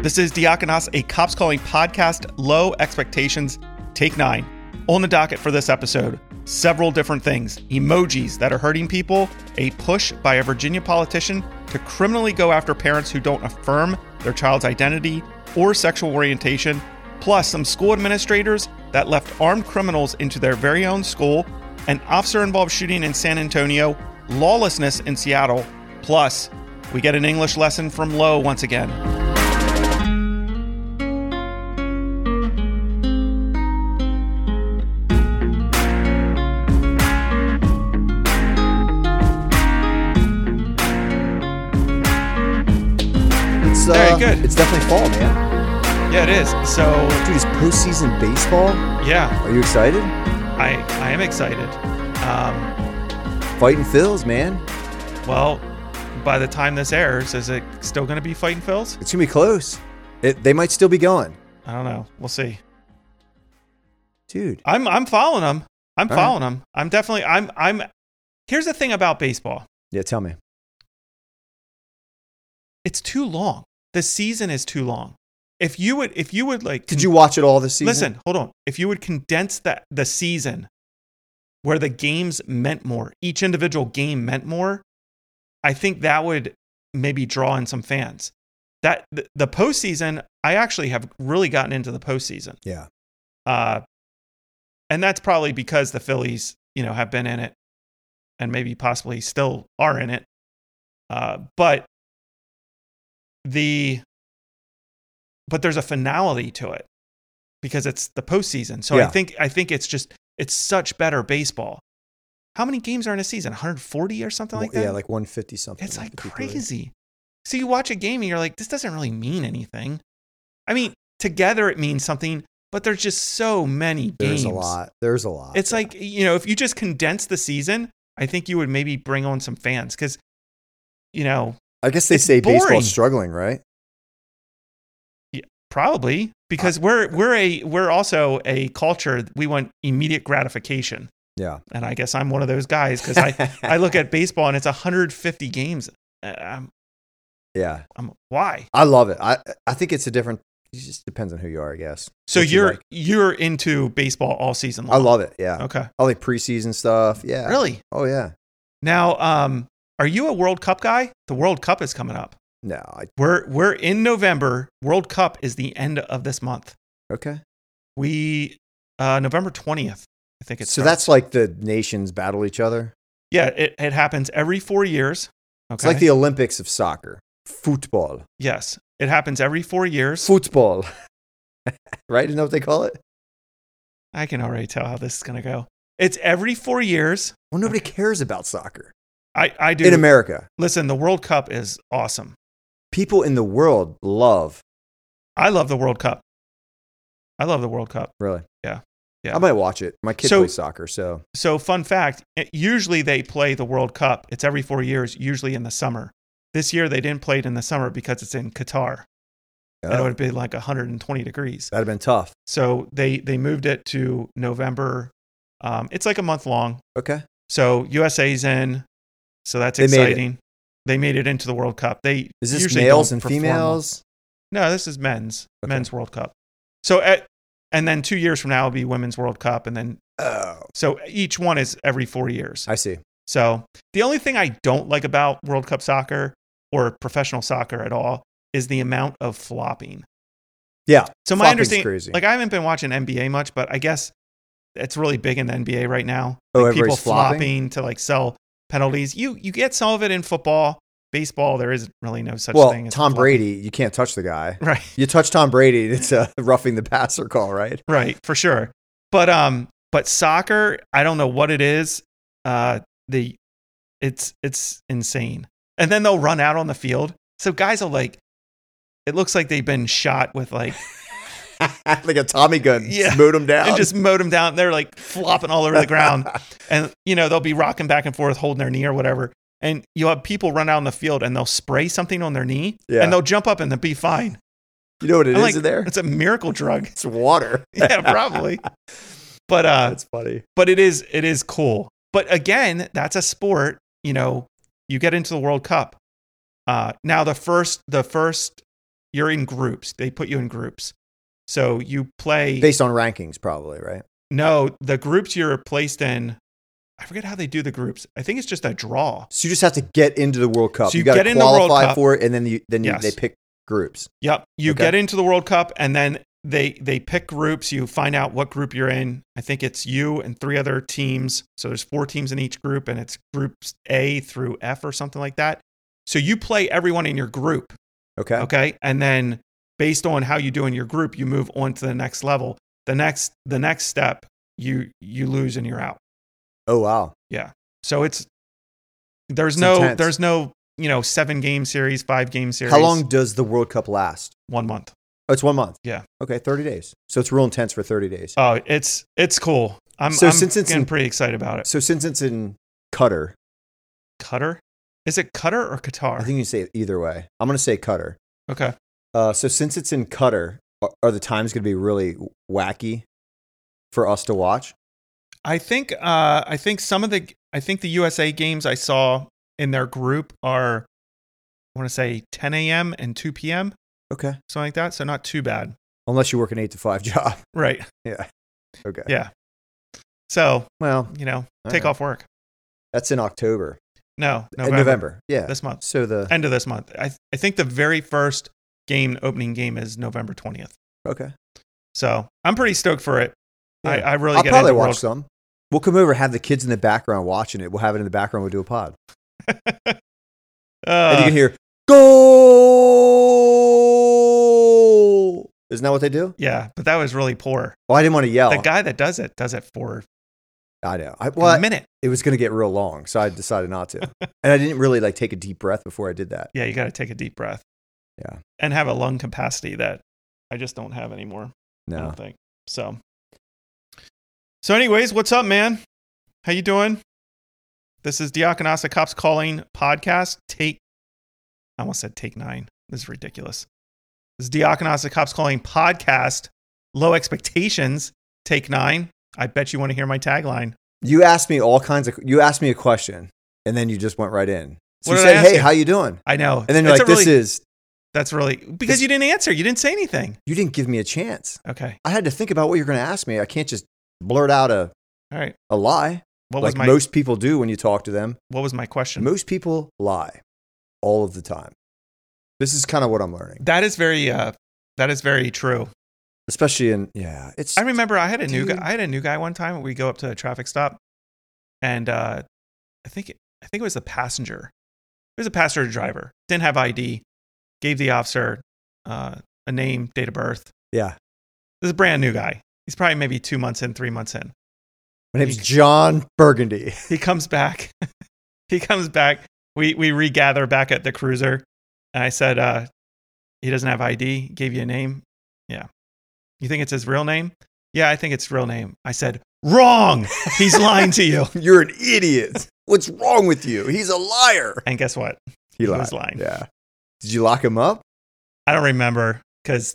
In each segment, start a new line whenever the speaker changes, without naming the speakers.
This is Diakonos, a Cops Calling podcast, Low Expectations, Take Nine. On the docket for this episode, several different things emojis that are hurting people, a push by a Virginia politician to criminally go after parents who don't affirm their child's identity or sexual orientation, plus some school administrators that left armed criminals into their very own school, an officer involved shooting in San Antonio, lawlessness in Seattle, plus, we get an English lesson from Lowe once again.
It's uh,
Very good.
It's definitely fall, man.
Yeah, it is. So,
Dude, it's postseason baseball.
yeah,
Are you excited?
I I am excited. Um,
Fighting Phils, man.
well, by the time this airs, is it still going to be fighting Phils?
It's gonna be close. It, they might still be going,
I don't know. We'll see.
dude.
I'm I'm following them. I'm
All right.
following them. I'm definitely. I'm I'm. Here's the thing about baseball.
Yeah, tell me.
It's too long. The season is too long. If you would, if you would like,
Did you watch it all this season?
Listen, hold on. If you would condense that the season where the games meant more, each individual game meant more, I think that would maybe draw in some fans. That the, the postseason, I actually have really gotten into the postseason,
Yeah,
uh, and that's probably because the Phillies, you know, have been in it, and maybe possibly still are in it. Uh, but the but there's a finality to it because it's the postseason. So I
Yeah.
think I think it's just it's such better baseball. How many games are in a season? 140 or something like that.
yeah, like 150 something.
it's like
150, really.
crazy. So you watch a game and you're like, this doesn't really mean anything. I mean, together it means something, but there's just so many games.
There's a lot. There's a lot.
It's like, you know, if you just condense the season, I think you would maybe bring on some fans because, you know,
I guess they
it's
say
boring.
baseball's struggling, right?
probably because we're we're a we're also a culture we want immediate gratification.
Yeah.
And I guess I'm one of those guys because I I look at baseball and it's 150 games. Uh, I'm,
yeah,
I'm why?
I love it. I I think it's a different. It just depends on who you are, I guess.
So
What you
you're
like.
you are into baseball all season
I
long.
love it. Yeah.
Okay.
I like preseason stuff. Yeah.
Oh. Really?
Oh yeah.
Now, um, are you a World Cup guy? The World Cup is coming up.
No. I,
We're we're in November. World Cup is the end of this month.
okay.
We uh November 20th, I think it's
so that's like the nations battle each other.
yeah, it, it happens every four years. Okay.
It's like the Olympics of soccer. Football.
Yes. It happens every four years.
Football. right? Isn't that what they call it?
I can already tell how this is gonna go. It's every four years.
Well, nobody cares about soccer
I, I do
in America.
listen, the World Cup is awesome.
People in the world love.
I love the World Cup. I love the World Cup.
Really?
Yeah. Yeah.
I might watch it. My kid
So-
plays soccer, so
So, fun fact it- usually they play the World Cup. It's every four years, usually in the summer. This year they didn't play it in the summer because it's in Qatar and it
Oh,
would be like 120 degrees.
that'd have been tough.
So, they, they moved it to November. Um, it's like a month long.
Okay.
So, USA's in. So, that's
They made it.
exciting. they made it into the World Cup. They
Is this
usually
males
don't
and
perform-
females?
No, this is men's,
Okay.
men's World Cup. So, at, and then two years from now will be Women's World Cup. And then,
Oh,
so each one is every four years.
I see.
So the only thing I don't like about World Cup soccer or professional soccer at all is the amount of flopping.
Yeah.
So my
Flopping's
understanding,
crazy.
like I haven't been watching NBA much, but I guess it's really big in the NBA right now.
Oh,
Like, people
everybody's flopping?
to like sell penalties. You you get some of it in football, baseball. There is really no such
well,
thing. as
Tom
flopping.
Brady, you can't touch the guy.
right?
You touch Tom Brady, it's a roughing the passer call, right?
Right, for sure. But um, but soccer, I don't know what it is. Uh, the it's it's insane. And then they'll run out on the field. So guys will like, it looks like they've been shot with like,
like a Tommy gun,
Yeah.
yeah. smote him down.
and just mowed them down. They're like flopping all over the ground, and you know they'll be rocking back and forth, holding their knee or whatever. And you'll have people run out on the field and they'll spray something on their knee,
Yeah.
and they'll jump up and they'll be fine.
you know what it is
I'm like,
in there?
It's a miracle drug.
It's water.
yeah, probably. But uh,
That's funny.
but it is it is cool. But again, that's a sport. You know, you get into the World Cup. Uh, now the first the first You're in groups. They put you in groups. So you play.
Based on rankings, probably, right?
no, the groups you're placed in. I forget how they do the groups. I think it's just a draw.
So you just have to get into the World Cup.
So you
you, got
get
to
in the World
qualify
Cup.
for it, and then you, then you,
Yes.
they pick groups.
Yep. You
Okay.
get into the World Cup and then they they pick groups. You find out what group you're in. I think it's you and three other teams. So there's four teams in each group and it's groups A through F or something like that. So you play everyone in your group,
Okay.
okay? And then based on how you do in your group, you move on to the next level. The next the next step, you you lose and you're out.
Oh wow.
So it's there's
It's
no
intense.
there's no, you know, 7 game series, 5 game series.
How long does the World Cup last?
1 month.
Oh, it's one month.
Yeah.
Okay, thirty days. So it's real intense for thirty days.
Oh, it's it's cool. I'm,
So
I'm
since it's
getting
in-
pretty excited about it.
So since it's in Qatar,
Qatar, is it Qatar or Qatar?
I think you can say it either way. I'm going to say Qatar.
okay.
Uh, so since it's in Qatar, are, are the times going to be really wacky for us to watch?
I think uh, I think some of the I think the USA games I saw in their group are I want to say 10 a.m. and 2 p.m.
Okay.
something like that. So not too bad,
Unless you work an eight to five job.
right?
Yeah. Okay.
Yeah. So
Well,
you know,
All
take
right.
off work.
that's in October.
No,
Uh,
November,
November. Yeah.
this month,
so the
end of this month. I I think the very first game opening game is November 20th.
okay.
So I'm pretty stoked for it. I,
Yeah.
I really
I'll
get
probably
into
watch
World
some. We'll come over, have the kids in the background watching it. We'll have it in the background. We'll do a pod,
Uh,
and you can hear goal. Isn't that what they do?
yeah, but that was really poor.
Well, I didn't want to yell.
The guy that does it does it for
I know. I, Oh. well,
a minute.
it was going to get real long, so I decided not to. and I didn't really like take a deep breath before I did that.
Yeah, you got to take a deep breath.
Yeah.
and have a lung capacity that I just don't have anymore. I
No,
don't think so. So, anyways, what's up, man? How you doing? This is Diakonasa Cops Calling podcast. Take, I almost said take nine. This is ridiculous. This is Diakonasa Cops Calling podcast. Low expectations. Take nine. I bet you want to hear my tagline.
you asked me all kinds of. You asked me a question, and then you just went right in. So
What
you
did I
said,
ask
"Hey,
you?"
how you doing?"
I know.
And then you're
It's
like,
a
"This
really-
is."
That's really because
It's-
you didn't answer. You didn't say anything.
You didn't give me a chance.
Okay.
I had to think about what you're going to ask me. I can't just blurt out a,
All right.
a lie
What
like
was my
most people do when you talk to them.
What was my question?
Most people lie all of the time. This is kind of what I'm learning,
That is very. Uh, that is very true.
especially in yeah. It's
I remember I had a new guy.
Dude.
I had a new guy one time. We go up to a traffic stop, and uh, I think I think it was a passenger. It was a passenger driver. Didn't have ID. Gave the officer uh, a name, date of birth.
yeah.
This is a brand new guy. He's probably maybe two months in, three months in.
My name's John Burgundy.
he comes back. he comes back. We we regather back at the cruiser. And I said, uh, he doesn't have ID. Gave you a name. Yeah. You think it's his real name? Yeah, I think it's real name. I said, wrong. He's lying to you.
You're an idiot. What's wrong with you? He's a liar.
And guess what?
He, lied.
was lying.
Yeah. Did you lock him up?
I don't remember because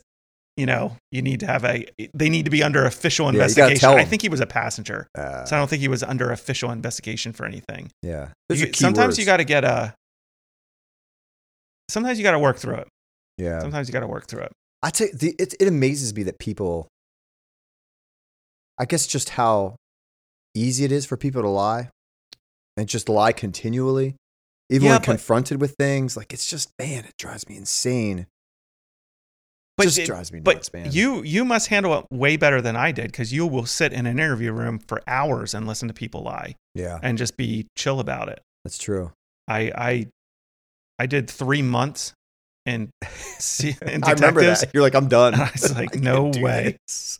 you know you need to have a. They need to be under official
Yeah, you gotta
investigation.
tell
I
them.
think he was a passenger,
Uh,
so I don't think he was under official investigation for anything.
yeah. Those
You-
are key
sometimes you
words.
got to get a. Sometimes you got to work through it.
Yeah.
Sometimes you got to work through it.
I tell you, the, it, it amazes me that people, I guess just how easy it is for people to lie and just lie continually, even
Yeah,
when
but-
confronted with things. Like, it's just, man, it drives me insane.
But
just
it-
drives me
But
nuts, man.
you you must handle it way better than I did because you will sit in an interview room for hours and listen to people lie
yeah,
and just be chill about it.
that's true.
I I I did three months in, se- in
I remember
detectives
that. You're like, I'm done.
And I was like,
can't
no
do
way.
this.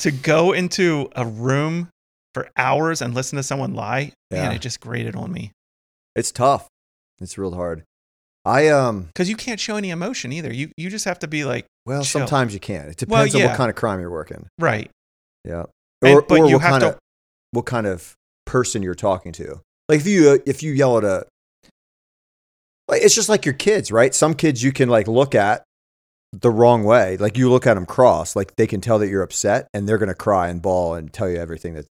to go into a room for hours and listen to someone lie. Man,
Yeah.
it just grated on me
It's tough. It's real hard. I, um,
because you can't show any emotion either. You you just have to be like
well,
Chill.
sometimes you can. It depends
Well,
on
yeah.
what kind of crime you're working.
right.
Yeah.
And-
Or,
but
or
you
what
have
kind
to-
of what kind of person you're talking to. Like if you uh, if you yell at a like it's just like your kids, right? Some kids you can like look at the wrong way. Like you look at them cross, like they can tell that you're upset and they're going to cry and bawl and tell you everything that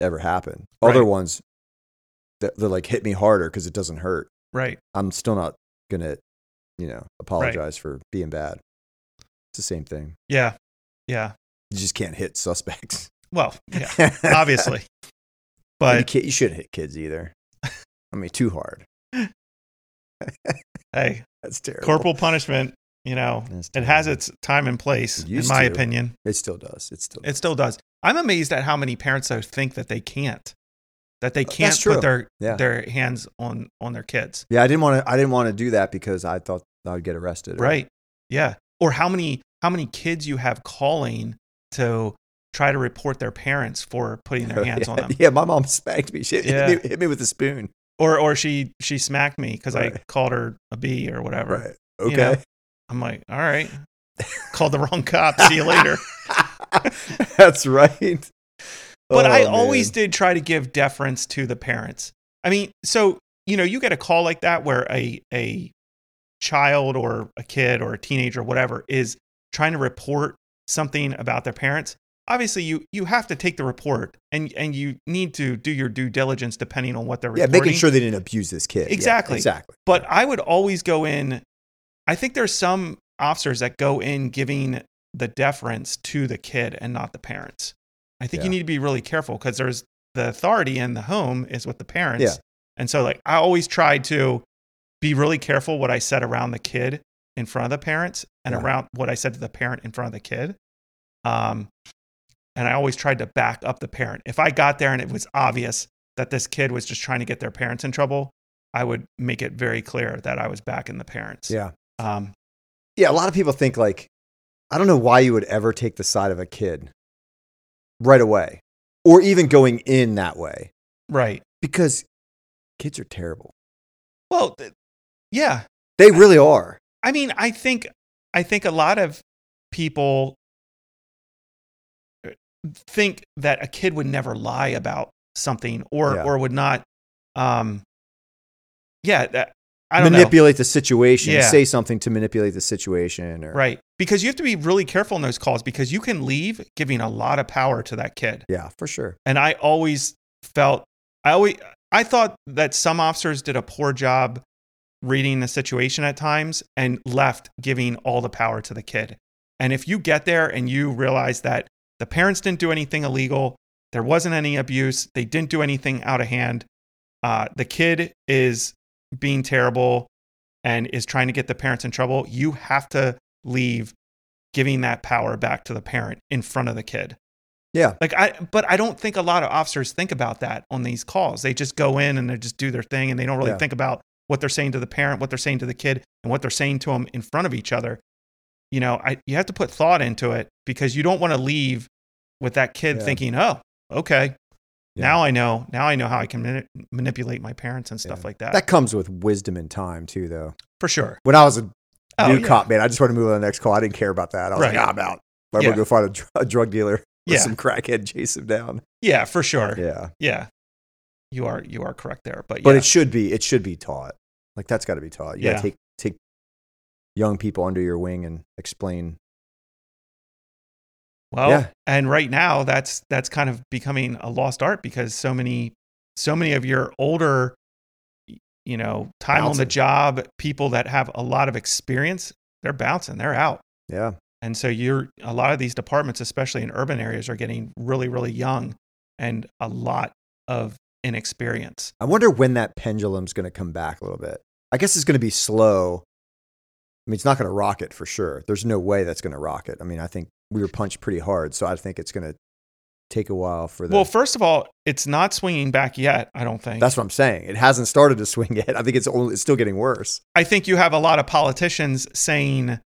ever happened. Other
Right.
ones that they're like hit me harder cuz it doesn't hurt.
Right.
I'm still not going to, you know, apologize for being bad. It's the same thing.
Yeah. Yeah.
You just can't hit suspects.
Well, yeah, obviously. But
you, can't- you shouldn't hit kids either. I mean, too hard.
hey,
That's terrible.
corporal punishment, you know,
That's
it has
terrible.
its time and place,
It
in
used
my
to.
opinion.
It still does. It still.
It still does. I'm amazed at how many parents though think that they can't, that they
Uh, That's
can't
true.
put their
Yeah.
their hands on on their kids.
yeah, I didn't want to. I didn't want to do that because I thought I would get arrested. or-
Right. Yeah. Or how many how many kids you have calling to try to report their parents for putting their hands
yeah,
on them.
Yeah, my mom spanked me. She hit me-
Yeah.
hit, me, with a spoon.
Or or she she smacked me cuz I
Right.
called her a B or whatever.
Right.
You
Okay.
know? I'm like, "All right. Called the wrong cop. See you later."
That's right.
But
Oh,
I
man.
always did try to give deference to the parents. I mean, so you know, you get a call like that where a a child or a kid or a teenager or whatever is trying to report something about their parents. Obviously, you you have to take the report and and you need to do your due diligence depending on what they're
yeah,
reporting.
making sure they didn't abuse this kid. Yeah,
Exactly.
exactly.
But I would always go in. I think there's some officers that go in giving the deference to the kid and not the parents. I think you
Yeah.
need to be really careful because there's the authority in the home is with the parents.
Yeah.
And so, like, I always tried to be really careful what I said around the kid in front of the parents and
Yeah.
around what I said to the parent in front of the kid. Um, and I always tried to back up the parent. If I got there and it was obvious that this kid was just trying to get their parents in trouble, I would make it very clear that I was backing the parents.
Yeah.
Um,
Yeah, a lot of people think like, I don't know why you would ever take the side of a kid right away or even going in that way
right.
because kids are terrible.
Well, th- yeah.
They really are.
I mean, I think I think a lot of people think that a kid would never lie about something or
Yeah.
or would not um yeah, that, I don't know.
manipulate the situation,
Yeah.
say something to manipulate the situation or
Right. Because you have to be really careful in those calls because you can leave giving a lot of power to that kid.
Yeah, for sure.
and I always felt I always I thought that some officers did a poor job reading the situation at times and left giving all the power to the kid. And if you get there and you realize that the parents didn't do anything illegal, there wasn't any abuse, they didn't do anything out of hand, uh, the kid is being terrible and is trying to get the parents in trouble, you have to leave giving that power back to the parent in front of the kid.
Yeah.
Like I but I don't think a lot of officers think about that on these calls. They just go in and they just do their thing and they don't really
Yeah.
think about what they're saying to the parent, what they're saying to the kid, and what they're saying to them in front of each other. You know, I you have to put thought into it because you don't want to leave with that kid
Yeah.
thinking, "Oh, okay.
Yeah.
Now I know. Now I know how I can mani- manipulate my parents and stuff
Yeah.
like that."
That comes with wisdom and time too though.
For sure.
When I was a
Oh,
new
yeah.
cop, man, I just wanted to move on to the next call. I didn't care about that. I was
Right.
like, "Ah, I'm out. I'm
Yeah.
gonna go find a, dr- a drug dealer with
Yeah.
some crackhead, chase him down.
Yeah, for sure. Yeah.
Yeah.
You are you are correct there, but,
but
yeah.
it should be it should be taught like that's got to be taught you
Yeah.
gotta take take young people under your wing and explain
Well,
Yeah.
and right now that's that's kind of becoming a lost art because so many so many of your older you know, time on the
Bouncing.
job people that have a lot of experience, they're bouncing, they're out.
yeah
And so you're a lot of these departments especially in urban areas are getting really really young and a lot of inexperience.
i wonder when that pendulum's going to come back a little bit i guess it's going to be slow i mean it's not going to rocket for sure there's no way that's going to rocket i mean i think we were punched pretty hard so i think it's going to take a while for the
Well, first of all, it's not swinging back yet, I don't think.
that's what i'm saying it hasn't started to swing yet i think it's only it's still getting worse
I think you have a lot of politicians saying,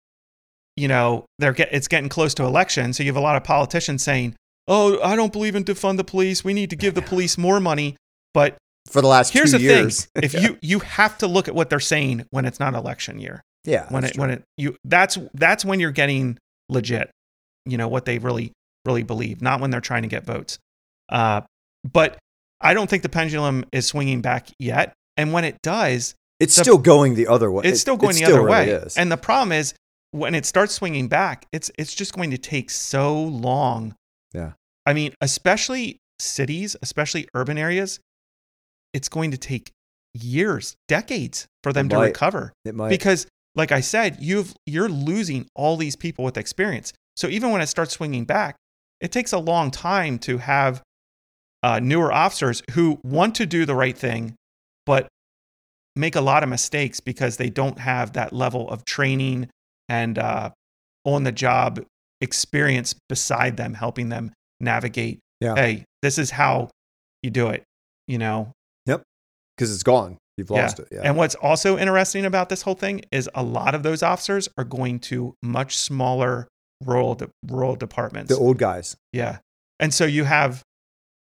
you know, they're get, it's getting close to election, so you have a lot of politicians saying, "Oh, I don't believe in defund the police. We need to give the police more money." But
for the last
here's
two
the
years
thing: if you you have to look at what they're saying when it's not election year,
yeah
when
that's
it when it you that's that's when you're getting legit, you know, what they really really believe, not when they're trying to get votes. Uh, but I don't think the pendulum is swinging back yet, and when it does,
it's
the-
still going the other way
it's still going the other way.
is.
And the problem is when it starts swinging back, it's it's just going to take so long.
Yeah.
I mean, especially cities, especially urban areas, it's going to take years, decades for them
It
to
might.
recover
it might
because like I said, you've you're losing all these people with experience. So even when it starts swinging back, it takes a long time to have uh, newer officers who want to do the right thing, but make a lot of mistakes because they don't have that level of training and uh, on the job experience beside them, helping them navigate.
Yeah.
Hey, this is how you do it. You know,
because it's gone. You've lost it. Yeah.
And what's also interesting about this whole thing is a lot of those officers are going to much smaller rural de- rural departments.
the old guys.
yeah. And so you have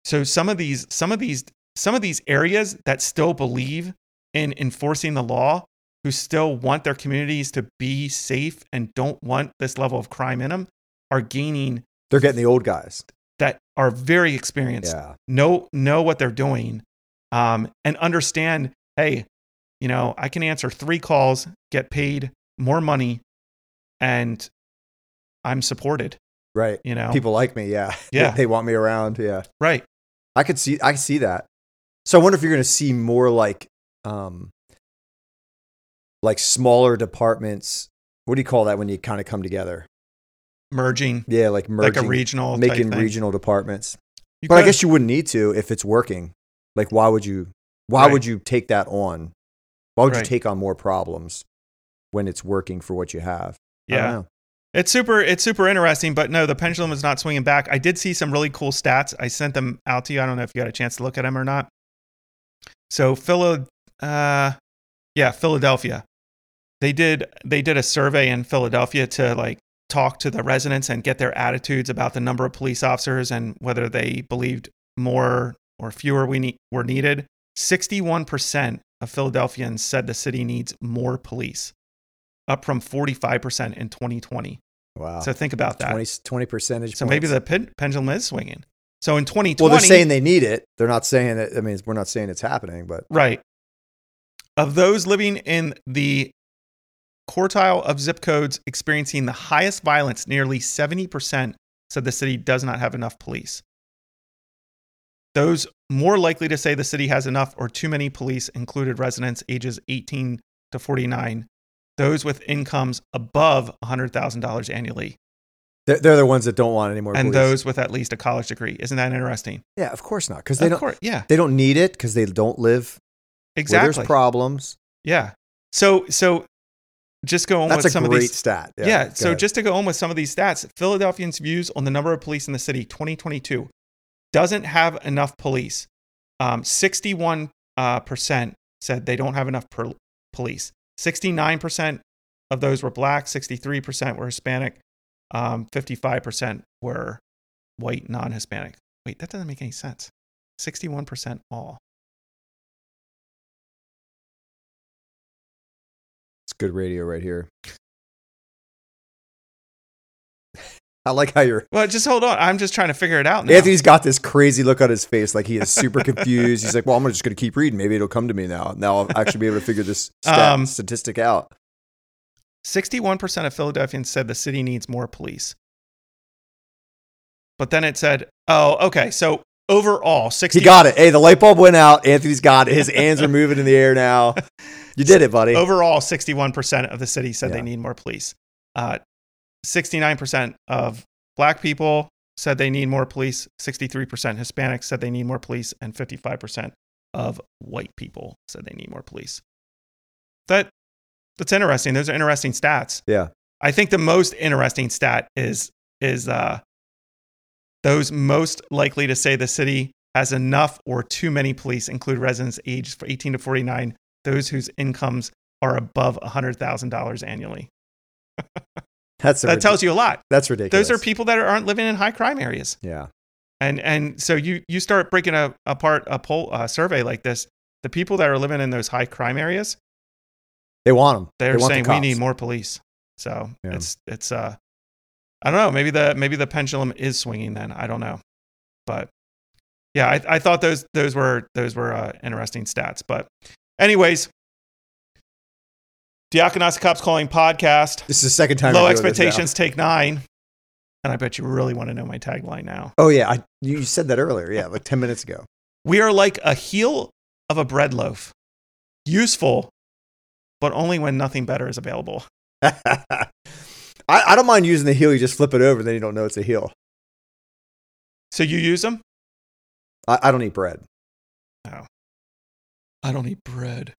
so some of these some of these some of these areas that still believe in enforcing the law who still want their communities to be safe and don't want this level of crime in them are gaining
They're getting the old guys.
that are very experienced
Yeah.
know know what they're doing um, and understand hey you know i can answer three calls get paid more money and i'm supported
Right.
you know
People like me. Yeah.
Oh. Yeah.
they want me around. Yeah.
right
I could see I see that. So I wonder if you're going to see more like um like smaller departments. What do you call that when you kind of come together?
merging,
Yeah, like merging,
like a regional type
making
thing.
regional departments.
You
but I
could.
guess you wouldn't need to if it's working. Like why would you why
Right.
would you take that on? Why would you
Right.
take on more problems when it's working for what you have? I don't
yeah
know.
it's super it's super interesting but no the pendulum is not swinging back i did see some really cool stats i sent them out to you i don't know if you got a chance to look at them or not so philo uh yeah philadelphia they did they did a survey in philadelphia to like talk to the residents and get their attitudes about the number of police officers and whether they believed more or fewer we need, were needed 61% of philadelphians said the city needs more police up from 45% in 2020
Wow.
so think about that
20, 20 percentage
so maybe
points.
the pen- pendulum is swinging so in 2020
Well, they're saying they need it. They're not saying that I mean we're not saying it's happening, but
Right. Of those living in the quartile of zip codes experiencing the highest violence, nearly 70% said the city does not have enough police. Those more likely to say the city has enough or too many police included residents ages 18 to 49, those with incomes above $100,000 annually,
They're, they're the ones that don't want any more.
and
police.
those with at least a college degree. Isn't that interesting?
yeah, of course not, because they
of
don't.
course. Yeah,
They don't need it because they don't live where
exactly.
there's problems.
yeah. So, so just go on
That's
with
a
some
great
of these
stat.
Yeah.
go
so
ahead.
just to go on with some of these stats, Philadelphians' views on the number of police in the city 2022 doesn't have enough police. Um, 61% uh, percent said they don't have enough per- police. 69% of those were black, 63% were Hispanic, um, 55% were white, non Hispanic. Wait, that doesn't make any sense. 61% all.
it's good radio right here. I like how you're.
Well, just hold on. I'm just trying to figure it out now.
Anthony's got this crazy look on his face, like he is super confused. He's like, "Well, I'm just going to keep reading. Maybe it'll come to me now. Now I'll actually be able to figure this stat,
Um,
statistic out."
61% of Philadelphians said the city needs more police. But then it said, oh, okay. So overall, 60,
He got it. Hey, the light bulb went out. Anthony's got it. His hands are moving in the air now. You did it, buddy.
overall 61% of the city said they
Yeah.
need more police. Uh, 69% of black people said they need more police. 63% Hispanics said they need more police. And 55% of white people said they need more police. That, that's interesting. Those are interesting stats.
Yeah.
I think the most interesting stat is is uh, those most likely to say the city has enough or too many police include residents aged 18 to 49, those whose incomes are above $100,000 annually.
That's a
That tells you a lot.
That's ridiculous.
Those are people that aren't living in high crime areas.
Yeah.
and and so you you start breaking a, apart a poll a survey like this the people that are living in those high crime areas
They want them.
they're
they want the
saying we
cops.
need more police so
Yeah.
it's it's uh i don't know maybe the maybe the pendulum is swinging then i don't know but yeah i, I thought those those were those were uh, interesting stats but anyways diakonos cops calling podcast
This is the second time.
low
we're doing this now.
expectations take nine and i bet you really want to know my tagline now
Oh yeah, I, you said that earlier. Yeah, like ten minutes ago.
We are like a heel of a bread loaf, useful but only when nothing better is available.
I, I don't mind using the heel. You just flip it over, then you don't know it's a heel.
So you use them?
I, I don't eat bread.
I don't eat bread.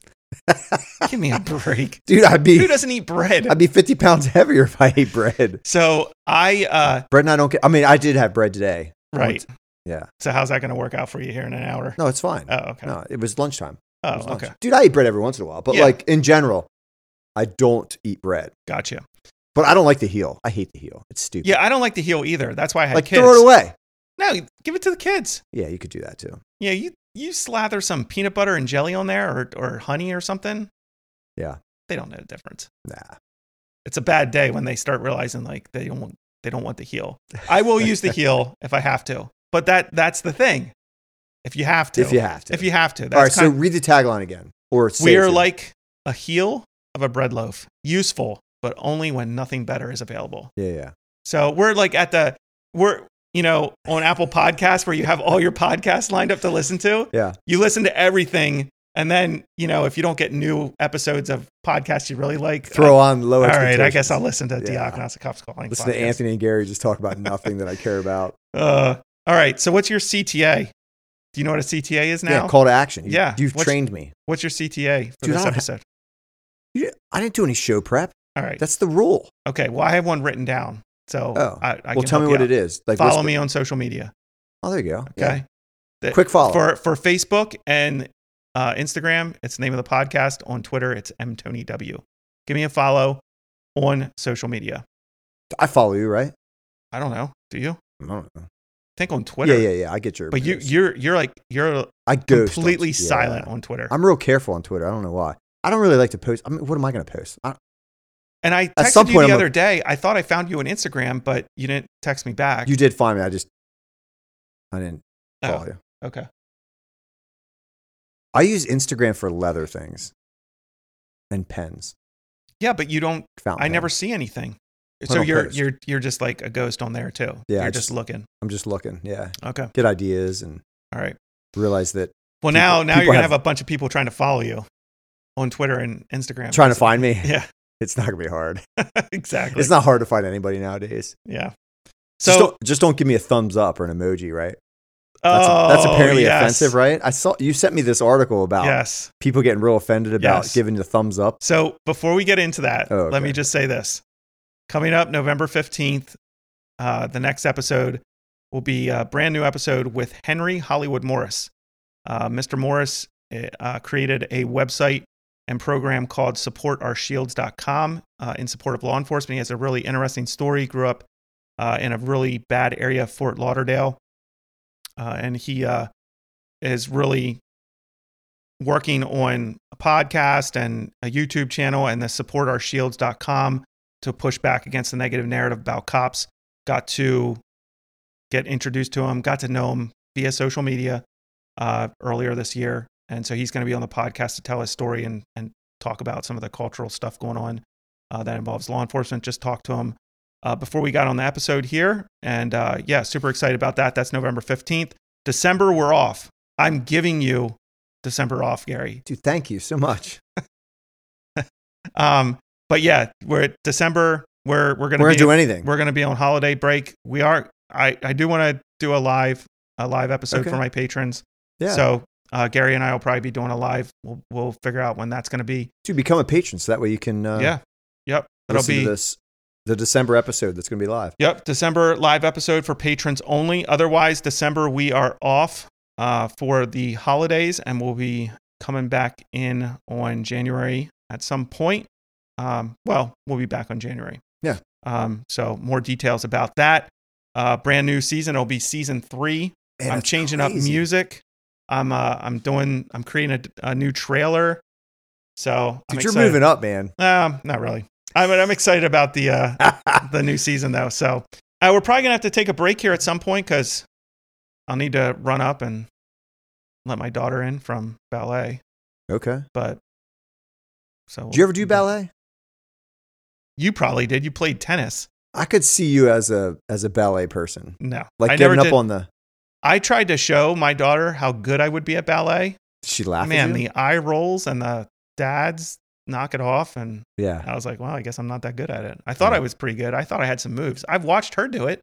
Give me a break.
Dude, I'd
Who
be
doesn't eat bread?
I'd be 50 pounds heavier if I ate bread.
So I uh
Bread and I don't get I mean, I did have bread today.
right.
Yeah.
So how's that going to work out for you here in an hour?
No, it's fine.
Oh, okay.
No, it was lunchtime. It was
oh,
lunch.
okay.
Dude, I eat bread every once in a while, but
Yeah.
like in general, I don't eat bread.
Gotcha.
But I don't like the heel. I hate the heel. It's stupid.
Yeah, I don't like the heel either. That's why I had
like
kids.
throw it away.
No, give it to the kids.
Yeah, you could do that too.
Yeah, you you slather some peanut butter and jelly on there or or honey or something.
Yeah.
They don't know the difference.
Nah.
It's a bad day when they start realizing like they don't want they don't want the heel. I will use the heel if I have to. But that that's the thing. If you have to.
If you have to.
If you have to. That's
All right,
kind
so read the tagline again. Or say
We
it
are
to-
like a heel of a bread loaf, useful, but only when nothing better is available.
Yeah, yeah.
So we're like at the, we're, you know, on Apple Podcasts where you have all your podcasts lined up to listen to.
Yeah.
You listen to everything. And then, you know, if you don't get new episodes of podcasts you really like, uh,
Throw on low
all right, I guess I'll
expectations.
listen to
Yeah.
Diagnostic Cops Calling.
listen to
podcast.
Anthony and Gary just talk about nothing that I care about.
Uh, all right. So what's your CTA? Do you know what a CTA is now?
Yeah, call to action. You,
Yeah,
You've
what's-
trained me.
what's your CTA for
Dude,
this
I don't ha-
episode?
You, I didn't do any show prep.
all right.
That's the rule.
Okay. Well, I have one written down. So
Oh.
I, I
well,
can
tell me what it is. Like, what's
Follow
the-
me on social media.
Oh, there you go. Yeah.
Okay. That-
Quick follow.
For for Facebook and uh, Instagram, it's the name of the podcast. On Twitter, it's M Tony W. Give me a follow on social media.
I follow you, right?
I don't know. Do you? I
I don't know.
think on Twitter.
Yeah, yeah, yeah. I get your.
But you
opinions.
you're you're like you're
I ghost on-
completely
yeah.
silent on Twitter.
I'm real careful on Twitter. I don't know why. I don't really like to post. I mean, what am I going to post? I,
and I
At some
texted you
point,
the
I'm a-
other day. I thought I found you on Instagram, but you didn't text me back.
you did find me. I just, I didn't
Oh,
follow you.
okay.
I use Instagram for leather things and pens.
Yeah, but you don't.
Fountain
I never
pens.
see anything.
I
So
don't
you're
post.
you're you're just like a ghost on there too.
Yeah, I
you're just
just-
looking.
I'm just looking. Yeah,
Okay.
get ideas and
All right.
realize that
Well,
People-
now now
people
you're gonna
have-
have a bunch of people trying to follow you on Twitter and Instagram.
trying to find me.
Yeah,
It's not going to be hard.
exactly.
It's not hard to find anybody nowadays.
yeah.
just
So
don't, just don't give me a thumbs up or an emoji, right? That's,
oh,
that's apparently
yes.
offensive, right? I saw you sent me this article about
Yes.
people getting real offended about
Yes.
giving the thumbs up.
So before we get into that,
Oh,
let me
okay.
just say this: coming up November fifteenth, uh, the next episode will be a brand new episode with Henry Hollywood Morris. Uh, Mr. Morris eh, uh, created a website and program called supportourshields.com uh, in support of law enforcement. He has a really interesting story. Grew up uh, in a really bad area of Fort Lauderdale, uh, and he uh, is really working on a podcast and a YouTube channel and the supportourshields.com to push back against the negative narrative about cops. Got to get introduced to him, got to know him via social media uh, earlier this year. And so he's going to be on the podcast to tell his story and, and talk about some of the cultural stuff going on uh, that involves law enforcement. Just talk to him uh, before we got on the episode here. And uh, yeah, super excited about that. That's November 15th. December, we're off. I'm giving you December off, Gary.
Dude, thank you so much.
Um, but yeah, we're at December. We're we're gonna
We're
be
gonna do anything.
we're gonna be on holiday break. We are. I I do want to do a live a live episode
Okay.
for my patrons.
yeah.
So uh, Gary and I will probably be doing a live. We'll we'll figure out when that's gonna be.
to become a patron, so that way you can uh,
yeah. Yep. That'll
listen
be
to this the December episode that's gonna be live.
Yep, December live episode for patrons only. Otherwise, December we are off uh, for the holidays, and we'll be coming back in on January at some point. Um, well, we'll be back on January.
Yeah.
Um, so more details about that. Uh, brand new season. It'll be season three.
Man,
I'm
that's
changing up
crazy.
music. I'm uh, I'm doing. I'm creating a, a new trailer. So I'm
Dude, you're
excited.
moving up, man.
Um, not really. I mean, I'm excited about the uh, the new season though. So uh, we're probably gonna have to take a break here at some point because I'll need to run up and let my daughter in from ballet.
okay.
But so
Do you ever do ballet?
You probably did. You played tennis.
I could see you as a as a ballet person.
No,
Like
I never
giving up
did.
on the
I tried to show my daughter how good I would be at ballet.
she laughing.
Man, the eye rolls and the dads knock it off. And
Yeah.
I was like, well, I guess I'm not that good at it. I thought I
Yeah.
was pretty good. I thought I had some moves. I've watched her do it.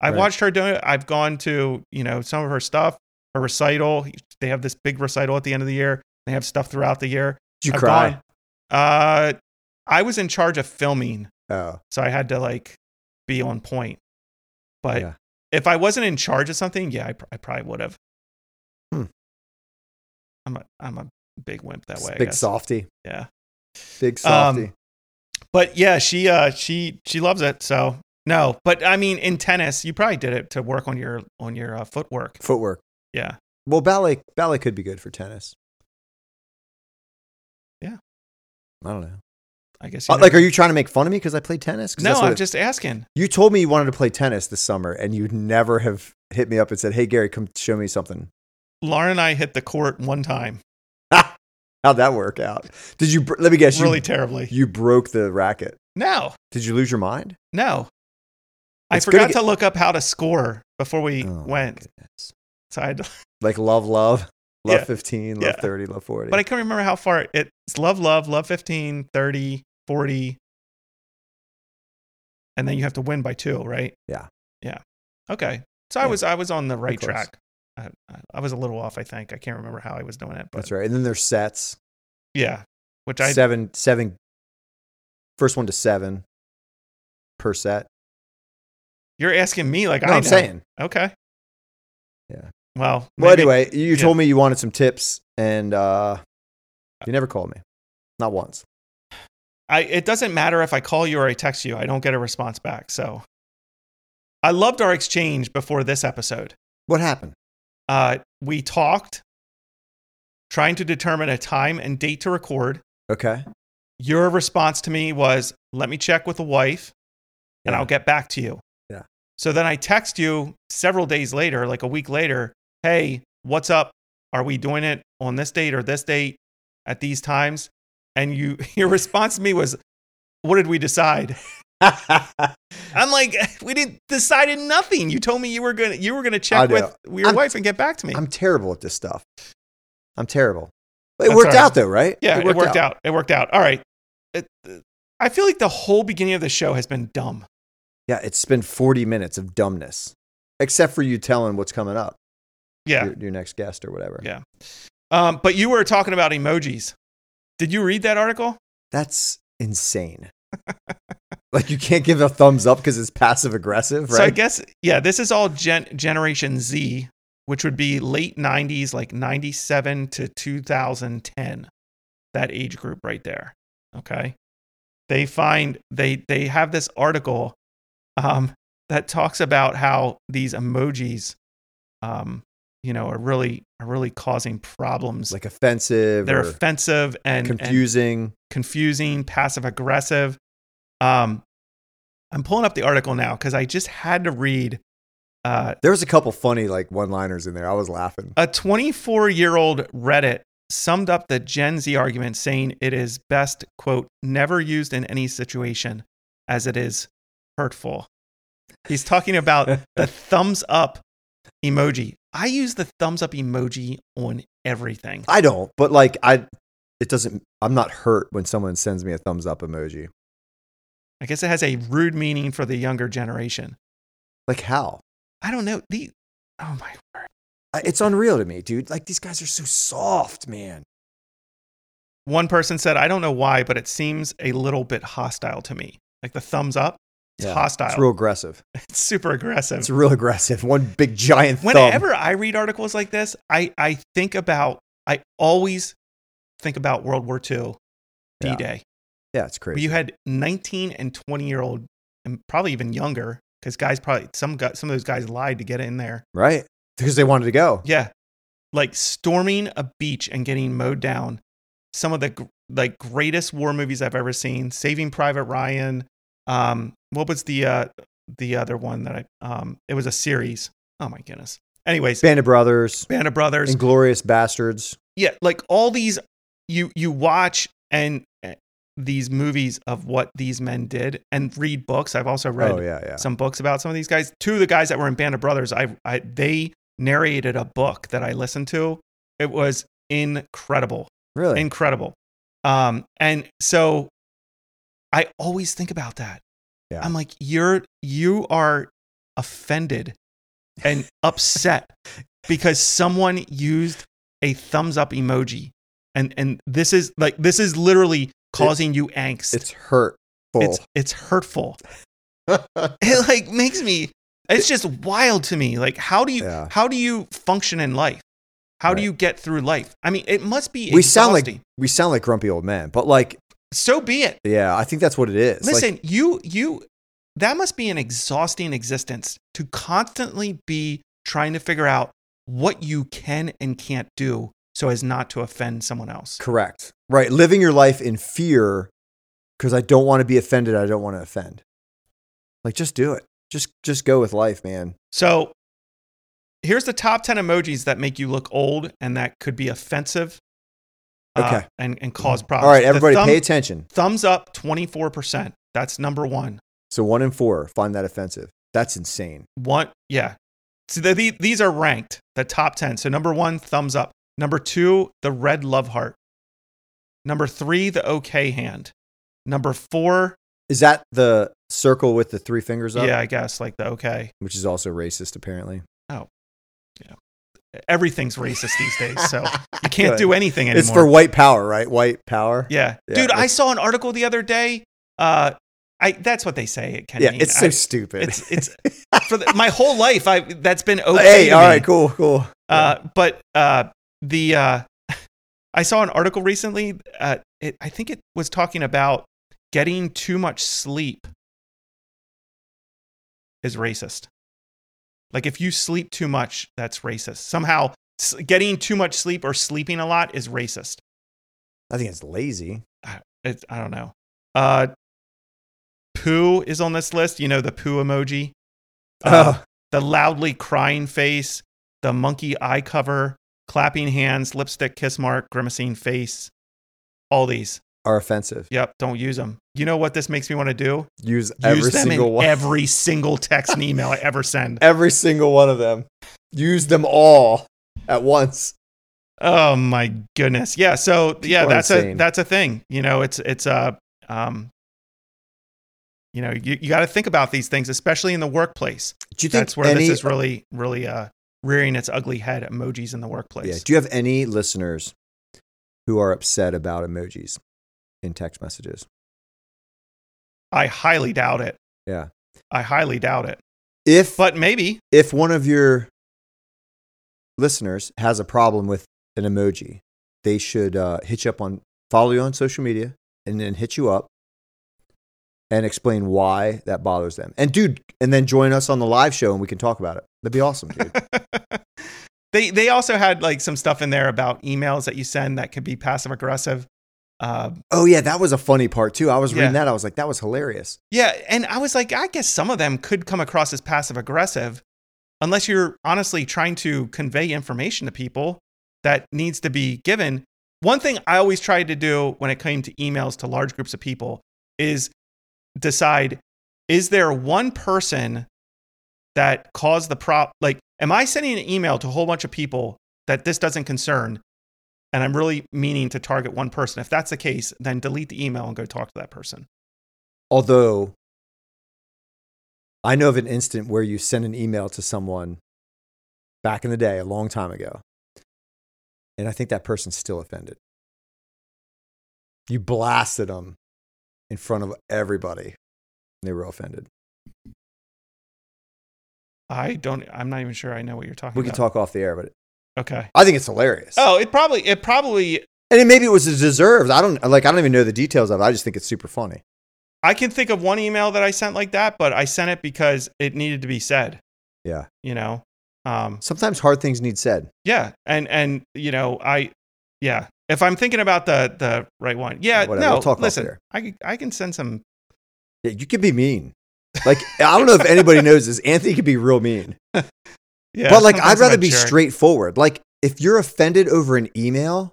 I've
Right.
watched her do it. I've gone to, you know, some of her stuff, her recital. They have this big recital at the end of the year. They have stuff throughout the year.
Did you
I've
cry?
gone- uh, I was in charge of filming,
Oh,
so I had to like be on point. But
yeah.
if I wasn't in charge of something, yeah, I, pr- I probably would have.
Hmm.
I'm a I'm a big wimp that way. I
Big
guess. Um,
softy.
Yeah.
Big softy.
But yeah, she uh she she loves it. So no, but I mean, in tennis, you probably did it to work on your on your uh, footwork.
Footwork.
Yeah,
Well, ballet ballet could be good for tennis.
Yeah.
I don't know.
I guess.
Uh,
You
Like,
never-
are you trying to make fun of me because I played tennis? 'Cause
no,
that's what
I'm
it-
just asking.
You told me you wanted to play tennis this summer, and you'd never have hit me up and said, "Hey, Gary, come show me something."
Lauren and I hit the court one time,
How'd that work out? Did you? br- Let me guess. you-
really terribly.
you broke the racket.
no,
Did you lose your mind?
no. I
It's gonna
forgot
get-
to look up how to score before we
Oh, my
went.
goodness.
So I had to
Like love, love, love
Yeah.
fifteen, love
Yeah.
thirty, love forty.
but I can't remember how far it's love, love, love 15, 30, 40. And then you have to win by two, right?
Yeah.
Yeah. Okay. So I
Yeah.
was I was on the right
close.
track. I, I- I was a little off, I think. I can't remember how I was doing it, but
That's right. And then there's sets.
yeah. Which I
seven, seven. First one to seven per set.
you're asking me like
No,
I
I'm
know.
saying.
Okay.
Yeah.
Well,
Well,
maybe-
anyway, you
yeah.
told me you wanted some tips, and uh, you never called me. Not once.
I it doesn't matter if I call you or I text you. I don't get a response back. So I loved our exchange before this episode.
What happened?
Uh, we talked, trying to determine a time and date to record.
Okay.
Your response to me was, let me check with the wife and
Yeah.
I'll get back to you.
Yeah.
So then I text you several days later, like a week later, hey, what's up? Are we doing it on this date or this date at these times? And you, your response to me was, what did we decide? I'm like, we didn't decided nothing. You told me you were gonna you were gonna
I
check
know.
with your
I'm-
wife and get back to me.
I'm terrible at this stuff. I'm terrible. But it
That's
worked
all right.
out though, right?
Yeah, it worked, out. It worked out. All right. It- uh, I feel like the whole beginning of the show has been dumb.
Yeah, it's been 40 minutes of dumbness, except for you telling what's coming up,
Yeah.
your, your next guest or whatever.
Yeah. Um, but you were talking about emojis. Did you read that article?
That's insane. like you can't give a thumbs up because it's passive aggressive,
So I
right?
guess yeah, this is all gen- Generation Z, which would be late '90s, like '97 to 2010, that age group right there. Okay, they find they they have this article um, that talks about how these emojis, um, you know, are really are really causing problems.
like offensive
They're
or
offensive and and
confusing.
confusing, passive aggressive. Um, I'm pulling up the article now because I just had to read. Uh,
there was a couple funny like one-liners in there. I was laughing.
a 24 year old Reddit summed up the Gen Z argument saying it is best, quote, never used in any situation as it is hurtful. He's talking about the thumbs up emoji. I use the thumbs up emoji on everything.
I don't, but like I, it doesn't. I'm not hurt when someone sends me a thumbs up emoji.
I guess it has a rude meaning for the younger generation.
Like how?
I don't know. The, oh my
I- It's unreal to me, dude. Like these guys are so soft, man.
One person said, I don't know why, but it seems a little bit hostile to me. Like the thumbs up, it's
Yeah,
hostile.
It's
It's,
real aggressive.
super aggressive.
It's real aggressive. One big giant thumb.
Whenever I read articles like this, I, I think about, I always think about World War II,
Yeah,
D Day,
Yeah, it's
where
crazy.
you had 19 and 20 year old, and probably even younger, because guys probably, some, guy, some of those guys lied to get in there.
right? Because they wanted to go.
Yeah. Like storming a beach and getting mowed down. Some of the gr- like greatest war movies I've ever seen. Saving Private Ryan. Um, what was the uh the other one that I um it was a series. Oh my goodness. Anyways,
Band of Brothers,
Band of Brothers.
Inglorious Bastards.
Yeah, like all these you you watch and eh, these movies of what these men did and read books. I've also read
Oh yeah, yeah.
some books about some of these guys. Two of the guys that were in Band of Brothers, I, I they narrated a book that I listened to. It was incredible,
Really?
incredible. Um, and so I always think about that.
Yeah.
I'm like, you're you are offended and upset because someone used a thumbs up emoji. And and this is like this is literally causing you angst.
It's hurtful.
it's, it's hurtful. It like makes me it's just wild to me. Like how do you
Yeah.
how do you function in life? How do
Right.
you get through life? I mean, it must be
we sound like
exhausting.
we sound like grumpy old men, but like,
so be it.
yeah, I think that's what it is. Like,
Listen, you you that must be an exhausting existence to constantly be trying to figure out what you can and can't do so as not to offend someone else.
correct, right? Living your life in fear because I don't want to be offended. I don't want to offend. Like, just do it. Just just go with life, man.
So here's the top 10 emojis that make you look old and that could be offensive uh,
Okay. Mm-hmm.
and, and cause problems.
All right,
The
everybody,
thumb-
pay attention.
thumbs up 24%. That's number one.
So one in four find that offensive. That's insane.
One, yeah. So the, the, these are ranked the top 10. So number one, thumbs up. Number two, the red love heart. Number three, the okay hand. Number four,
Is that the circle with the three fingers up?
yeah, I guess like the okay.
Which is also racist, apparently.
Everything's racist these days. So you can't do anything anymore.
It's for white power, right? White power.
yeah.
Yeah,
Dude, I
that's-
saw an article the other day. Uh, I, that's what they say. It can
Yeah,
mean.
it's so
I-
stupid.
it's, it's for the, my whole life. I, that's been okay.
hey,
to
all
me.
right, cool, cool.
Uh, but uh, the uh, I saw an article recently. Uh, it, I think it was talking about getting too much sleep is racist. Like if you sleep too much, that's racist. Somehow, s- getting too much sleep or sleeping a lot is racist.
I think it's lazy.
It's, I don't know. Uh, poo is on this list. You know the poo emoji. Uh,
oh,
the loudly crying face, the monkey eye cover, clapping hands, lipstick kiss mark, grimacing face. All these.
are offensive.
Yep, don't use them. You know what this makes me want to do?
Use
Use
every
them
single
in
one.
every single text and email I ever send.
every single one of them. Use them all at once.
Oh my goodness. Yeah, so yeah,
People are
that's a
insane.
that's a thing. You know, it's it's uh, um you know, you, you got to think about these things, especially in the workplace.
Do you think
That's where
any,
this is really, really uh, rearing its ugly head. Emojis in the workplace.
Yeah. Do you have any listeners who are upset about emojis in text messages?
I highly doubt it.
Yeah.
I highly doubt it.
If
But maybe.
if one of your listeners has a problem with an emoji, they should uh, hit you up on follow you on social media and then hit you up and explain why that bothers them. And dude, and then join us on the live show and we can talk about it. That'd be awesome, dude.
they they also had like some stuff in there about emails that you send that could be passive aggressive. Uh,
oh yeah, that was a funny part too. I was
Yeah.
reading that. I was like, that was hilarious.
yeah, and I was like, I guess some of them could come across as passive aggressive, unless you're honestly trying to convey information to people that needs to be given. One thing I always tried to do when it came to emails to large groups of people is decide is there one person that caused the prop like am i sending an email to a whole bunch of people that this doesn't concern and i'm really meaning to target one person if that's the case then delete the email and go talk to that person
Although I know of an instant where you send an email to someone back in the day, a long time ago, and I think that person's still offended. You blasted them in front of everybody. and They were offended.
i don't i'm not even sure i know what you're talking
We can
about
talk off the air, but
okay
I think it's hilarious.
oh it probably it probably
And it, maybe it was deserved. I don't like. I don't even know the details of it. I just think it's super funny.
i can think of one email that i sent like that but i sent it because it needed to be said
Yeah.
you know um
Sometimes hard things need said.
Yeah, and and you know, I yeah, if I'm thinking about the the right one, yeah,
Whatever,
no,
we'll talk off
listen,
there.
I can I can send some.
Yeah, you could be mean. Like I don't know if anybody knows this. Anthony could be real mean.
Yeah,
but like I'd
sometimes I'm
rather
a
be
jerk.
straightforward. Like if you're offended over an email,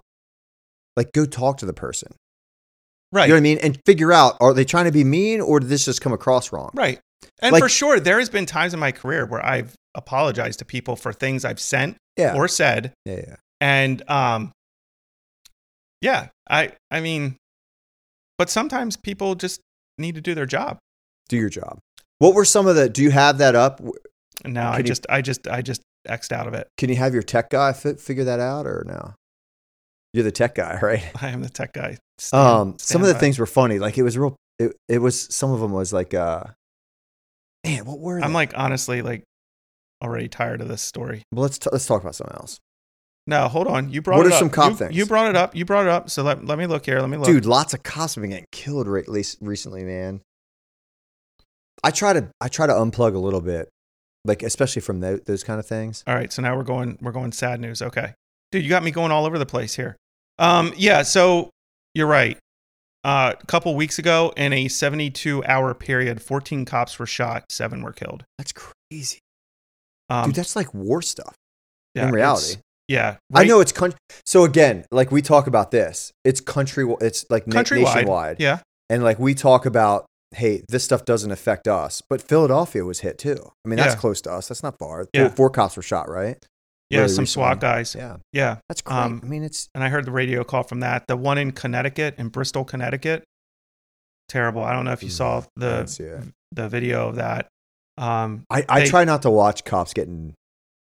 like go talk to the person.
right?
You know what I mean? And figure out are they trying to be mean or did this just come across wrong?
Right, and
Like-
for sure, there has been times in my career where I've apologized to people for things I've sent
Yeah.
or said,
yeah. Yeah.
and um, yeah, I I mean, but sometimes people just need to do their job.
Do your job. What were some of the? Do you have that up?
No, I
Can you-
just I just I just xed out of it.
Can you have your tech guy fi- figure that out or no? You're the tech guy, right?
I am the tech guy. Stand-
Um, some of the
standby.
things were funny. Like it was real. It, it was some of them was like, uh, man, what were?
I'm
they?
like honestly like already tired of this story.
well, let's t- let's talk about something else,
No, hold on. You brought
What
it
are
up.
some cop
you,
things?
You brought it up. You brought it up. So let, let me look here. Let me look.
dude. Lots of cops have been getting killed re- least recently, man. I try to I try to unplug a little bit, like especially from tho- those kind of things.
All right, so now we're going we're going sad news. Okay. Dude, you got me going all over the place here. Um yeah, so you're right. Uh, a couple weeks ago in a 72 hour period, 14 cops were shot, 7 were killed.
That's crazy,
Um
dude. That's like war stuff
yeah,
in
it's-
reality.
Yeah.
I know it's country. So again, like we talk about this, it's country. It's like na-
countrywide.
nationwide.
Yeah.
and like we talk about hey this stuff doesn't affect us but philadelphia was hit too i mean that's
Yeah.
close to us that's not far
Yeah.
four, four cops were shot right
Yeah,
Really
some SWAT
recently.
guys. Yeah.
yeah that's great
Um,
i mean it's
And I heard the radio call from that. The one in Connecticut in Bristol, Connecticut. Terrible. I don't know if you
Mm,
saw
I didn't
the
see it.
the video of that. Um
I, I
they-
try not to watch cops getting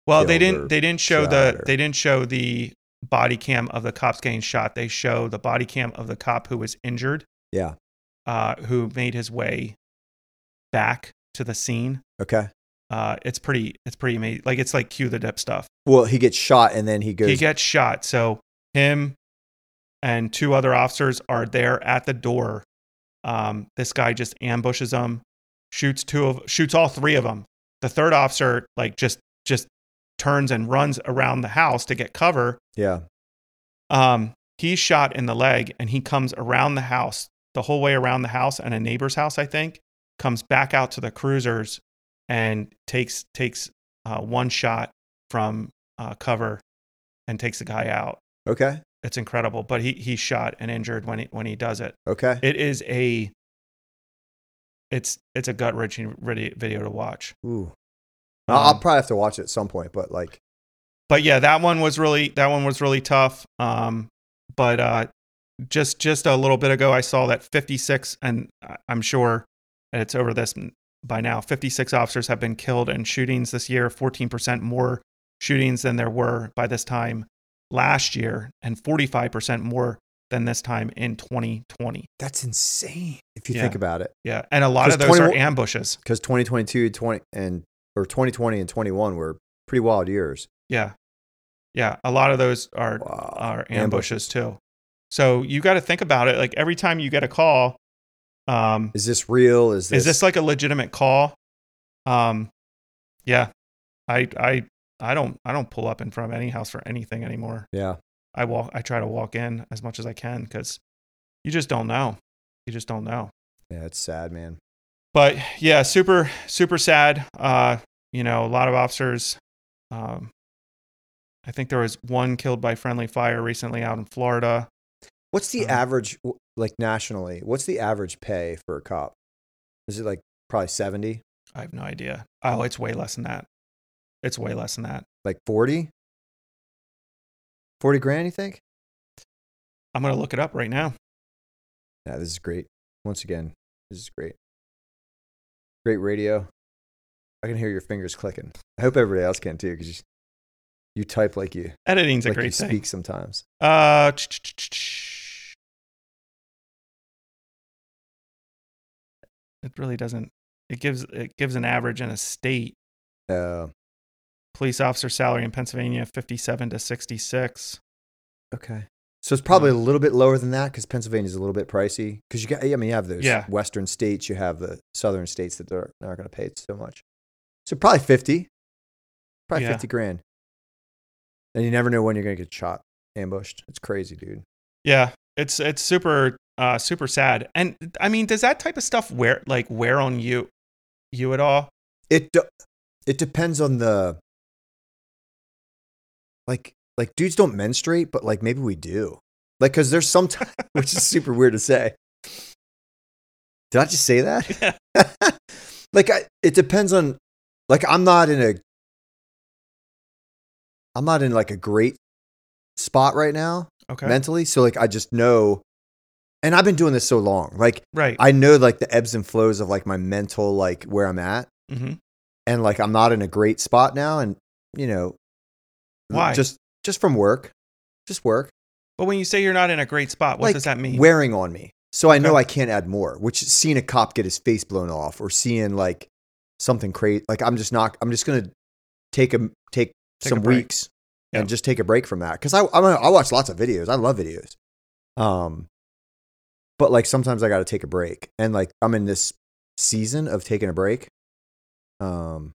Well, they
killed or
didn't. They didn't show
shot
the.
or-
They didn't show the body cam of the cops getting shot. They show the body cam of the cop who was injured,
yeah
uh, who made his way back to the scene.
okay
Uh, it's pretty. It's pretty amazing. Like it's like cue the dip stuff.
well he gets shot and then he goes
He gets shot. So him and two other officers are there at the door. Um, this guy just ambushes them, shoots two of, shoots all three of them. The third officer like just just turns and runs around the house to get cover.
yeah
Um, he's shot in the leg and he comes around the house, the whole way around the house and a neighbor's house, I think, comes back out to the cruisers and takes takes uh, one shot from uh, cover and takes the guy out.
okay
It's incredible, but he he's shot and injured when he when he does it.
okay
It is a it's it's a gut wrenching video to watch.
Ooh. I'll, I'll
Um,
probably have to watch it at some point but like
but yeah, that one was really that one was really tough. Um, but uh, just just a little bit ago, I saw that 56, and I- I'm sure and it's over this m- by now. 56 officers have been killed in shootings this year, 14% more shootings than there were by this time last year, and 45% more than this time in 2020.
that's insane if you
Yeah.
think about it
Yeah, and a lot of
Because
those
21
are ambushes.
because 2022 20 and or 2020 and 21 were pretty wild years
Yeah, yeah, a lot of those are
wow
are ambushes too. So you got to think about it. Like every time you get a call, um,
is this real is this
is this like a legitimate call? Um, yeah, I I I don't I don't pull up in front of any house for anything anymore.
yeah
I walk I try to walk in as much as I can because you just don't know. You just don't know.
yeah it's sad man
But yeah, super super sad. Uh, you know, a lot of officers. Um, I think there was one killed by friendly fire recently out in Florida.
What's the
Um,
average, w- like nationally? What's the average pay for a cop? Is it like probably seventy,
I have no idea. Oh, it's way less than that. It's way less than that.
like 40? 40 grand? You think?
I'm gonna look it up right now.
Yeah, this is great. Once again, this is great. Great radio. I can hear your fingers clicking. I hope everybody else can too, because you, you type like you,
Editing's a
like you
great thing.
speak sometimes.
Uh, ch- ch- ch- ch- it really doesn't. It gives it gives an average in a state.
Uh,
Police officer salary in Pennsylvania, fifty-seven to sixty-six.
okay. So it's probably a little bit lower than that because Pennsylvania's a little bit pricey. Because you got, I mean, you have those
Yeah.
western states, you have the southern states that are not going to pay so much. So probably fifty, probably
Yeah.
fifty grand. And you never know when you're going to get shot, ambushed. It's crazy, dude.
Yeah, it's it's super uh super sad. And I mean, does that type of stuff wear like wear on you you at all?
It de- it depends on the like like dudes don't menstruate, but like maybe we do. Like because there's some time, which is super weird to say. Did I just say that? like I, it depends on like i'm not in a i'm not in like a great spot right now
Okay.
mentally. So like I just know, and I've been doing this so long. Like
right.
I know like the ebbs and flows of like my mental like where I'm at,
mm-hmm.
and like I'm not in a great spot now, and you know,
Why?
Just just from work, just work
But when you say you're not in a great spot, what
Like,
does that mean?
wearing on me. So I know
Okay.
I can't add more. Which seeing a cop get his face blown off, or seeing like something crazy, like I'm just not. I'm just gonna take a take,
Take a
some
break.
weeks
Yeah.
and just take a break from that because I I, I watch lots of videos. I love videos. Um, but like sometimes I got to take a break, and like I'm in this season of taking a break. Um,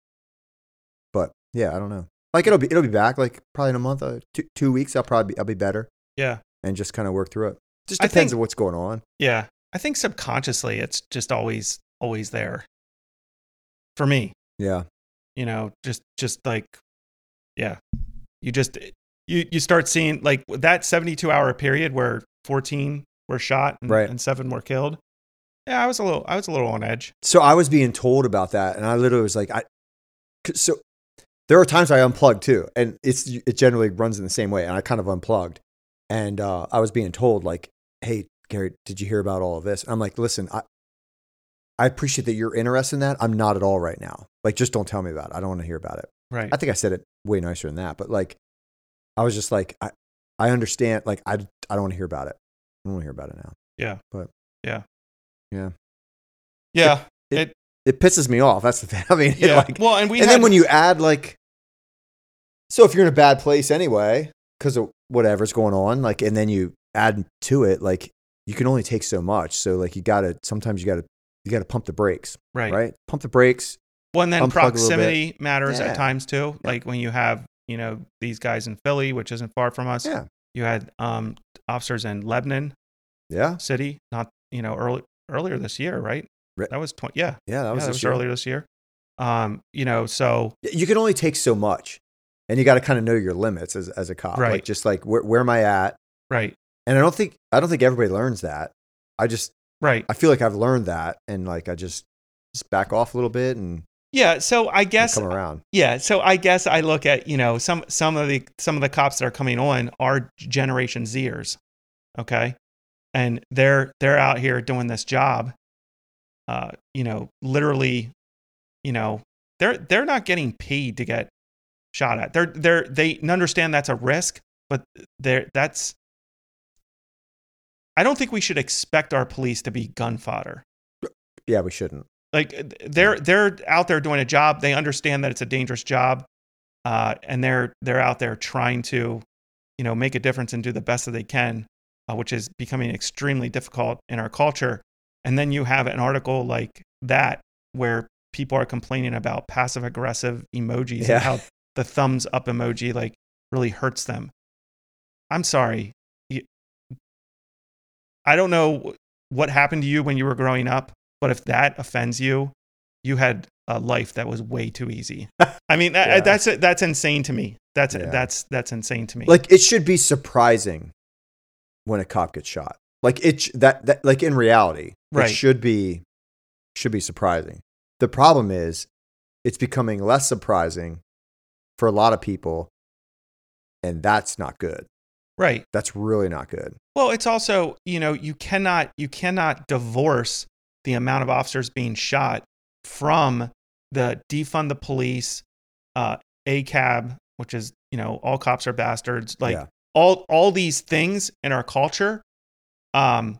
but yeah, I don't know. Like it'll be it'll be back like probably in a month, uh, two two weeks. I'll probably be, I'll be better
yeah.
and just kind of work through it. Just
I
depends
think-
on what's going on.
Yeah. I think subconsciously it's just always always there. For me,
Yeah.
you know, just just like yeah. You just you you start seeing like that 72 hour period where 14 were shot and,
Right.
and 7 were killed. Yeah, I was a little I was a little on edge.
So I was being told about that, and I literally was like, I. 'cause- So there are times I unplug too, and it's it generally runs in the same way, and I kind of unplugged, and uh, I was being told like, "Hey, Gary, did you hear about all of this?" I'm like, "Listen, I." I appreciate that you're interested in that. I'm not at all right now. Like, just don't tell me about it. I don't want to hear about it.
Right.
I think I said it way nicer than that, but like, I was just like, I, I understand. Like, I, I don't want to hear about it. I don't want to hear about it now.
yeah.
It pisses me off. That's the thing. I mean, it,
Yeah.
like,
well, and we
and
had,
then when you add like, so if you're in a bad place anyway, because of whatever's going on, like, and then you add to it, like, you can only take so much. So like, you gotta sometimes you gotta you gotta pump the brakes,
right.
right? Pump the brakes.
Well, and then
Unplug a little bit.
proximity matters
Yeah.
at times too.
Yeah.
Like when you have, you know, these guys in Philly, which isn't far from us.
Yeah.
You had um, officers in Lebanon
Yeah,
City, not you know early, earlier this year, right?
Re-
That was twenty. Yeah,
yeah, that
that was, yeah, that
was, this
was
year.
earlier this year. Um, you know, so
You can only take so much, and you gotta kind of know your limits as as a cop,
Right.
Like, just like where where am I at?
right,
And I don't think I don't think everybody learns that. I just
right,
I feel like I've learned that, and like I just just back off a little bit and, and
yeah. So I guess
come around.
Yeah, so I guess I look at you know some some of the some of the cops that are coming on are Generation Zers, okay, and they're they're out here doing this job, uh, you know, literally, you know, they're they're not getting paid to get shot at. They're they're they understand that's a risk, but they're that's. I don't think we should expect our police to be gun fodder
Yeah, we shouldn't.
like th- they're they're out there doing a job they understand that it's a dangerous job uh, and they're they're out there trying to you know make a difference and do the best that they can uh, which is becoming extremely difficult in our culture and then you have an article like that where people are complaining about passive aggressive emojis
Yeah.
and how the thumbs up emoji like really hurts them i'm sorry You- i don't know what happened to you when you were growing up but if that offends you, you had a life that was way too easy. I mean, that,
Yeah.
that's that's insane to me. That's
Yeah.
that's that's insane to me.
Like it should be surprising when a cop gets shot. Like it sh- that that like in reality,
Right.
it should be should be surprising. The problem is it's becoming less surprising for a lot of people and that's not good.
right.
That's really not good.
Well, it's also you know you cannot you cannot divorce the amount of officers being shot from the defund the police, uh, ACAB, which is you know all cops are bastards. Like
Yeah.
all all these things in our culture, um,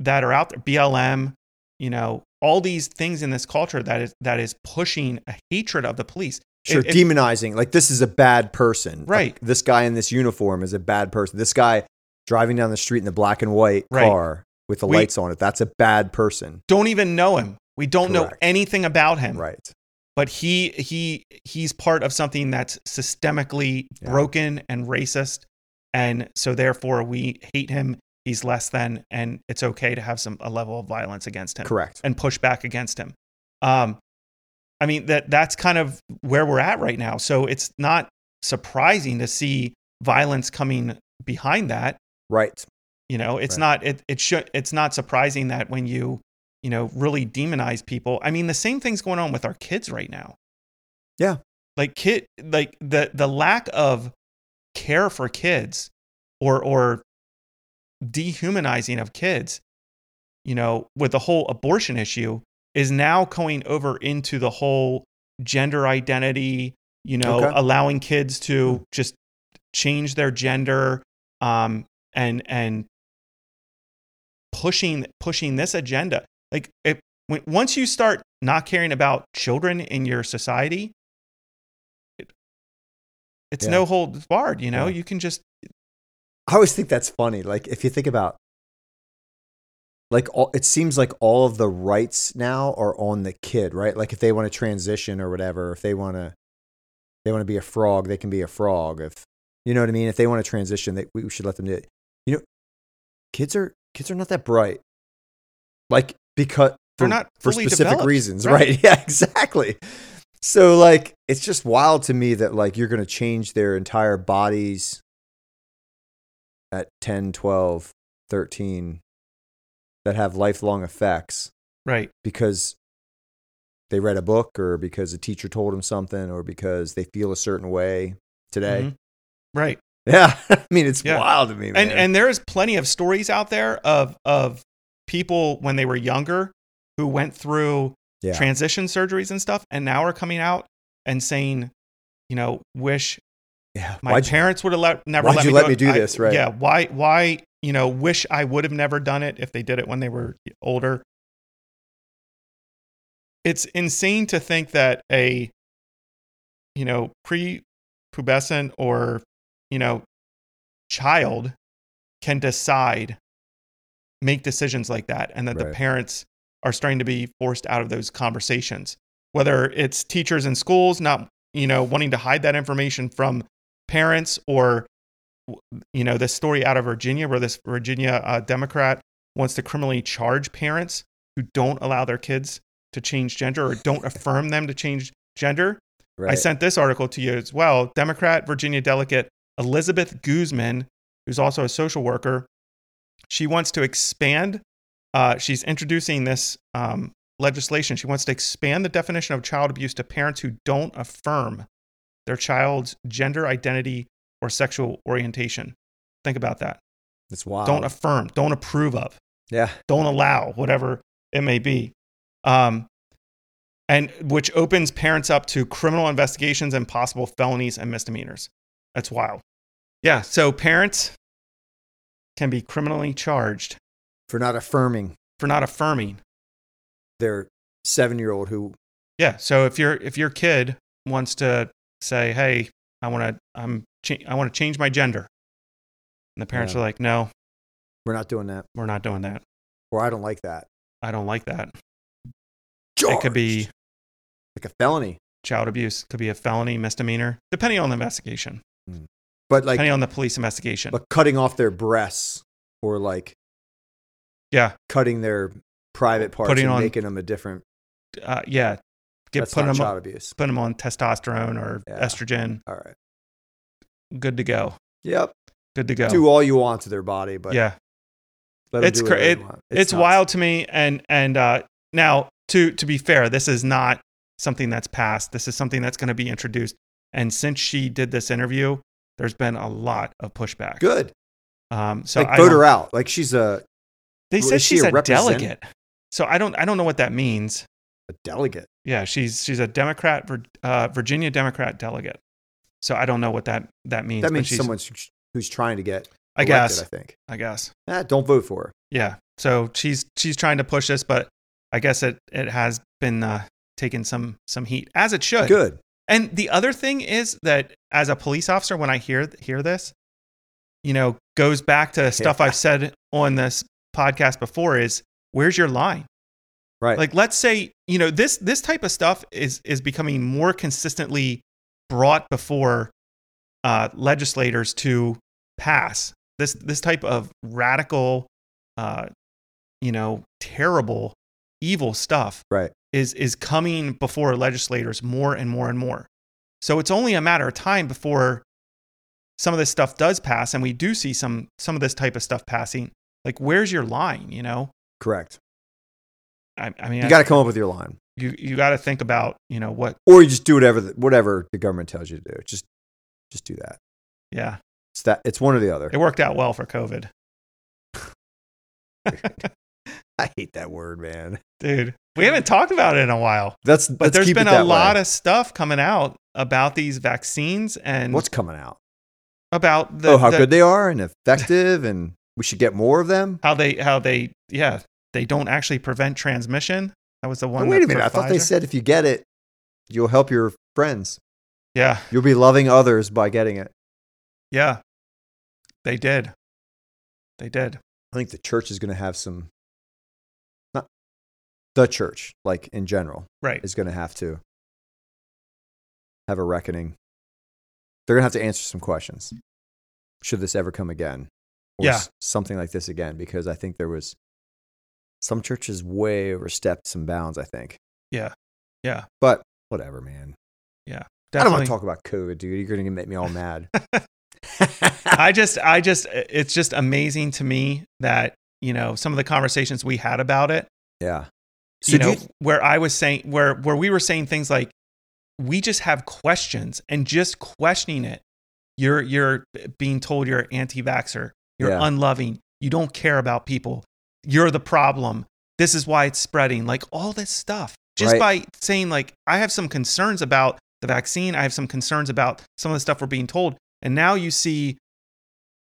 that are out there. BLM, you know, all these things in this culture that is that is pushing a hatred of the police.
Sure,
If- if-
demonizing like this is a bad person. Like,
Right.
this guy in this uniform is a bad person. This guy driving down the street in the black and white
Right.
car with the
We-
lights on it. That's a bad person.
Don't even know him. We don't know
Correct.
anything about him.
Right.
but he he he's part of something that's systemically
Yeah.
broken and racist and so therefore we hate him he's less than and it's okay to have some a level of violence against him
Correct.
and push back against him um i mean that that's kind of where we're at right now so it's not surprising to see violence coming behind that
Right.
you know, it's
Right.
not it it should it's not surprising that when you you know really demonize people. I mean, the same thing's going on with our kids right now.
Yeah.
like kid, like the the lack of care for kids or or dehumanizing of kids, you know, with the whole abortion issue is now going over into the whole gender identity, you know,
Okay. Hmm.
allowing kids to just change their gender um and and pushing pushing this agenda. Like if when, once you start not caring about children in your society, it, it's
Yeah.
no hold barred, you know?
Yeah.
You can just
I always think that's funny. Like if you think about, like all, it seems like all of the rights now are on the kid, right? Like if they want to transition or whatever, if they want to, they want to be a frog, they can be a frog. If you know what I mean, if they want to transition, they, we should let them do it. You know, kids are kids are not that bright. Like because
They're
for-
not
for
fully
specific
developed,
reasons,
right.
right? Yeah, exactly. So like it's just wild to me that like you're going to change their entire bodies at 10, 12, 13 that have lifelong effects
right.
because they read a book or because a teacher told them something or because they feel a certain way today.
Mhm. Right.
Yeah. I mean, it's
Mm-hmm. Yeah.
wild to me, man.
And and there is plenty of stories out there of of people when they were younger who went through
Yeah.
transition surgeries and stuff and now are coming out and saying, you know, wish
yeah.
my
Why'd you-
parents would have let, never
why'd
let
you
me
let
do
me
it.
do
I-
this, right?
Yeah, why why, you know, wish I would have never done it if they did it when they were older. It's insane to think that a you know, prepubescent or you know, child can decide make decisions like that and that the
Right.
parents are starting to be forced out of those conversations whether it's teachers in schools not you know wanting to hide that information from parents or you know this story out of virginia where this virginia uh, democrat wants to criminally charge parents who don't allow their kids to change gender or don't affirm them to change gender I
right.
sent this article to you as well. Democrat Virginia delegate Elizabeth Guzman, who's also a social worker, she wants to expand. Uh, she's introducing this um, legislation. She wants to expand the definition of child abuse to parents who don't affirm their child's gender identity or sexual orientation. Think about that.
it's wild.
Don't affirm, don't approve of
yeah.
don't allow, whatever it may be. Um, and which opens parents up to criminal investigations and possible felonies and misdemeanors. That's wild. Yeah. So parents can be criminally charged
For not affirming
for not affirming.
their seven year old who,
Yeah. So if your if your kid wants to say, "Hey, I want to I'm cha- I want to change my gender," and the parents
Yeah.
are like, "No,
we're not doing that,
we're not doing that.
or I don't like that.
I don't like that. It could be
Charged. like a felony.
child abuse. Could be a felony, misdemeanor, depending on the investigation."
But like
depending on the police investigation.
but cutting off their breasts or like
yeah,
cutting their private parts
Putting
and
on-
making them a different
uh, yeah, get
that's
putting
not
them
child
on,
abuse.
putting them on testosterone or
Yeah.
estrogen.
All right.
Good to go.
Yep.
Good to go.
Do all you want to their body, but
yeah,
let 'em
It's
do
cra-
whatever you want.
it's,
nuts.
wild to me. And and uh, now to to be fair, this is not something that's passed. This is something that's going to be introduced. And since she did this interview, there's been a lot of pushback.
Good.
Um, so
like
I
vote
don't-
her out. Like she's a,
They
Is
said
she
she's
a
a
represent-
delegate. So I don't I don't know what that means.
a delegate.
Yeah, she's she's a Democrat, Vir- uh, Virginia Democrat delegate. So I don't know what that that means.
That
but
means
she's-
someone who's- who's trying to get
I
elected,
guess.
I think.
I guess.
Ah, don't vote for her.
Yeah. So she's she's trying to push this, but I guess it it has been uh, taking some some heat as it should.
Good.
And the other thing is that as a police officer, when I hear hear this, you know, goes back to stuff I've said on this podcast before: is where's your line?
Right.
like let's say you know this this type of stuff is is becoming more consistently brought before uh, legislators to pass this this type of radical uh, you know terrible evil stuff
Right.
is is coming before legislators more and more and more so it's only a matter of time before some of this stuff does pass and we do see some some of this type of stuff passing like where's your line you know
correct.
i, I mean I-
You got to come up with your line.
you you got to think about you know what
Or you just do whatever the, whatever the government tells you to do. Just just do that.
yeah
It's that it's one or the other.
It worked out well for COVID.
I hate that word, man.
Dude, we haven't talked about it in a while.
That's
But there's been a lot of stuff coming out about these vaccines and
what's coming out.
about the
oh, how
the-
good they are and effective, and we should get more of them.
how they how they yeah, they don't actually prevent transmission. That was the
Oh,
one.
wait
that-
a minute!
for
I thought they
Pfizer.
said if you get it, you'll help your friends.
Yeah,
You'll be loving others by getting it.
yeah. They did. They did.
I think the church is going to have some. Not the church, like in general,
Right.
is going to have to have a reckoning. They're going to have to answer some questions. Should this ever come again? Or
Yeah.
s- something like this again? Because I think there was some churches way overstepped some bounds, I think.
Yeah. Yeah.
But whatever, man. I don't want
Definitely.
to talk about COVID, dude. You're going to make me all mad.
I just, I just, it's just amazing to me that, you know, some of the conversations we had about it,
yeah. So
you
do
know,
you-
where I was saying, where, where we were saying things like, we just have questions and just questioning it. You're, you're being told you're anti vaxxer, you're
Yeah.
unloving, you don't care about people, you're the problem. This is why it's spreading, like all this stuff. Just by saying, like, I have some concerns about the vaccine, I have some concerns about some of the stuff we're being told. And now you see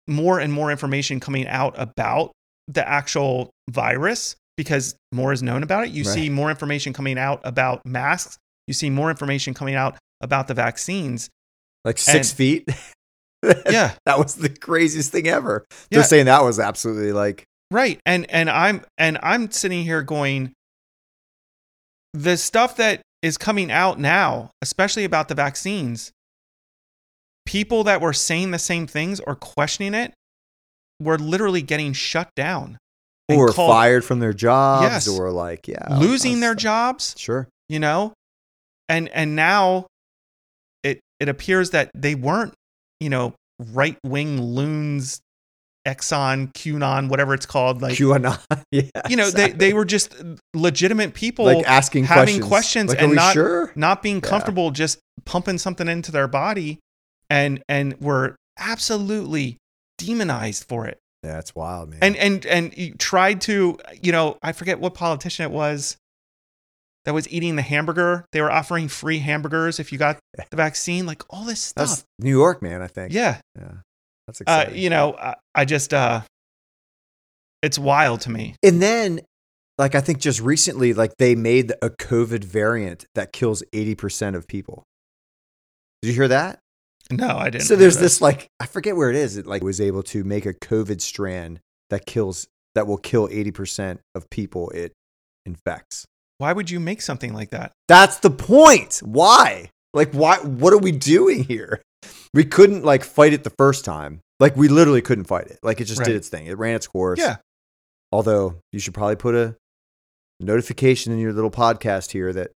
more and more information coming out about the actual virus because more is known about it. You see
Right.
more information coming out about masks. You see more information coming out about the vaccines.
like six
And-
feet.
Yeah,
That was the craziest thing ever.
Yeah.
They're saying that was absolutely like,
right. And and I'm and I'm sitting here going the stuff that is coming out now, especially about the vaccines, people that were saying the same things or questioning it were literally getting shut down. and
or
called-
fired from their jobs,
Yes.
or like, yeah, all
losing
kinds
their
of stuff.
jobs.
Sure.
you know and and now it it appears that they weren't you know right wing loons exxon qanon whatever it's called like
QAnon. yeah,
you know they,
exactly.
they were just legitimate people
like asking
having
questions,
questions
Like,
and
are we
not-
sure.
not being
Yeah.
comfortable just pumping something into their body and and were absolutely demonized for it
Yeah, that's wild, man.
and and and you tried to you know i forget what politician it was that was eating the hamburger they were offering free hamburgers if you got the vaccine like all this
that's
stuff
New York, man. I think.
yeah
yeah. That's
uh,
exciting.
you know I, I just uh it's wild to me
and then, like, I think just recently, like, they made a COVID variant that kills eighty percent of people. Did you hear that?
no i didn't
so
hear
there's
that.
this like I forget where it is. It like was able to make a COVID strand that kills that will kill eighty percent of people it infects.
why would you make something like that
That's the point. Why? Like why? What are we doing here? We couldn't like fight it the first time. Like we literally couldn't fight it. Like it just
Right.
did its thing. It ran its course.
yeah
Although you should probably put a notification in your little podcast here that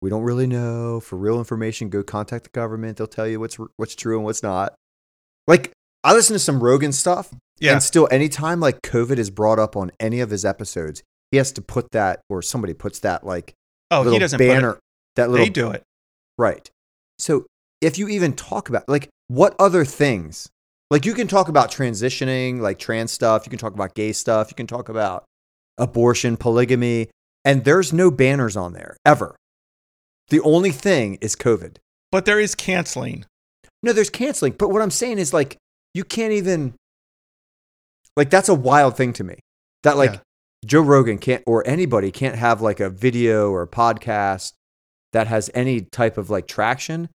we don't really know. For real information, go contact the government. They'll tell you what's what's true and what's not. Like I listen to some Rogan stuff,
yeah
and still, anytime like COVID is brought up on any of his episodes, he has to put that, or somebody puts that like
oh
little
he doesn't
banner. That
put it.
little
they do it
Right. So if you even talk about like what other things, like you can talk about transitioning, like trans stuff, you can talk about gay stuff, you can talk about abortion, polygamy, and there's no banners on there ever. The only thing is COVID.
but there is canceling
No, there's canceling, but what I'm saying is like you can't even like that's a wild thing to me. That like
Yeah.
Joe Rogan can't or anybody can't have like a video or a podcast that has any type of like traction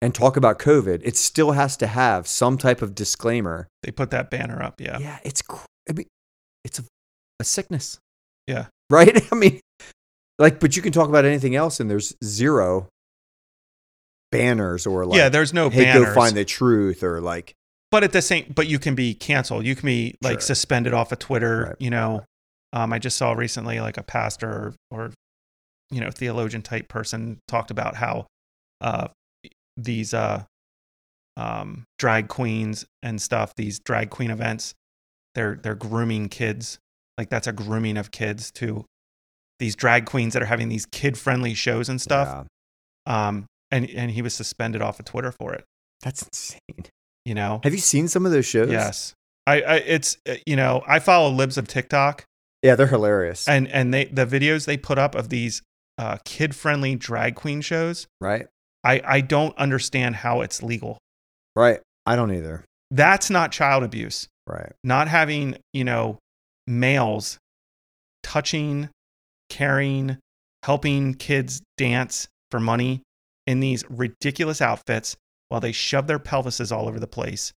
and talk about COVID. It still has to have some type of disclaimer.
they put that banner up yeah
Yeah, it's cr- I mean, it's a, a sickness.
Yeah.
Right? I mean like but you can talk about anything else and there's zero banners or like
yeah there's no
hey
banners
go find the truth or like
but at the same but you can be canceled you can be like
Sure.
suspended off of twitter
Right.
you know um, i just saw recently like a pastor or, or you know theologian type person talked about how uh, these uh, um, drag queens and stuff these drag queen events they're they're grooming kids like that's a grooming of kids to these drag queens that are having these kid friendly shows and stuff
Yeah.
um, and and he was suspended off of twitter for it
that's insane
You know,
Have you seen some of those shows?
yes, I, I it's uh, you know I follow libs of TikTok
Yeah, they're hilarious.
and and they the videos they put up of these uh, kid friendly drag queen shows.
right?
I I don't understand how it's legal.
Right. I don't either.
That's not child abuse.
Right.
Not having you know males touching, carrying, helping kids dance for money in these ridiculous outfits while they shove their pelvises all over the place.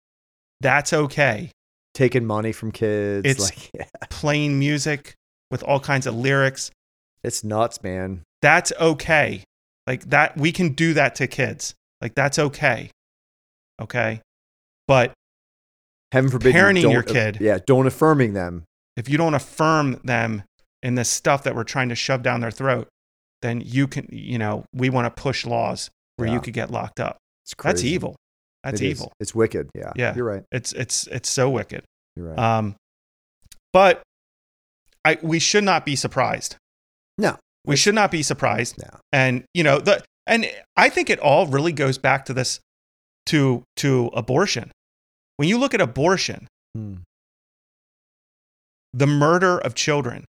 That's okay.
Taking money from kids.
It's-
like yeah,
Playing music with all kinds of lyrics.
it's nuts, man.
that's okay. Like that, we can do that to kids. Like that's okay. Okay. But
Heaven forbid you
Parenting
don't- uh,
your kid.
Yeah, don't affirming them.
if you don't affirm them in the stuff that we're trying to shove down their throat, then you can, you know, we want to push laws where
Yeah.
you could get locked up.
It's crazy.
That's evil. That's
It is.
evil.
It's wicked. Yeah.
Yeah.
You're right.
It's, it's, it's so wicked.
You're right.
Um, but I, we should not be surprised.
No.
we should not be surprised.
No.
And you know the and I think it all really goes back to this to to abortion. When you look at abortion,
Hmm.
the murder of children.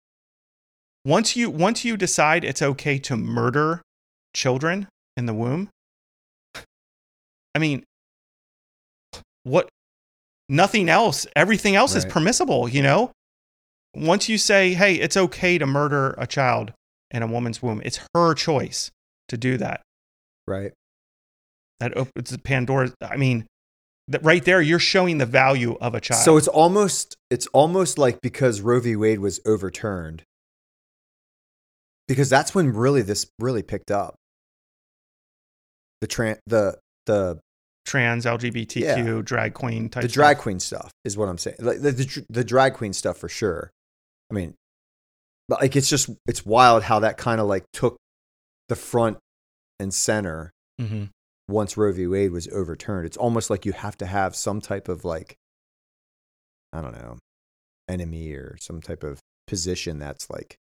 Once you once you decide it's okay to murder children in the womb, I mean, what? Nothing else. Everything else is
Right.
permissible. You know. Once you say, "Hey, it's okay to murder a child in a woman's womb," it's her choice to do that.
Right.
That opens the Pandora's. I mean, that right there, you're showing the value of a child.
So it's almost it's almost like because Roe v. Wade was overturned, because that's when really this really picked up. The tran the the
trans, LGBTQ, drag queen type.
the
stuff.
drag queen stuff is what I'm saying. Like the, the dr- the drag queen stuff for sure. I mean, but like it's just it's wild how that kind of like took the front and center
Mhm.
once Roe v. Wade was overturned. It's almost like you have to have some type of like, I don't know, enemy or some type of position that's like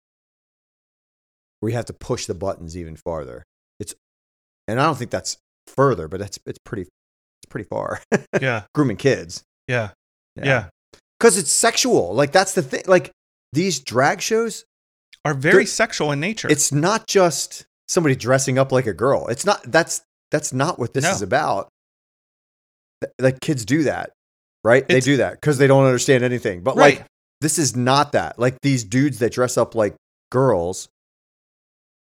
where you have to push the buttons even farther. It's, and I don't think that's further, but that's it's pretty, it's pretty far.
Yeah.
Grooming kids,
Yeah. yeah.
because it's sexual. Like that's the thing. Like these drag shows,
Are very
They're-
sexual in nature.
it's not just somebody dressing up like a girl. It's not that's that's not what this
No.
is about. Th- Like kids do that, right? they
It's-
do that because they don't understand anything. But
right.
like this is not that. Like these dudes that dress up like girls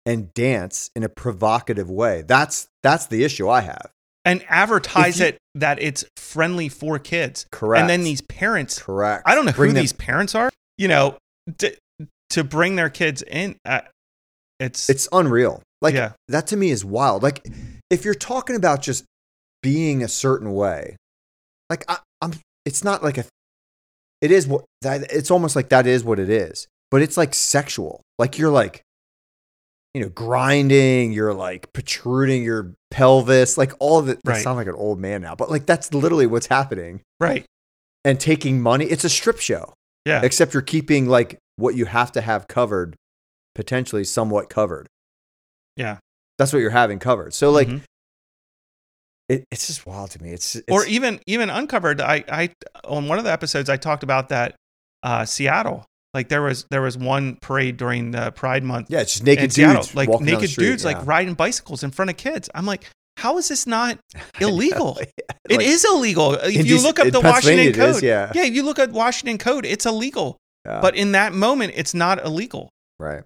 and dance in a provocative way. That's that's the issue I have.
and advertise
if you-
it that it's friendly for kids.
Correct.
And then these parents,
correct.
I don't know
Bring
who
them-
these parents are, you know, to, to bring their kids in. Uh, it's,
It's unreal. Like
yeah.
that to me is wild. Like if you're talking about just being a certain way, like I, I'm, it's not like a, it is what that. It's almost like that is what it is, but it's like sexual. Like you're like, you know, grinding. You're like protruding your pelvis. Like all of it. I
Right.
sound like an old man now, but like that's literally what's happening.
Right.
And taking money. It's a strip show.
Yeah.
Except you're keeping like what you have to have covered, potentially somewhat covered.
Yeah.
That's what you're having covered. So like
Mhm.
it, it's just wild to me. It's, it's
or e-, even, even uncovered. I, I, on one of the episodes, I talked about that, uh, Seattle. Like there was, there was one parade during the Pride Month
yeah, it's just naked
in Seattle.
dudes
Like
walking down the
naked
street,
dudes,
yeah.
like riding bicycles in front of kids. I'm like, how is this not
I know,
illegal?
like-
It
like,
is illegal.
in
If you
DC
look up
in
the
Pennsylvania
Washington
it is,
Code,
yeah,
yeah, if you look at Washington Code, it's illegal.
Yeah.
But in that moment, it's not illegal.
right.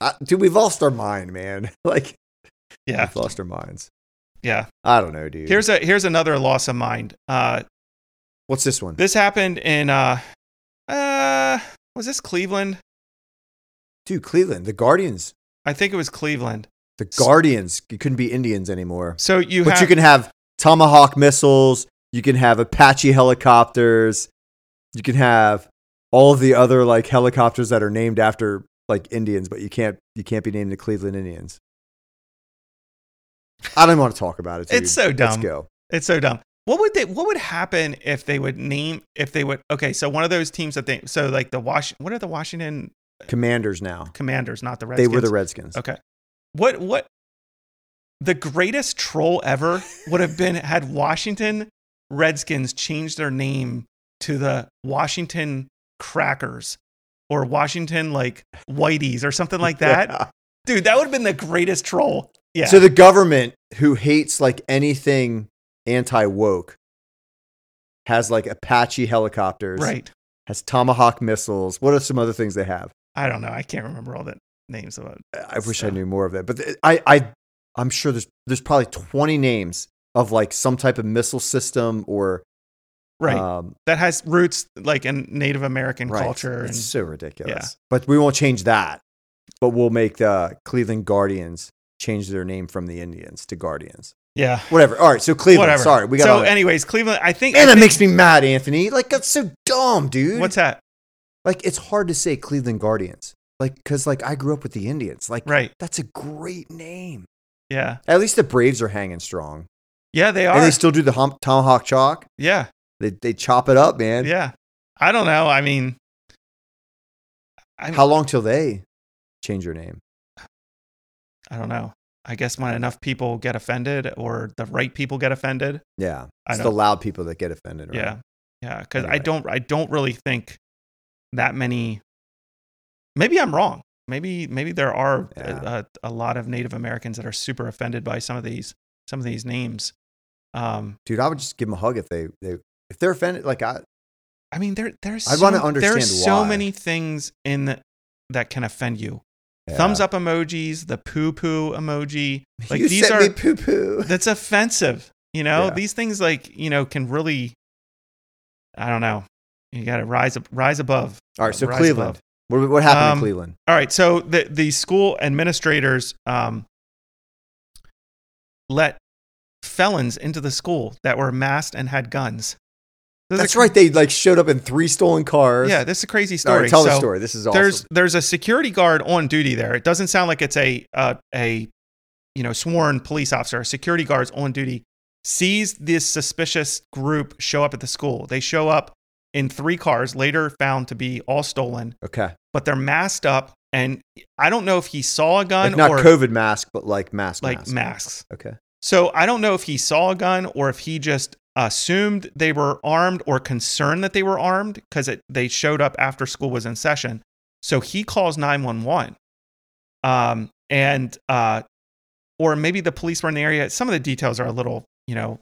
I, dude, we've lost our mind, man. Like
Yeah,
we've lost our minds.
yeah.
I don't know, dude.
Here's a here's another loss of mind. Uh,
what's this one?
this happened in uh, uh, was this Cleveland?
dude, Cleveland, the Guardians,
I think it was Cleveland.
the
S-
Guardians. You couldn't be Indians anymore.
So you
but
have
you can have tomahawk missiles you can have apache helicopters you can have all of the other like helicopters that are named after like indians but you can't you can't be named the cleveland indians i don't want to talk about it dude.
It's so
let's
dumb.
go
it's so dumb. What would they? What would happen if they would name if they would? Okay, so one of those teams that they so like the Wash. What are the Washington
commanders now
Commanders? Not the Redskins.
they were the redskins
Okay. What what the greatest troll ever would have been had Washington Redskins changed their name to the Washington Crackers or Washington like Whiteys or something like that.
Yeah.
Dude, that would have been the greatest troll. Yeah.
So the government who hates like anything anti woke has like Apache helicopters,
right.
Has Tomahawk missiles. What are some other things they have?
I don't know. I can't remember all the names of it.
I I wish I
So-
knew more of that, but th- I, I, I'm sure there's there's probably 20 names of like some type of missile system or
Right.
um,
that has roots like in Native American
right.
culture. And,
It's so ridiculous. But we won't change that. But we'll make the Cleveland Guardians change their name from the Indians to Guardians.
yeah.
Whatever. All right. So Cleveland.
Whatever.
Sorry, we got.
so,
all that.
anyways, Cleveland, I think. I
Man, that
think-
makes me mad, Anthony. Like that's so dumb, dude.
What's that?
like it's hard to say Cleveland Guardians. Like because like I grew up with the Indians. Like
Right.
that's a great name.
Yeah.
At least the Braves are hanging strong,
Yeah, they
and
are.
they still do the hump, tomahawk chalk.
yeah.
They they chop it up, man.
Yeah. I don't know. I mean, I,
How long till they change your name?
I don't know. I guess when enough people get offended or the right people get offended.
Yeah,
I
it's the
don't-
loud people that get offended. Right?
Yeah. Yeah. Cause I
Anyway.
don't, I don't really think that many, maybe I'm wrong. Maybe, maybe there are a-
Yeah.
a, a lot of Native Americans that are super offended by some of these, some of these names. Um,
dude, I would just give them a hug if they they if they're offended. Like I
I mean, there there's
I
so,
wanna
there are
understand
so
why.
many things in the, that can offend you. Thumbs up emojis, the poo poo emoji. Like
you
these
sent
are
me poo poo.
that's offensive. You know,
Yeah.
these things like you know can really, I don't know. You got to rise up, rise above.
All right, so
rise
Cleveland.
above.
What, what happened
Um,
in Cleveland?
All right, so the the school administrators um, let felons into the school that were masked and had guns. This is a
That's
cra-
right. They like showed up in three stolen cars.
Yeah, this is a crazy
All
story.
right, tell the
So-
story. This is awesome.
there's there's a security guard on duty there. It doesn't sound like it's a uh, a you know sworn police officer. A security guard's on duty sees this suspicious group show up at the school. They show up in three cars, later found to be all stolen,
okay,
but they're masked up. And I don't know if he saw a gun
like not
or
COVID mask, but like mask,
like
mask.
masks.
Okay,
So I don't know if he saw a gun or if he just assumed they were armed or concerned that they were armed because they showed up after school was in session. So he calls 911. Um, and, uh, or maybe the police were in the area. Some of the details are a little, you know,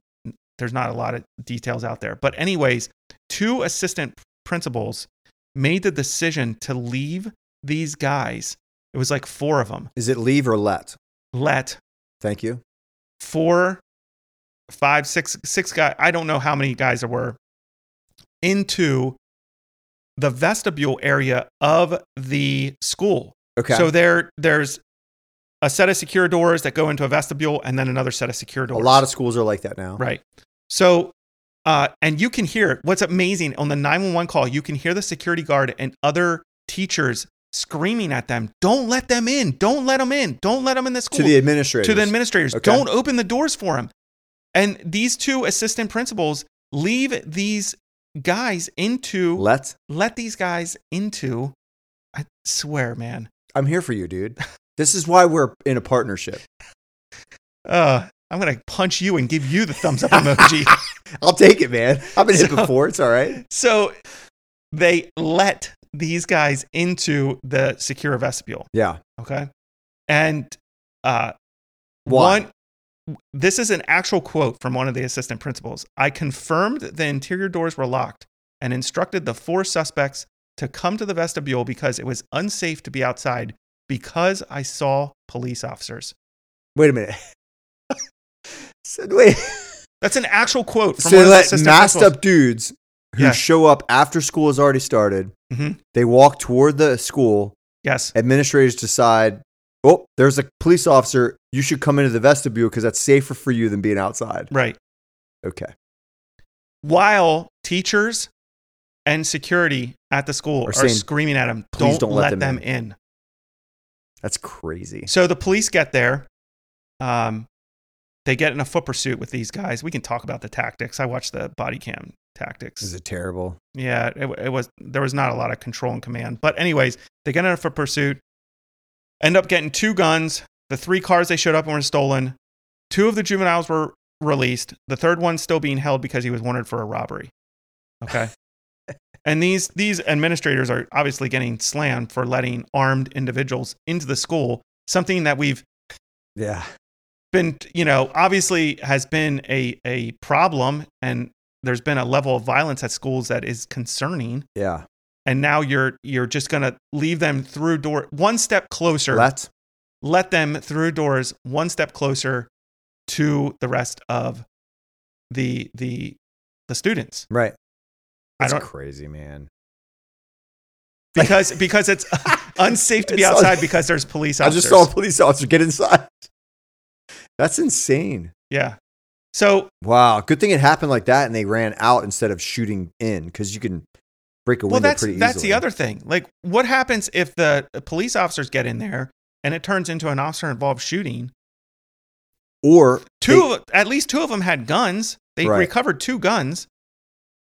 there's not a lot of details out there. But, anyways, two assistant principals made the decision to leave these guys. It was like four of them.
is it leave or let?
Let
Thank you.
four, five, six, six guys. I don't know how many guys there were into the vestibule area of the school.
Okay,
So there, there's a set of secure doors that go into a vestibule, and then another set of secure
a
doors.
lot of schools are like that now.
right. So, uh, and you can hear it. what's amazing on the 911 call. You can hear the security guard and other teachers screaming at them, "Don't let them in! Don't let them in! Don't let them in the school!"
To the administrators.
to the administrators.
Okay.
Don't open the doors for him. And these two assistant principals leave these guys into let,
Let.
these guys into. I swear, man.
I'm here for you, dude. This is why we're in a partnership.
Uh, I'm gonna punch you and give you the thumbs up emoji.
I'll take it, man. I've been hit
So-
before. It's all right.
so they let these guys into the secure vestibule.
Yeah.
Okay, and uh,
Why?
One, this is an actual quote from one of the assistant principals. I confirmed the interior doors were locked and instructed the four suspects to come to the vestibule because it was unsafe to be outside because I saw police officers.
Wait a minute. so, wait.
That's an actual quote from one
So they
of the
let
assistant
masked
principals.
up dudes who
Yeah.
show up after school has already started.
Mhm.
They walk toward the school.
Yes.
Administrators decide, oh, there's a police officer. You should come into the vestibule because that's safer for you than being outside.
Right.
Okay.
While teachers and security at the school
Are
are,
saying,
screaming at him,
"Please
don't, let, them in.
That's crazy.
So the police get there. Um, they get in a foot pursuit with these guys. We can talk about the tactics. I watched the body cam tactics.
This is terrible.
Yeah, it, it was. There was not a lot of control and command. But anyways, they get in a foot pursuit. End up getting two guns. The three cars they showed up and were stolen. Two of the juveniles were released, the third one still being held because he was wanted for a robbery. Okay. and these these administrators are obviously getting slammed for letting armed individuals into the school, something that we've
Yeah.
been, you know, obviously has been a a problem and there's been a level of violence at schools that is concerning
Yeah.
and now you're you're just going to leave them through door one step closer
Let
let them through doors one step closer to the rest of the the the students
right.
i
That's
don't
crazy, man.
because because it's unsafe to be
It's un-
outside because there's police
I
officers
just saw a police officer get inside. That's insane.
yeah so
Wow. Good thing it happened like that and they ran out instead of shooting in because you can break a
well
window
that's
pretty
that's
easily.
the other thing like what happens if the police officers get in there and it turns into an officer involved shooting
Or
two
they-
of, at least two of them had guns they
Right.
recovered two guns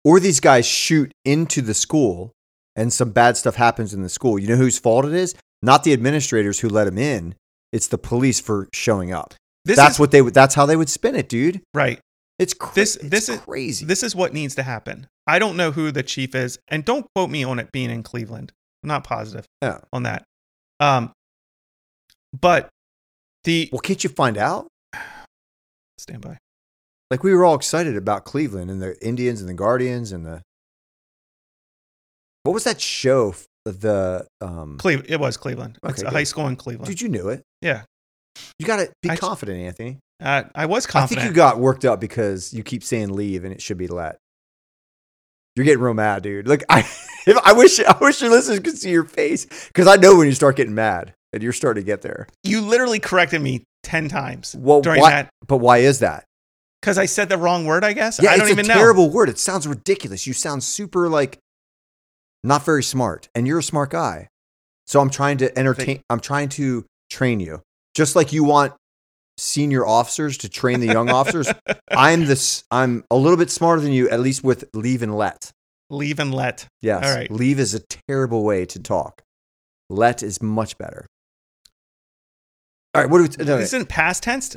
or these guys shoot into the school and some bad stuff happens in the school. You know whose fault it is? Not the administrators who let them in. It's the police for showing up.
this
that's
is
what they would that's how they would spin it, dude.
right
It's, cra-
This-
it's
this is-
crazy.
This is what needs to happen. I don't know who the chief is, and don't quote me on it being in Cleveland. I'm not positive
Yeah.
on that. Um, but the
well, can't you find out?
stand by.
Like we were all excited about Cleveland and the Indians and the Guardians and the What was that show? f- The um
Cleve- it was Cleveland. it's
Okay,
a
good.
high school in Cleveland.
Dude, you knew it.
Yeah.
You got to be
I-
confident, Anthony.
uh, I was
I
confident.
think you got worked up because you keep saying leave and it should be let. You're getting real mad, dude. Look, I if, I wish I wish your listeners could see your face because I know when you start getting mad and you're starting to get there.
you literally corrected me ten times
Well,
during
why,
that
but why is that?
because I said the wrong word. I guess
Yeah,
I don't
it's
even
a
know.
terrible word. It sounds ridiculous. You sound super like not very smart, and you're a smart guy. So I'm trying to entertain. I'm trying to train you, just like you want senior officers to train the young officers. I'm this. I'm a little bit smarter than you, at least with leave and let.
Leave and let.
Yes,
All right.
leave is a terrible way to talk. Let is much better. All right, what do we? No, no,
This isn't past tense.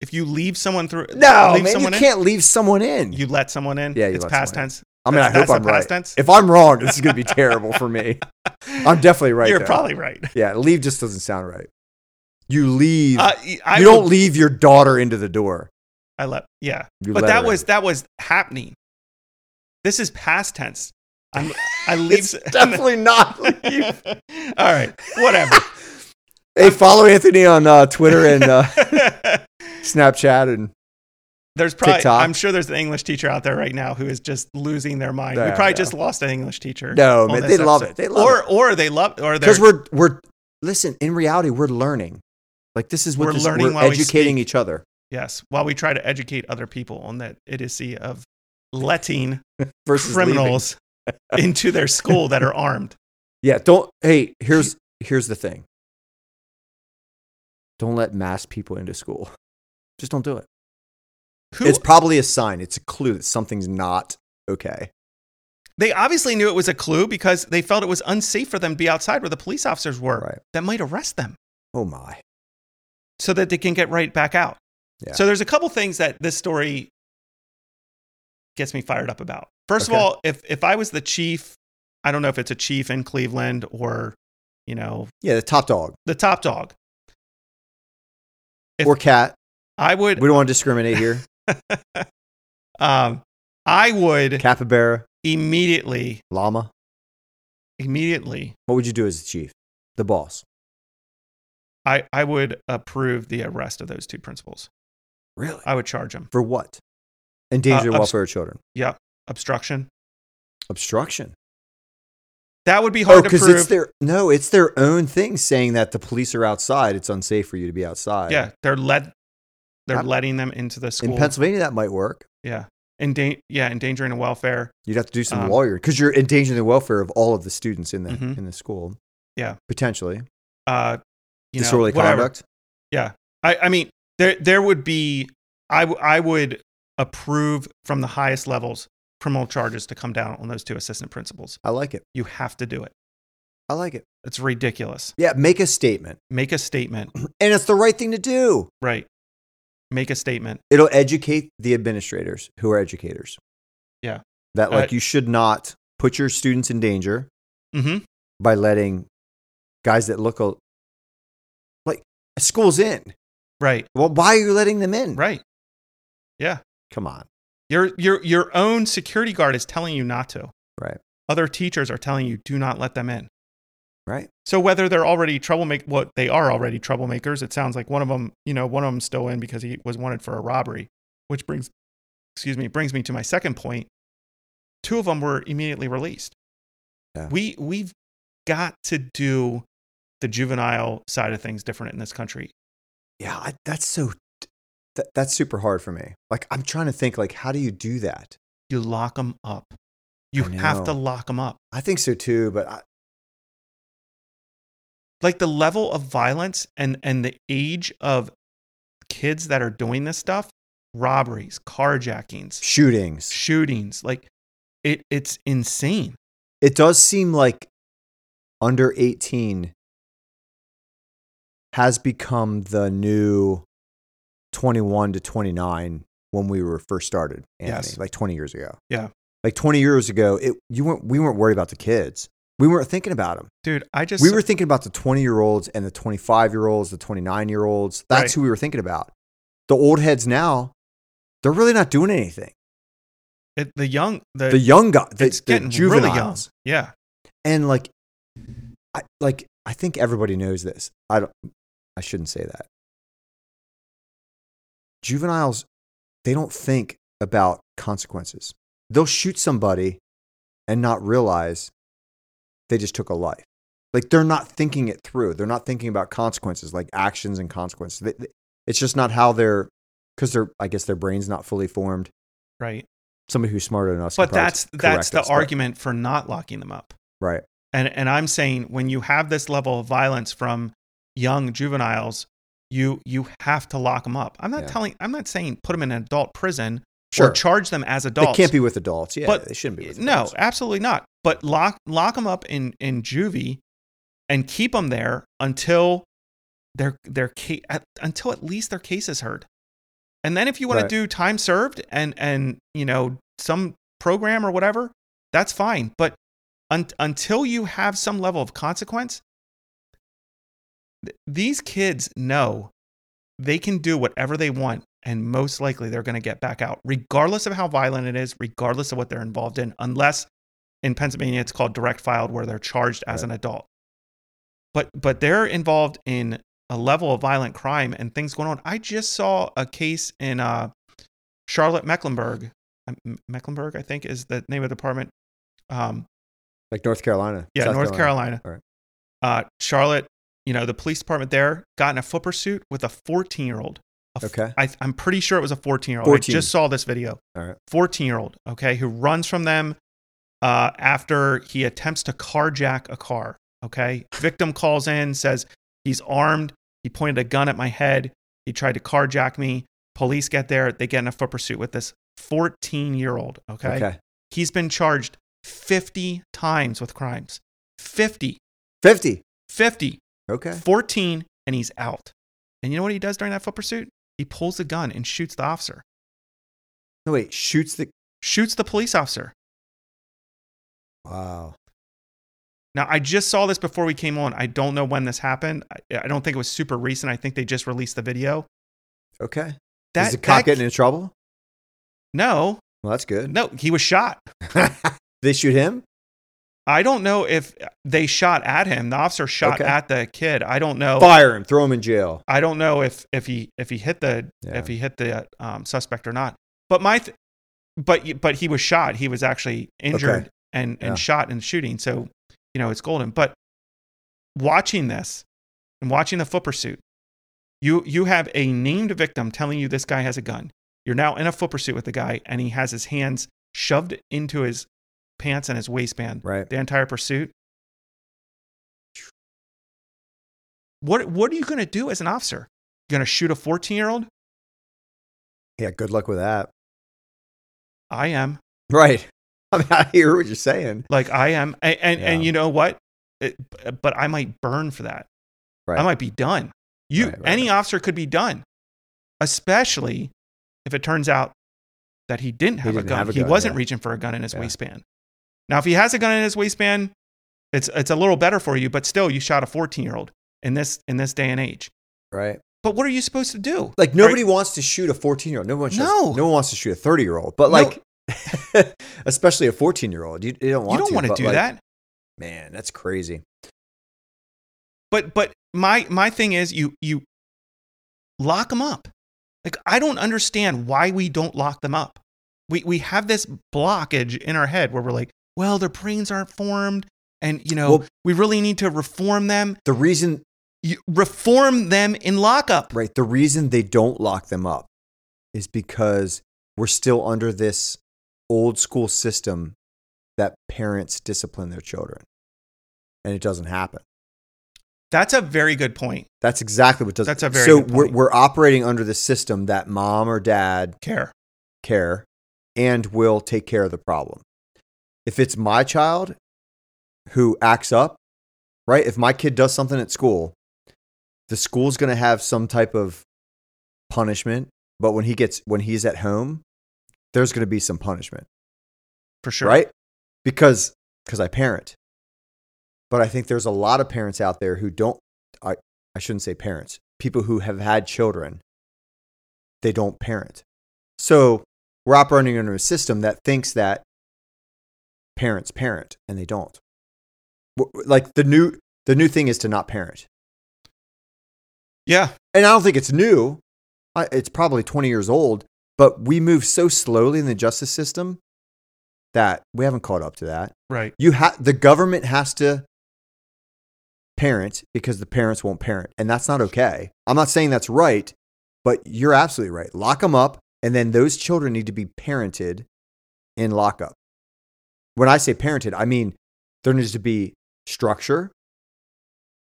If you leave someone through,
no
leave
man, you
someone in,
can't leave someone in.
you let someone in.
Yeah, you
it's
let
past
someone in.
tense.
I mean, I
That's-
hope
that's
I'm
the past
right.
tense.
If I'm wrong, this is going to be terrible for me. I'm definitely right.
You're
though.
probably right.
Yeah, leave just doesn't sound right. You leave.
Uh, I
you
would-
don't leave your daughter into the door.
I left. Yeah,
You
but
let
that
her
was
in.
that was happening. This is past tense. I'm, I leave.
It's definitely not. Leave.
All right, whatever.
hey, follow Anthony on uh, Twitter and uh, Snapchat, and
there's probably.
TikTok.
I'm sure there's an English teacher out there right now who is just losing their mind. we
Yeah,
probably
yeah.
just lost an English teacher.
No,
on
man,
this
they love
episode.
it. They love
or, Or they love. Or they're.
because we're we're listen. In reality, we're learning. Like this is what
We're
this-
learning
we're
while we
educating each other.
yes, while we try to educate other people on that idiocy of letting
Versus leaving.
criminals into their school that are armed.
Yeah, don't. Hey, here's here's the thing. Don't let mass people into school. Just don't do it.
Who
It's probably a sign. It's a clue that something's not okay.
They obviously knew it was a clue because they felt it was unsafe for them to be outside where the police officers were
Right.
that might arrest them
Oh my.
so that they can get right back out.
Yeah.
So there's a couple things that this story gets me fired up about. First of
Okay.
all, if if I was the chief, I don't know if it's a chief in Cleveland or, you know,
Yeah, the top dog
the top dog. If-
or cat.
I would
We don't want to discriminate here.
um I would
Capybara,
immediately
llama.
immediately
What would you do as the chief, the boss?
I I would approve the arrest of those two principals.
Really?
I would charge them.
For what? Endanger
Uh, obst-
welfare of children.
Obstruction.
Obstruction.
That would be
Oh,
hard to
because
prove.
it's their no, it's their own thing saying that the police are outside. It's unsafe for you to be outside.
yeah, they're led. They're
Yep.
letting them into the school.
In Pennsylvania, that might work.
yeah, Endan- yeah, endangering the welfare.
You'd have to do some
Um,
lawyer because you're endangering the welfare of all of the students in the
Mhm.
in the school.
Yeah.
potentially
Uh, you
disorderly
know, whatever.
conduct.
I, I mean, there there would be. I w- I would approve from the highest levels criminal charges to come down on those two assistant principals.
I like it.
You have to do it.
I like it.
It's ridiculous.
Yeah, make a statement,
Make a statement.
and it's the right thing to do.
Right. make a statement.
It'll educate the administrators who are educators.
Yeah.
That
Uh,
like you should not put your students in danger
Mm-hmm.
by letting guys that look al- like school's in.
Right.
Well, why are you letting them in?
Right. Yeah.
Come on.
Your your your own security guard is telling you not to.
Right.
Other teachers are telling you do not let them in.
Right.
So whether they're already troublemaker, what they are already troublemakers. It sounds like one of them, you know, one of them's still in because he was wanted for a robbery, which brings, excuse me, brings me to my second point. Two of them were immediately released.
Yeah.
We we've got to do the juvenile side of things different in this country.
Yeah, I, that's so that, that's super hard for me. Like I'm trying to think like how do you do that?
You lock them up. You
I
have to
know.
lock them up.
I think so too, but I,
like the level of violence and and the age of kids that are doing this stuff robberies carjackings
shootings.
shootings like it it's insane
It does seem like under 18 has become the new 21 to 29 when we were first started, Anthony,
Yes.
like 20 years ago.
Yeah.
Like 20 years ago, it you weren't we weren't worried about the kids. We weren't thinking about them.
dude i just
we were thinking about the 20 year olds and the 25 year olds, the 29 year olds. That's
Right.
who we were thinking about. The old heads now, they're really not doing anything.
it- the young the,
The young guys, the,
it's
the
getting really young
juveniles,
yeah
and like, I like I think everybody knows this. I don't. I shouldn't say that. Juveniles, they don't think about consequences. They'll shoot somebody and not realize they just took a life. Like they're not thinking it through. They're not thinking about consequences, like actions and consequences. They- they- It's just not how they're, because they're, I guess their brain's not fully formed.
right
Somebody who's smarter than us. can
but
probably
that's
correct
that's the
us, but-
argument for not locking them up
right?
and and i'm saying when you have this level of violence from young juveniles you you have to lock them up i'm not
Yeah.
telling i'm not saying put them in an adult prison or
Sure.
charge them as adults
They can't be with adults. Yeah,
But-
they shouldn't be with
no,
adults.
absolutely not. But lock lock them up in in juvie and keep them there until their their case until at least their case is heard. And then if you want
Right.
to do time served and and you know some program or whatever, that's fine. But un- until you have some level of consequence, th- these kids know they can do whatever they want and most likely they're going to get back out regardless of how violent it is regardless of what they're involved in unless in pennsylvania it's called direct filed where they're charged as an
Right.
adult but but they're involved in a level of violent crime and things going on i just saw a case in uh, charlotte mecklenburg Um, M- mecklenburg i think is the name of the department um,
like North Carolina.
yeah,
South
North Carolina.
All right.
Uh, Charlotte, you know, the police department there got in a foot pursuit with a 14 year old.
Okay.
I, I'm pretty sure it was a 14 year old. I
14.
just saw this video.
All right.
14 year old, okay, who runs from them uh, after he attempts to carjack a car. Okay. Victim calls in, says he's armed. He pointed a gun at my head. He tried to carjack me. Police get there. They get in a foot pursuit with this 14 year old.
Okay.
He's been charged 50 times with crimes. 50,
50.
50,
Okay.
14, and he's out. And you know what he does during that foot pursuit? He pulls the gun and shoots the officer,
No, wait. Shoots the.
shoots the police officer.
Wow.
Now, I just saw this before we came on. I don't know when this happened. I, I don't think it was super recent. I think they just released the video.
Okay.
That,
Is the cop
that-
getting in trouble?
no,
Well, that's good.
no, he was shot.
they shoot him?
I don't know if they shot at him. The officer shot
Okay.
at the kid. I don't know.
Fire him. Throw him in jail.
I don't know if if he if he hit the
Yeah.
if he hit the um, suspect or not. But my, th- but y- but he was shot. He was actually injured and and
Yeah.
shot in the shooting. So you know it's golden. But watching this and watching the foot pursuit, you you have a named victim telling you this guy has a gun. You're now in a foot pursuit with the guy, and he has his hands shoved into his pants and his waistband
Right.
the entire pursuit. What what are you going to do as an officer? You're going to shoot a 14 year old?
Yeah. Good luck with that.
I am.
Right. I mean, I hear what you're saying.
Like I am. And and, and
Yeah.
you know what? It- but I might burn for that.
Right.
I might be done. You
Right, right,
any
right.
officer could be done. especially if it turns out that he didn't have, a,
didn't
gun.
have a
He
gun,
wasn't
yeah.
reaching for a gun in his
Yeah.
waistband. Now, if he has a gun in his waistband, it's it's a little better for you, but still, you shot a 14 year old in this in this day and age.
right?
But what are you supposed to do?
Like nobody wants to shoot a 14 year old. No one wants
No.
no. no one wants to shoot a 30 year old. But
No.
like, especially a 14 year old, you, you don't
you
want
don't
to.
want to
but,
do
like,
that.
Man, that's crazy.
But but my my thing is you you lock them up. Like I don't understand why we don't lock them up. We we have this blockage in our head where we're like, well, their brains aren't formed, and you know
Well-
we really need to reform them.
The reason,
You reform them in lockup.
right? The reason they don't lock them up is because we're still under this old school system that parents discipline their children, and it doesn't happen.
That's a very good point.
That's exactly what does.
That's a very
so
good
we're
point.
we're operating under the system that mom or dad
Care.
care and will take care of the problem. If it's my child who acts up, right? If my kid does something at school, the school's going to have some type of punishment, but when he gets when he's at home, there's going to be some punishment,
for sure.
right? Because cuz I parent. But I think there's a lot of parents out there who don't I I shouldn't say parents, people who have had children they don't parent. So we're operating under a system that thinks that parents parent and they don't. W- Like the new the new thing is to not parent.
Yeah.
And I don't think it's new. I- It's probably 20 years old, but we move so slowly in the justice system that we haven't caught up to that.
Right.
You ha- the government has to parent because the parents won't parent, and that's not okay. I'm not saying that's right, but you're absolutely right. Lock them up, and then those children need to be parented in lockup. When I say parented, I mean there needs to be structure,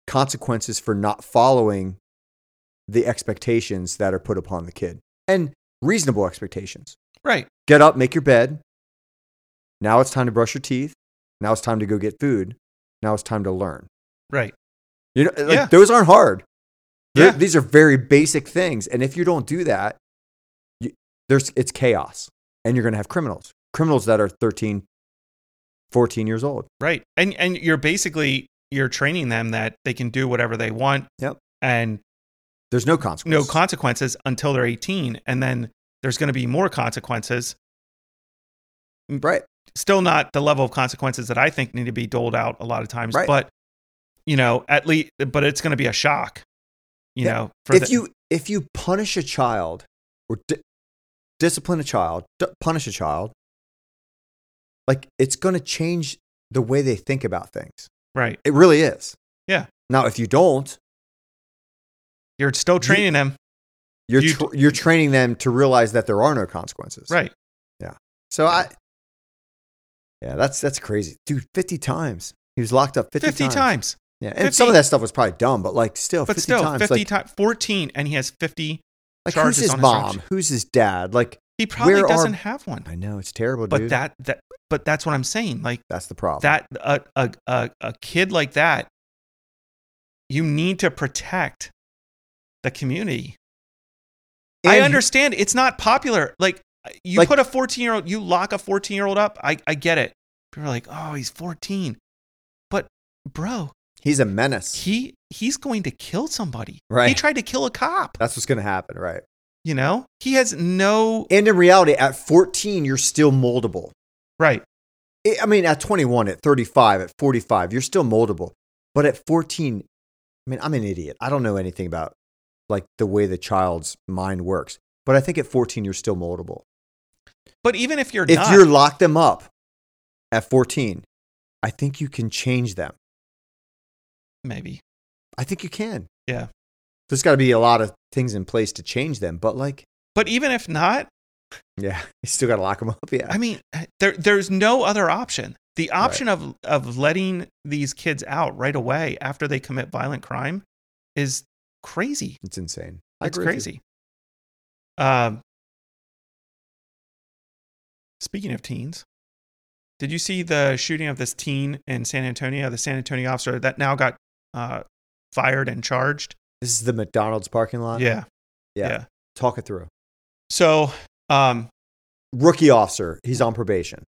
consequences for not following the expectations that are put upon the kid, and reasonable expectations
Right.
get up, make your bed. Now it's time to brush your teeth. Now it's time to go get food. Now it's time to learn.
Right.
You know, like,
Yeah.
those aren't hard. They're-
Yeah.
These are very basic things, and if you don't do that, you, there's it's chaos, and you're going to have criminals, criminals that are 13, 14 years old.
Right. And and you're basically you're training them that they can do whatever they want.
Yep.
And
There's no
no
consequences.
consequences until they're 18 and then there's going to be more consequences
right?
still not the level of consequences that i think need to be doled out a lot of times
Right.
but you know at least but it's going to be a shock you
Yeah.
know
if
the-
you if you punish a child or di- discipline a child d- punish a child like it's going to change the way they think about things
right
it really is
Yeah.
now if you don't
you're still training them
you're
You-
tr you're training them to realize that there are no consequences
right
so i yeah that's that's crazy dude 50 times he was locked up 50,
50 times,
yeah and some
50
of that stuff was probably dumb but like still
but
50
still
Oh, times
50
like,
times 14 and he has 50
like who's
charges
his
on his
mom
charge.
who's his dad like
he probably
Where are-
doesn't have one
i know it's terrible
but
dude
that that but that's what i'm saying like
that's the problem
that a, a, a, a kid like that you need to protect the community i
And-
understand it's not popular like you
Like-
put a 14 year old you lock a 14 year old up I, I get it people are like oh he's 14 but bro
He's a menace.
he he's going to kill somebody he
Right.
tried to kill a cop
That's what's going to happen, right?
you know he has no
And in reality, at 14, you're still moldable.
right
I- I mean, at 21, at 35, at 45, you're still moldable. But at 14, I mean, I'm an idiot. I don't know anything about like the way the child's mind works. But I think at 14, you're still moldable.
but even if you're
if
not
you're locked them up at 14, I think you can change them.
maybe
I think you can.
Yeah.
There's got to be a lot of things in place to change them. But like,
but even if not
yeah, you still got to lock them up. Yeah.
I mean, there there's no other option. The option of of letting these kids out right away after they commit violent crime is crazy.
it's insane. I
It's
agree with you.
crazy. Um, speaking of teens, did you see the shooting of this teen in San Antonio? The San Antonio officer that now got uh, fired and charged.
This is the McDonald's parking lot.
Yeah, yeah.
Talk it through.
So um,
Rookie officer, he's on probation.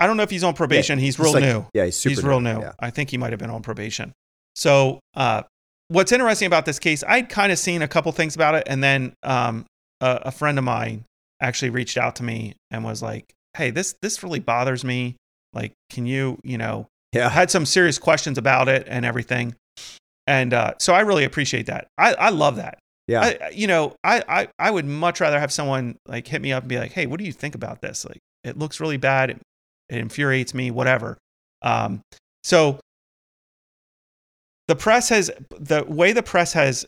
I don't know if he's on probation. he's
He's
real
like-
new.
Yeah, he's super.
he's real
new.
new.
Yeah.
I think he might have been on probation. So, uh, what's interesting about this case, I'd kind of seen a couple things about it, and then um, a, a friend of mine actually reached out to me and was like, "Hey, this this really bothers me. Like, can you, you know, I
Yeah.
had some serious questions about it and everything." And uh, so, I really appreciate that. I, I love that.
Yeah.
I, I- you know, I, I I would much rather have someone like hit me up and be like, "Hey, what do you think about this? Like, it looks really bad. It, it infuriates me. Whatever." Um, so the press has the way the press has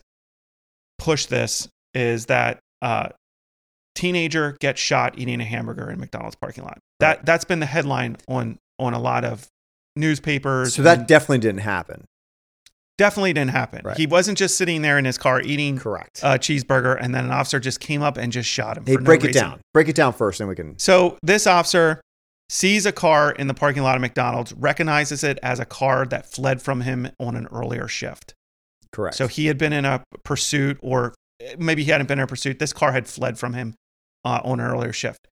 pushed this is that uh, teenager gets shot eating a hamburger in McDonald's parking lot. That that's been the headline on on a lot of newspapers.
so that
and
definitely didn't happen.
definitely didn't happen.
Right.
He wasn't just sitting there in his car eating
Correct.
a cheeseburger, and then an officer just came up and just shot him.
hey,
Uh, for no
break it
reason.
down. Break it down first, and we can.
So this officer sees a car in the parking lot of McDonald's, recognizes it as a car that fled from him on an earlier shift.
Correct.
So he had been in a pursuit, or eh, maybe he hadn't been in a pursuit. This car had fled from him uh, on an earlier shift.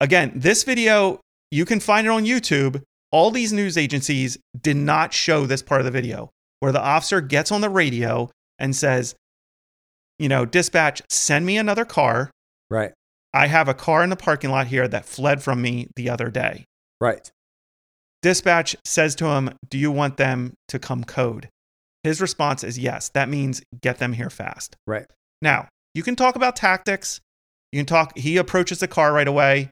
Again, this video, you can find it on YouTube. All these news agencies did not show this part of the video where the officer gets on the radio and says, you know, dispatch, send me another car.
right.
I have a car in the parking lot here that fled from me the other day.
Right.
Dispatch says to him, Do you want them to come code? His response is yes. That means get them here fast.
Right.
Now, you can talk about tactics. You can talk, he approaches the car right away.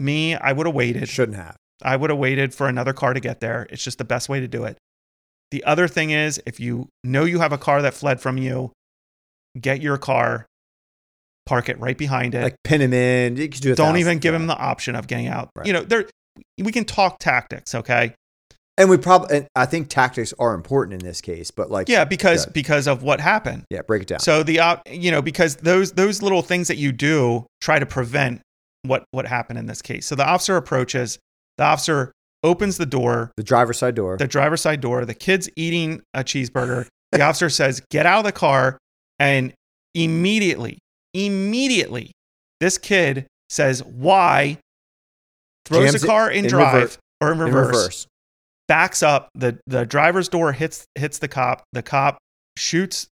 Me, I would have waited.
It shouldn't have.
I would have waited for another car to get there. It's just the best way to do it. The other thing is, if you know you have a car that fled from you, get your car, park it right behind it
Like pin him in. You could do a
don't
thousand-
even give
yeah.
him the option of getting out.
Right.
You know, there we can talk tactics, okay?
And we probably. And I think tactics are important in this case, but like.
Yeah, because
Good.
because of what happened.
Yeah. Break it down.
So the op, you know, because those those little things that you do try to prevent what what happened in this case. So the officer approaches, the officer opens the door,
the driver's side door.
the driver's side door, the kid's eating a cheeseburger. The officer says, "Get out of the car." And immediately, immediately this kid says, "Why?" throws
Jams
the
it
car in,
in
drive
rever-
or in
in
reverse, backs up the the driver's door hits hits the cop the cop shoots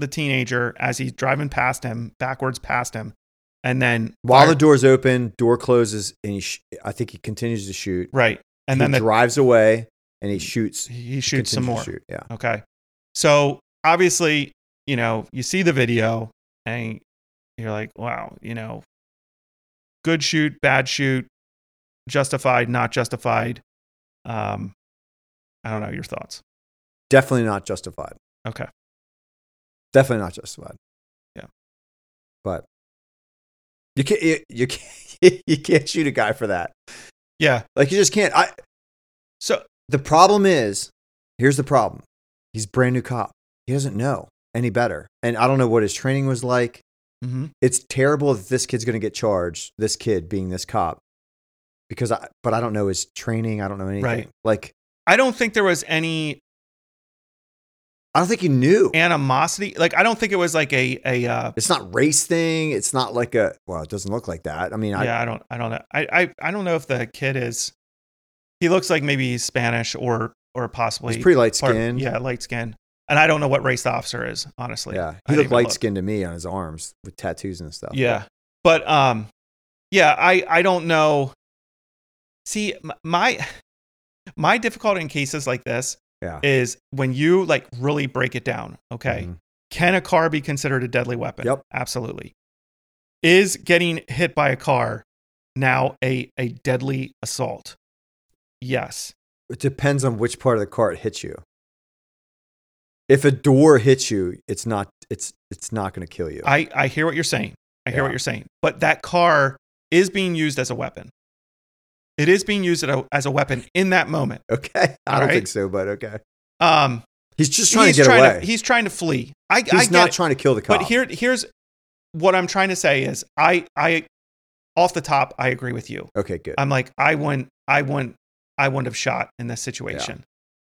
the teenager as he's driving past him backwards past him and then
While
fire-
the door's open, door closes, and he sh- I think he continues to shoot.
right and
he
then the, Mm.
drives away, and he shoots.
he shoots some more
continues to shoot, Yeah.
okay so obviously you know you see the video and you're like wow you know good shoot bad shoot justified not justified um i don't know your thoughts
Definitely not justified.
okay
Definitely not justified.
Yeah.
But you can't. You, you can't. You can't shoot a guy for that.
Yeah.
Like you just can't. I.
So
The problem is, here's the problem. He's a brand new cop. He doesn't know any better, and I don't know what his training was like.
mhm.
it's terrible that this kid's going to get charged this kid being this cop because i but i don't know his training i don't know anything
Right.
like
I don't think there was any
i don't think he knew
animosity. Like I don't think it was like a a uh,
it's not race thing it's not like a well it doesn't look like that i mean i
yeah. I don't I don't know. I, I I don't know if the kid is. He looks like maybe he's Spanish or or possibly
he's pretty light
part-
skinned
Yeah, light skin. And I don't know what race the officer is honestly.
yeah
I
he
didn't
looked
even
light
look.
skinned to me on his arms with tattoos and stuff
Yeah, but um, yeah. I I don't know. See, m- my my difficulty in cases like this
Yeah.
is when you like really break it down. Okay.
Mhm.
Can a car be considered a deadly weapon?
Yep.
Absolutely. Is getting hit by a car now a, a deadly assault? Yes.
it depends on which part of the car it hits you if a door hits you it's not it's it's not going to kill you
I, I hear what you're saying. I hear what
Yeah.
you're saying. But that car is being used as a weapon. It is being used as a, as a weapon in that moment.
okay i don't
Alright.
think so but okay
Um,
he's just trying
he's
to get
trying
away
he's trying to flee. I, I
he's
get
not
it.
trying to kill the cop
But here, here's what I'm trying to say is I, I, off the top, I agree with you.
Okay, good.
I'm like, I wouldn't, I wouldn't, I wouldn't have shot in this situation.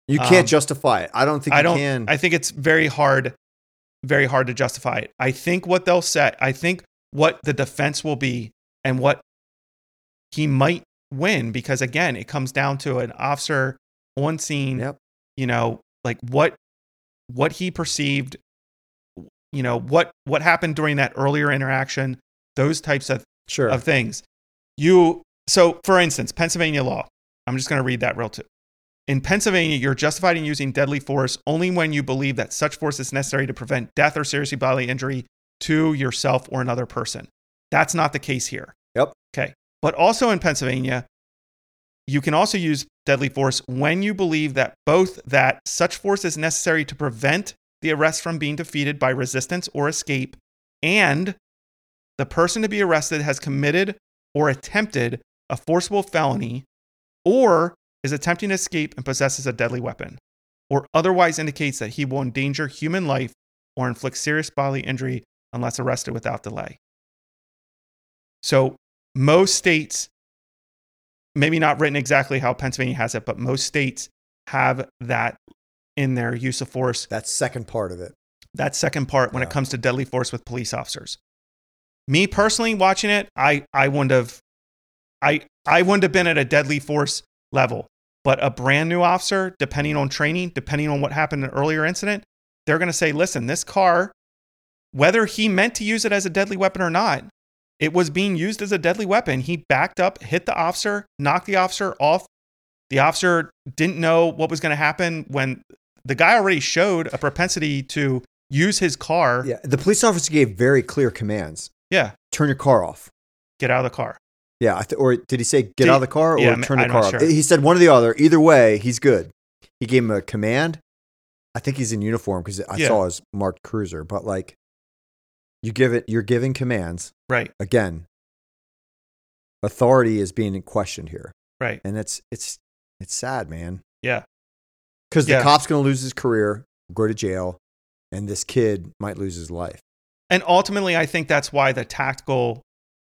you
um,
can't justify it. I don't think
I
you
don't-
can.
I think it's very hard very hard to justify it. I think what they'll set, I think what the defense will be and what he might win, because again, it comes down to an officer on scene,
Yep.
you know, like what what he perceived, you know, what what happened during that earlier interaction, those types of
Sure.
of things. You so for instance, Pennsylvania law. I'm just going to read that real too. In Pennsylvania, you're justified in using deadly force only when you believe that such force is necessary to prevent death or seriously bodily injury to yourself or another person. That's not the case here.
Yep.
Okay. But also in Pennsylvania, you can also use deadly force when you believe that both that such force is necessary to prevent the arrest from being defeated by resistance or escape and the person to be arrested has committed or attempted a forcible felony or is attempting to escape and possesses a deadly weapon or otherwise indicates that he will endanger human life or inflict serious bodily injury unless arrested without delay. So, most states, maybe not written exactly how Pennsylvania has it, but most states have that in their use of force
That's second part of it.
that second part when it
Yeah.
comes to deadly force with police officers. Me personally watching it, I I wouldn't have I I wouldn't have been at a deadly force level. But a brand new officer, depending on training, depending on what happened in an earlier incident, they're gonna say, listen, this car, whether he meant to use it as a deadly weapon or not, it was being used as a deadly weapon. He backed up, hit the officer, knocked the officer off. The officer didn't know what was going to happen when the guy already showed a propensity to use his car.
Yeah. The police officer gave very clear commands.
Yeah.
Turn your car off.
Get out of the car.
Yeah. I th- or did he say get
Did-
out of the car or
yeah, I'm-
turn the
I'm
car
not
off?
sure.
He said one or the other. Either way, he's good. He gave him a command. I think he's in uniform because I
Yeah.
saw his marked cruiser, but like you give it, you're giving commands.
Right.
Again, authority is being questioned here.
Right.
and it's it's it's sad, man.
Yeah.
because
Yeah.
the cop's gonna lose his career, go to jail, and this kid might lose his life.
And ultimately, I think that's why the tactical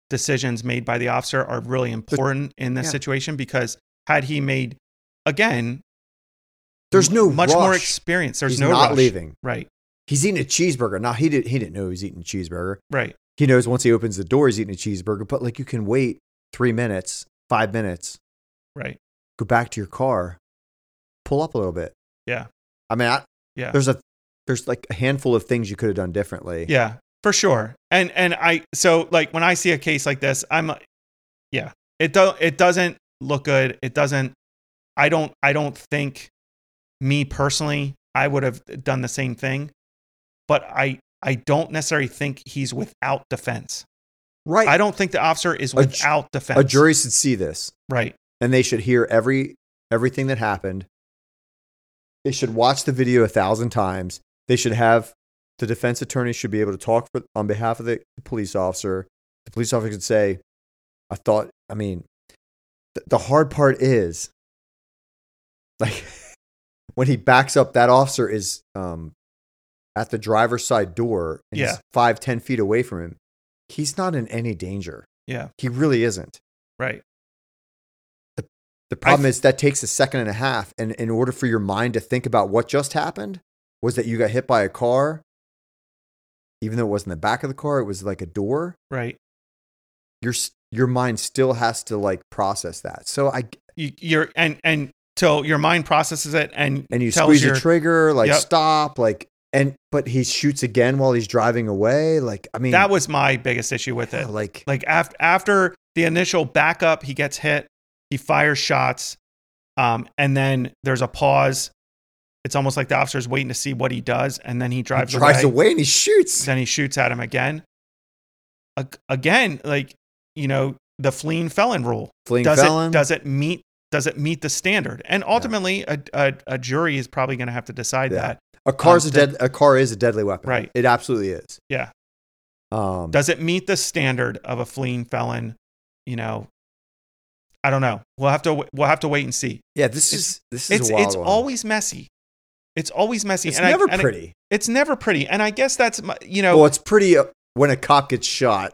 decisions made by the officer are really important in this
Yeah.
situation because had he made, again,
There's
m-
no
much more
rush.
experience, there's
He's
no
not
rush.
leaving.
Right.
He's eating a cheeseburger. Now he did he didn't know he was eating a cheeseburger.
Right.
He knows once he opens the door he's eating a cheeseburger. But like you can wait three minutes, five minutes,
Right.
go back to your car, pull up a little bit.
Yeah.
I mean, I,
Yeah.
there's a there's like a handful of things you could have done differently.
Yeah, for sure. And and I so like when I see a case like this, I'm yeah. It do it doesn't look good. It doesn't I don't I don't think me personally, I would have done the same thing. But I I don't necessarily think he's without defense.
right.
I don't think the officer is
A ju-
without defense.
a jury should see this.
right.
and they should hear every everything that happened. They should watch the video a thousand times. They should have the defense attorney should be able to talk for, on behalf of the police officer. The police officer could say, "I thought." I mean, th- the hard part is like when he backs up. That officer is um, at the driver's side door. And
Yeah.
he's five ten feet away from him. He's not in any danger.
Yeah.
He really isn't.
Right.
The problem is that takes a second and a half. And in order for your mind to think about what just happened, was that you got hit by a car, even though it wasn't the back of the car, it was like a door.
Right.
Your, s- your mind still has to like process that. So I,
You, you're and and till your mind processes it and
and you
tells
squeeze
your
the trigger, like
Yep.
stop, like, and, but he shoots again while he's driving away. Like, I mean,
that was my biggest issue with
yeah,
it.
like,
Like after after the initial backup, he gets hit, he fires shots, um, and then there's a pause. It's almost like the officer's waiting to see what he does, and then he
he
drives,
drives
away.
away and he shoots.
Then he shoots at him again. Ag- again, like you know, the fleeing felon rule
Fleeing
does
felon.
it does it meet does it meet the standard? And ultimately, a, a a jury is probably going to have to decide
Yeah.
that.
a car's a
does-
dead, a car is a deadly weapon.
Right.
It absolutely is.
Yeah.
Um,
Does it meet the standard of a fleeing felon? You know, I don't know. We'll have to we'll have to wait and see.
yeah, this
it's-
is, this is
it's
a wild
it's
one.
always messy. It's always messy.
it's
and I-
never
and I-
pretty.
it's never pretty. And I guess that's my, you know
Well, it's pretty uh, when a cop gets shot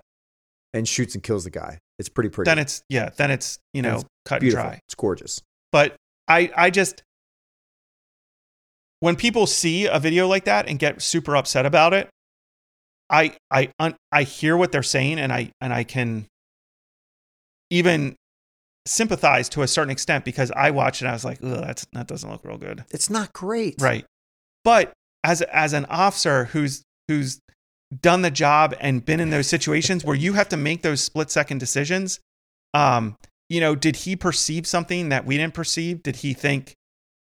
and shoots and kills the guy. It's pretty pretty.
then it's yeah then it's you
Then
know
it's
cut
beautiful.
and dry.
It's gorgeous.
But I I just when people see a video like that and get super upset about it, I I un, I hear what they're saying and I and I can even sympathize to a certain extent because I watched it and I was like, Ugh, that's that doesn't look real good.
It's not great.
Right. But as as an officer who's who's done the job and been in those situations where you have to make those split second decisions, um, you know, did he perceive something that we didn't perceive? Did he think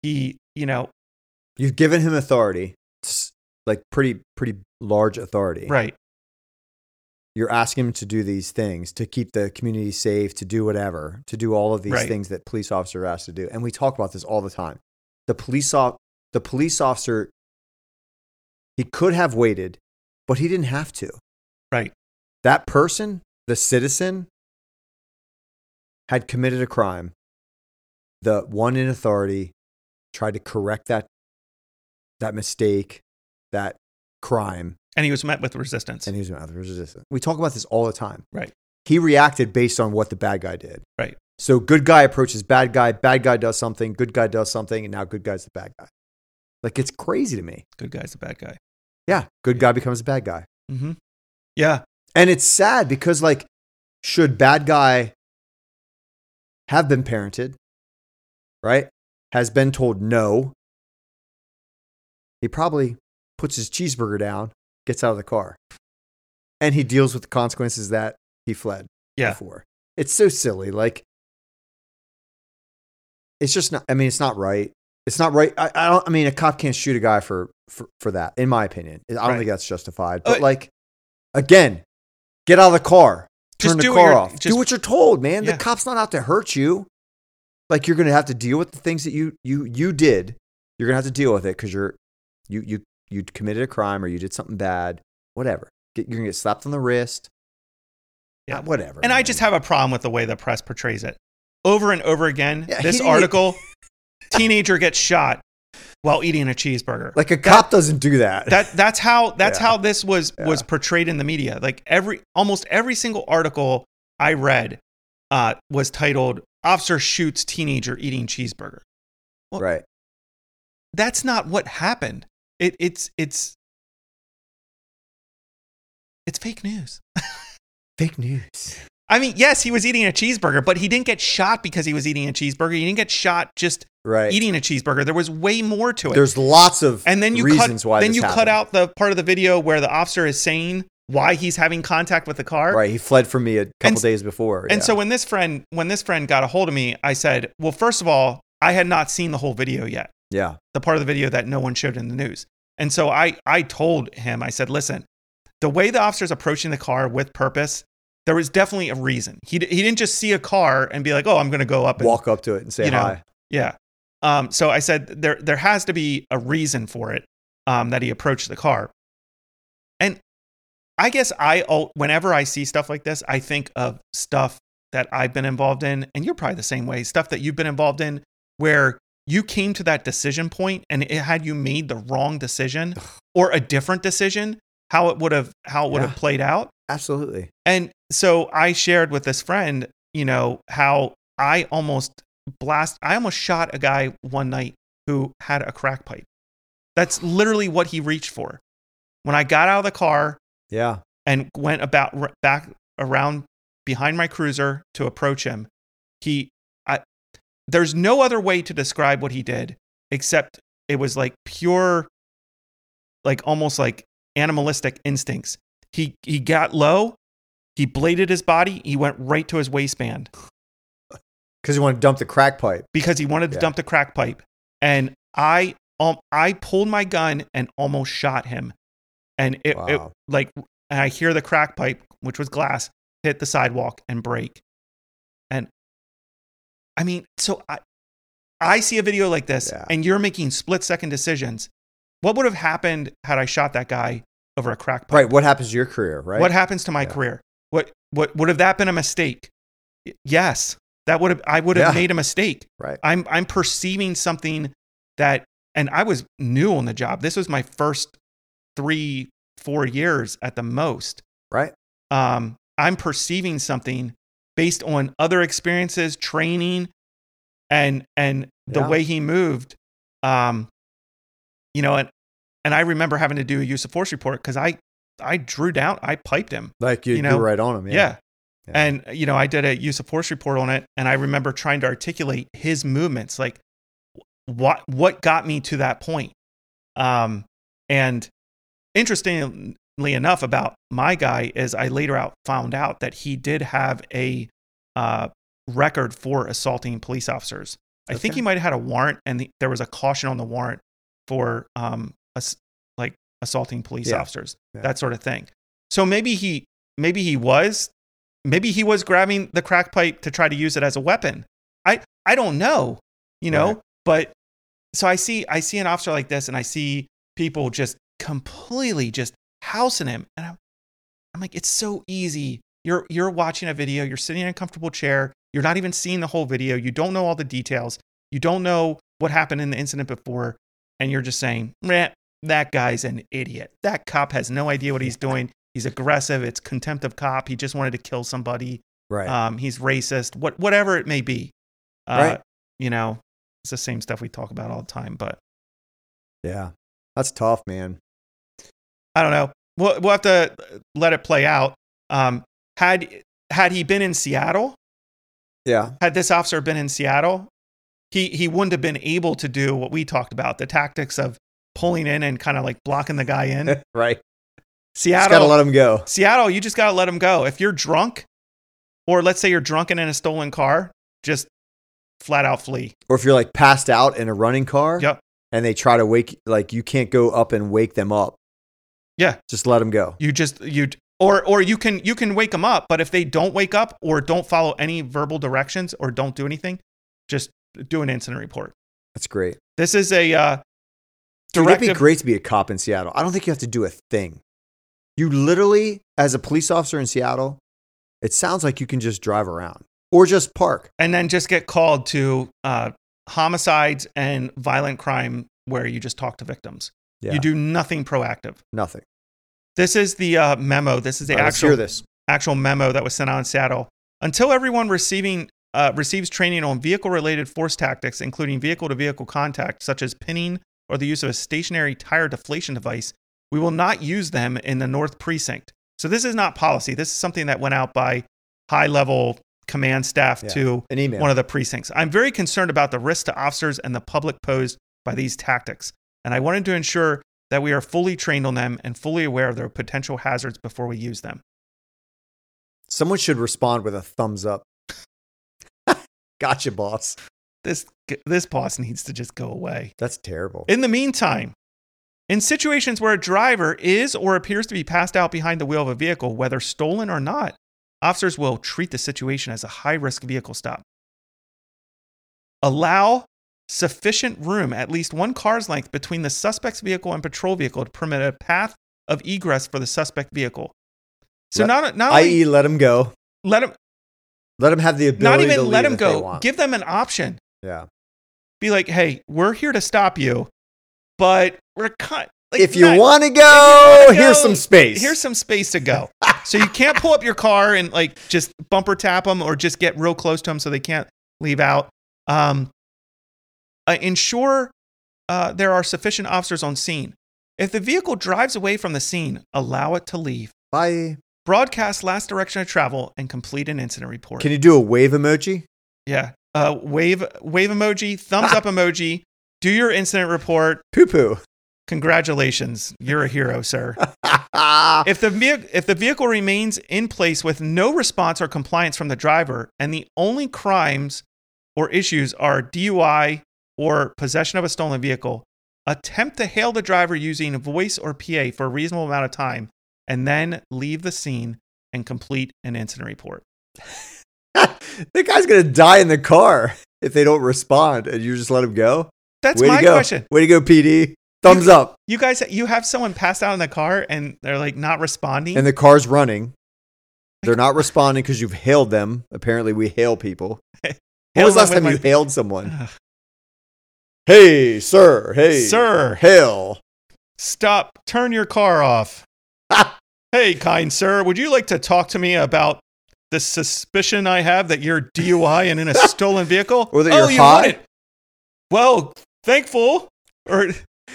he, you know,
You've given him authority, s- like pretty pretty large authority.
right,
You're asking him to do these things to keep the community safe, to do whatever, to do all of these
Right.
things that police officer are asked to do. And we talk about this all the time. The police off the police officer he could have waited, but he didn't have to.
right,
that person, the citizen, had committed a crime. The one in authority tried to correct that that mistake, that crime,
and he was met with resistance.
and he was out of resistance. We talk about this all the time.
Right.
He reacted based on what the bad guy did.
Right.
So good guy approaches bad guy, bad guy does something, good guy does something, and now good guy's the bad guy. Like it's crazy to me.
Good guy's the bad guy.
Yeah, good guy becomes a bad guy.
Mm-hmm. Yeah,
And it's sad because like should bad guy have been parented, right? Has been told no. He probably puts his cheeseburger down, gets out of the car. And he deals with the consequences that he fled
Yeah.
before. It's so silly. Like it's just not I mean, it's not right. It's not right. I, I don't I mean a cop can't shoot a guy for for, for that, in my opinion. I don't
Right.
think that's justified. But
Uh,
like again, get out of the car.
Just
Turn the
do what
car
you're-
off. do
just-
what you're told, man.
Yeah.
The cop's not out to hurt you. Like you're gonna have to deal with the things that you you you did. You're gonna have to deal with it because you're you you you committed a crime or you did something bad. Whatever. Get, you're gonna get slapped on the wrist.
Yeah.
Yeah, whatever.
and I
man.
just have a problem with the way the press portrays it over and over again.
Yeah,
this
he-
article: teenager gets shot while eating a cheeseburger.
like a cop doesn't do that.
that that's how that's
Yeah.
how this was was
Yeah.
portrayed in the media like every almost every single article i read uh was titled officer shoots teenager eating cheeseburger
right.
that's not what happened it it's it's it's fake news
Fake news.
i mean yes he was eating a cheeseburger but he didn't get shot because he was eating a cheeseburger he didn't get shot just
Right.
eating a cheeseburger there was way more to it
There's lots of
and then you
reasons
cut,
why
then
this
you cut
happened.
out the part of the video where the officer is saying why he's having contact with the car
Right. He fled from me a couple
And-
days before.
and
yeah.
so when this friend when this friend got a hold of me i said well first of all i had not seen the whole video yet
yeah.
the part of the video that no one showed in the news and so i i told him i said listen the way the officer's approaching the car with purpose there was definitely a reason he, d- he didn't just see a car and be like oh i'm going to go up and
Walk up to it and say
you know,
hi.
yeah. Um, so I said there there has to be a reason for it um, that he approached the car, and I guess I al- whenever I see stuff like this, I think of stuff that I've been involved in, and you're probably the same way. Stuff that you've been involved in where you came to that decision point, and it, had you made the wrong decision or a different decision, how it would have how it would
Yeah.
have played out.
Absolutely.
And so I shared with this friend, you know, how I almost blast I almost shot a guy one night who had a crack pipe. That's literally what he reached for. When I got out of the car
Yeah.
and went about r- back around behind my cruiser to approach him, he I there's no other way to describe what he did except it was like pure like almost like animalistic instincts. He he got low, he bladed his body, he went right to his waistband
Because he wanted to dump the crack pipe.
because he wanted to
Yeah.
dump the crack pipe. And I um, I pulled my gun and almost shot him. And it, it
Wow.
like and I hear the crack pipe, which was glass, hit the sidewalk and break. And I mean, so I I see a video like this
Yeah.
and you're making split second decisions. What would have happened had I shot that guy over a crack pipe?
Right. What happens to your career, right?
What happens to my
Yeah.
career? What what would have that been a mistake? Y- Yes, that would have I would have
Yeah.
made a mistake.
Right.
I'm I'm perceiving something that and I was new on the job. This was my first 3 4 years at the most.
Right.
Um I'm perceiving something based on other experiences, training and and the
Yeah.
way he moved um you know, and and I remember having to do a use of force report because I I drew down, I piped him.
Like you,
You
you
know?
are right on him.
Yeah.
Yeah. Yeah.
And you know, I did a use of force report on it, and I remember trying to articulate his movements, like what what got me to that point. Um, and interestingly enough, about my guy is I later out found out that he did have a uh, record for assaulting police officers. I think
Okay.
he might have had a warrant, and the, there was a caution on the warrant for um, ass- like assaulting police
Yeah.
officers,
Yeah.
that sort of thing. So maybe he maybe he was maybe he was grabbing the crack pipe to try to use it as a weapon. I I don't know, you know,
Right.
but so I see I see an officer like this and I see people just completely just housing him and I'm, I'm like it's so easy. You're you're watching a video, you're sitting in a comfortable chair, you're not even seeing the whole video, you don't know all the details, you don't know what happened in the incident before and you're just saying, "Meh, that guy's an idiot. That cop has no idea what he's doing. He's aggressive. It's contempt of cop. He just wanted to kill somebody.
Right.
Um, he's racist. What, whatever it may be. Uh,
Right.
You know, it's the same stuff we talk about all the time. But
yeah. That's tough, man.
I don't know. We'll, we'll have to uh, let it play out. Um, had had he been in Seattle,
Yeah.
had this officer been in Seattle, he he wouldn't have been able to do what we talked about—the tactics of pulling in and kind of like blocking the guy in.
right. Just gotta
Seattle,
let him go.
Seattle, you just got to let them go. If you're drunk, or let's say you're drunken in a stolen car, just flat out flee.
Or if you're like passed out in a running car.
Yep.
And they try to wake, like you can't go up and wake them up.
Yeah.
Just let them go.
You just you or or you can you can wake them up, but if they don't wake up or don't follow any verbal directions or don't do anything, just do an incident report.
That's great.
This is a uh,
Dude, it'd be
directive.
great to be a cop in Seattle. I don't think you have to do a thing. You literally, as a police officer in Seattle, it sounds like you can just drive around or just park.
and then just get called to uh, homicides and violent crime where you just talk to victims.
Yeah.
You do nothing proactive.
Nothing.
This is the uh, memo. This is the
All right, let's
actual
hear this.
actual memo that was sent out in Seattle. Until everyone receiving uh, receives training on vehicle-related force tactics, including vehicle-to-vehicle contact, such as pinning or the use of a stationary tire deflation device, we will not use them in the North Precinct. So this is not policy. This is something that went out by high-level command staff
Yeah.
to
An email.
one of the precincts. I'm very concerned about the risk to officers and the public posed by these tactics, and I wanted to ensure that we are fully trained on them and fully aware of their potential hazards before we use them.
Someone should respond with a thumbs up. gotcha, boss.
this this boss needs to just go away.
That's terrible.
In the meantime, in situations where a driver is or appears to be passed out behind the wheel of a vehicle, whether stolen or not, officers will treat the situation as a high-risk vehicle stop. Allow sufficient room, at least one car's length, between the suspect's vehicle and patrol vehicle to permit a path of egress for the suspect vehicle. So
Let-
not not only
I.e., E, let them go.
let him
Let them have the ability.
not
to
even
leave
let him
if they
go.
want.
Give them an option.
yeah.
be like, hey, we're here to stop you, but we're cut. Like,
if you
not-
want to go,
wanna
here's
go,
some space.
here's some space to go. so you can't pull up your car and like just bumper tap them or just get real close to them so they can't leave out. Um, uh, ensure uh, there are sufficient officers on scene. If the vehicle drives away from the scene, allow it to leave.
Bye.
Broadcast last direction of travel and complete an incident report.
Can you do a wave emoji?
yeah. Uh, wave wave emoji, thumbs up emoji. Do your incident report.
Poo poo.
Congratulations, you're a hero, sir. if the vehicle if the vehicle remains in place with no response or compliance from the driver, and the only crimes or issues are DUI or possession of a stolen vehicle, attempt to hail the driver using voice or PA for a reasonable amount of time, and then leave the scene and complete an incident report.
the guy's gonna die in the car if they don't respond, and you just let him go.
That's
Way
my
to go!
question.
Way to go, PD. Thumbs up.
You guys, you have someone passed out in the car and they're like not responding.
And the car's running. They're not responding because you've hailed them. Apparently, we hail people. When
Hail
was
them
last
with
time
my-
you hailed someone?
Ugh.
Hey, sir. Hey,
Sir.
Hail.
Stop. Turn your car off. hey, kind sir, would you like to talk to me about the suspicion I have that you're DUI and in a stolen vehicle?
Or that
oh,
you're
you
high?
wouldn't. Well, thankful. Or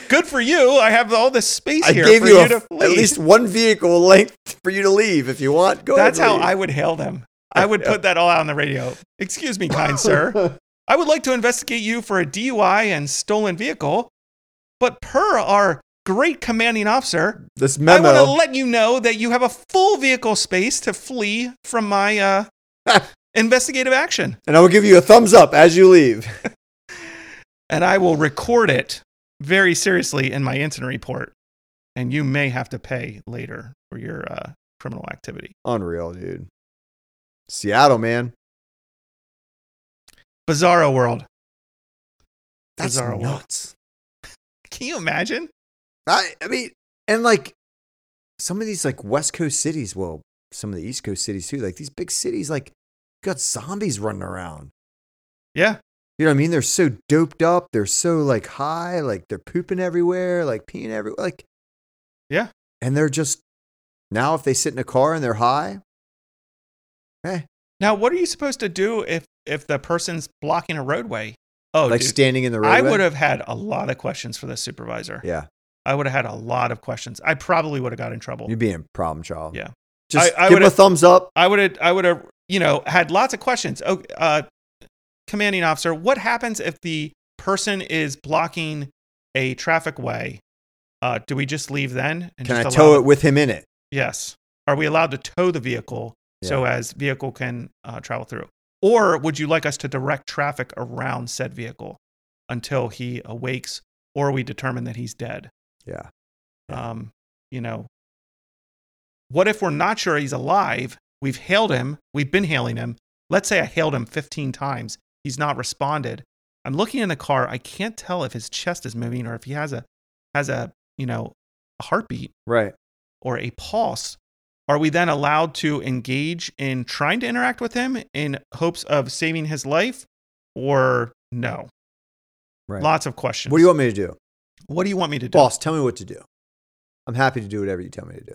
Good for you. I have all this space
I
here
gave
for
you,
you,
a-
to
at
flee.
least one vehicle length for you to leave if you want. Go
That's
ahead
how
and
I would hail them. I would put that all out on the radio. Excuse me, kind sir.
leave.
I would like to investigate you for a DUI and stolen vehicle, but per our great commanding officer,
this
I want to
memo.
let you know that you have a full vehicle space to flee from my uh, investigative action,
and I will give you a thumbs up as you leave.
and I will record it very seriously in my incident report. And you may have to pay later for your uh, criminal activity.
Unreal, dude. Seattle, man.
Bizarro world.
That's
Bizarro world.
nuts.
Can you imagine?
I, I mean, and like some of these like West Coast cities, well, some of the East Coast cities too, like these big cities, like got zombies running around.
Yeah.
You know what I mean? They're so doped up. They're so like high. Like they're pooping everywhere. Like peeing everywhere. Like
Yeah.
And they're just now if they sit in a car and they're high. Eh,
Now, what are you supposed to do if if the person's blocking a roadway? Oh,
like
dude,
standing in the roadway.
I would have had a lot of questions for the supervisor.
Yeah,
I would have had a lot of questions. I probably would have got in trouble.
you'd be in problem child.
Yeah.
Just
I- I
give them a
would've-
thumbs up.
I would have, I would have, you know, had lots of questions. Oh, uh, commanding officer, what happens if the person is blocking a traffic way? Uh, do we just leave then? And
Can I
just
tow
allow
it with him in it?
Yes. Are we allowed to tow the vehicle so as vehicle can uh, travel through? Or would you like us to direct traffic around said vehicle until he awakes or we determine that he's dead?
Yeah. Yeah.
Um, you know, what if we're not sure he's alive? We've hailed him. We've been hailing him. Let's say I hailed him 15 times. He's not responded. I'm looking in the car. I can't tell if his chest is moving or if he has a has a you know a heartbeat
Right.
or a pulse, are we then allowed to engage in trying to interact with him in hopes of saving his life or no?
Right.
Lots of questions.
What do you want me to do?
What do you want me to do?
Boss, tell me what to do. I'm happy to do whatever you tell me to do.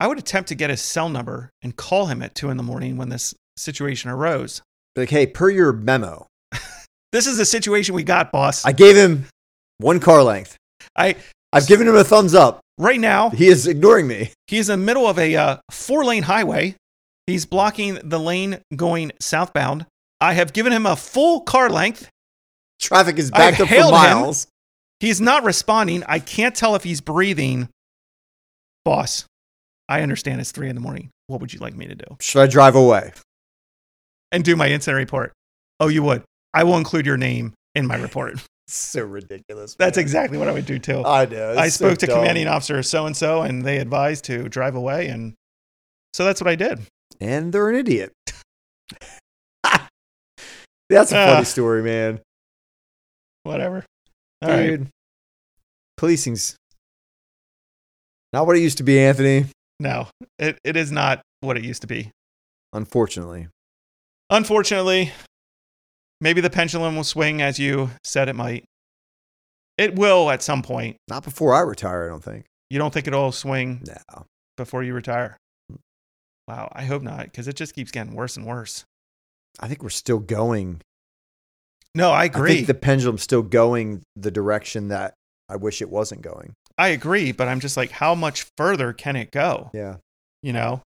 I would attempt to get his cell number and call him at two in the morning when this situation arose.
Be Like, hey, per your memo,
This is the situation we got, boss.
I gave him one car length.
I-
I've given him a thumbs up.
right now,
He is ignoring me.
He's in the middle of a uh, four lane highway. He's blocking the lane going southbound. I have given him a full car length.
Traffic is backed
I've
up for
hailed him.
miles.
He's not responding. I can't tell if he's breathing. Boss, I understand it's three in the morning. What would you like me to do?
Should I drive away?
And do my incident report. Oh, you would. I will include your name in my report.
So ridiculous.
That's
man.
exactly what I would do too.
I know.
I
it's Oh, so
spoke to
dumb.
commanding officer so and so, and they advised to drive away. And so that's what I did.
and they're an idiot. That's a
Ah.
funny story, man.
Whatever. All right.
Dude, policing's not what it used to be, Anthony.
No, it, it is not what it used to be.
Unfortunately,
Unfortunately, maybe the pendulum will swing as you said it might. It will at some point.
not before I retire. I don't think.
You don't think it'll swing
No, Mm.
before you retire? Wow, I hope not, because it just keeps getting worse and worse.
I think we're still going.
No, I
I
agree. I,
think the pendulum's still going the direction that I wish it wasn't going.
agree, but I'm just like, how much further can it go?
Yeah,
You know,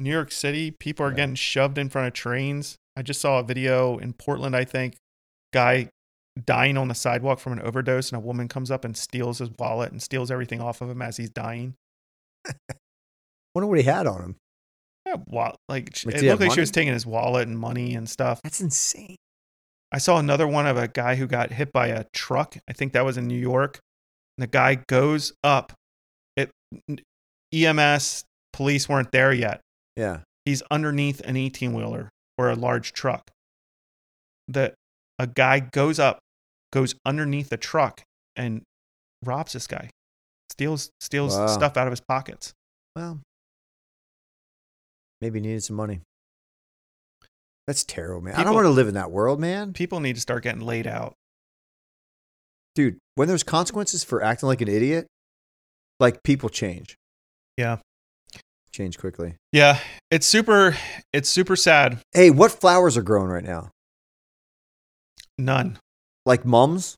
New York City, people are
Yeah.
getting shoved in front of trains. I just saw a video in Portland, I think, guy dying on the sidewalk from an overdose, and a woman comes up and steals his wallet and steals everything off of him as he's dying.
wonder what he had on him.
Yeah, wa- like she-
Like,
it
do you have
looked like she
money?
was taking his wallet and money and stuff.
That's insane.
I saw another one of a guy who got hit by a truck. I think that was in New York. And the guy goes up. It EMS police weren't there yet.
Yeah,
He's underneath an 18 wheeler or a large truck. The a guy goes up, goes underneath the truck and robs this guy. Steals steals
Wow.
stuff out of his pockets.
well, maybe he needed some money. That's terrible, man. I don't
People-
want to live in that world, man.
People need to start getting laid out.
dude, when there's consequences for acting like an idiot, like people change.
Yeah.
Change quickly.
Yeah, it's super it's super sad.
Hey, what flowers are growing right now?
None.
Like mums?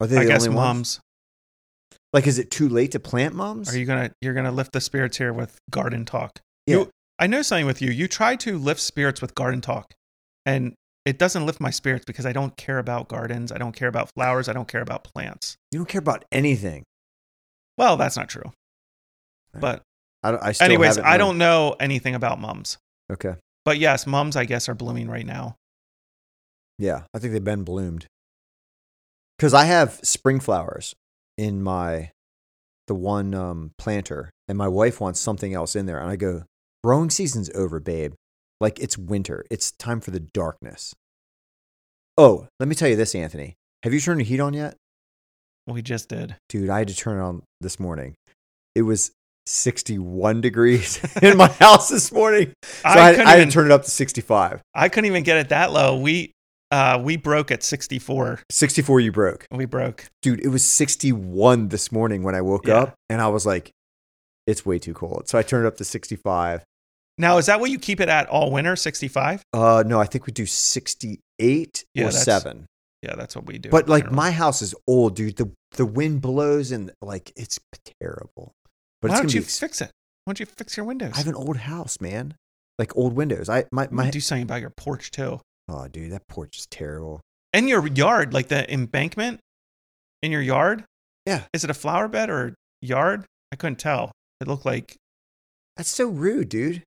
Are they
I
the
guess
only
moms.
Like, is it too late to plant mums?
Are you gonna you're gonna lift the spirits here with garden talk?
Yeah.
You, I know something with you. You try to lift spirits with garden talk, and it doesn't lift my spirits because I don't care about gardens. I don't care about flowers. I don't care about plants.
You don't care about anything.
Well, that's not true. But
I, don't- I still
anyways,
haven't
I
learned.
don't know anything about mums.
Okay.
But yes, mums I guess are blooming right now.
Yeah, I think they've been bloomed. Because I have spring flowers in my the one um, planter, and my wife wants something else in there, and I go, "Growing season's over, babe. Like it's winter. It's time for the darkness." Oh, let me tell you this, Anthony. Have you turned the heat on yet,
We just did.
dude? I had to turn it on this morning. It was sixty-one degrees in my house this morning, so I,
I
had- I,
couldn't
had
even-
to turn it up to sixty-five.
I couldn't even get it that low. We uh we broke at 64.
Sixty-four, you broke.
We broke.
dude, it was 61 this morning when I woke
Yeah.
up and I was like, it's way too cold. So I turned it up to 65.
Now, is that what you keep it at all winter, 65?
Uh, no, I think we do 68
Yeah,
or
that's-
seven.
Yeah, that's what we do.
But like
generally.
my house is old, dude. The, the wind blows and like it's terrible. But
why
it's
don't
gonna
you
be, ex-
fix it? Why don't you fix your windows?
I have an old house, man. Like old windows. I, my,
You
my,
do something about your porch too.
oh, dude, that porch is terrible.
And your yard, like the embankment in your yard.
Yeah.
Is it a flower bed or yard? I couldn't tell. It looked like
That's so rude, dude.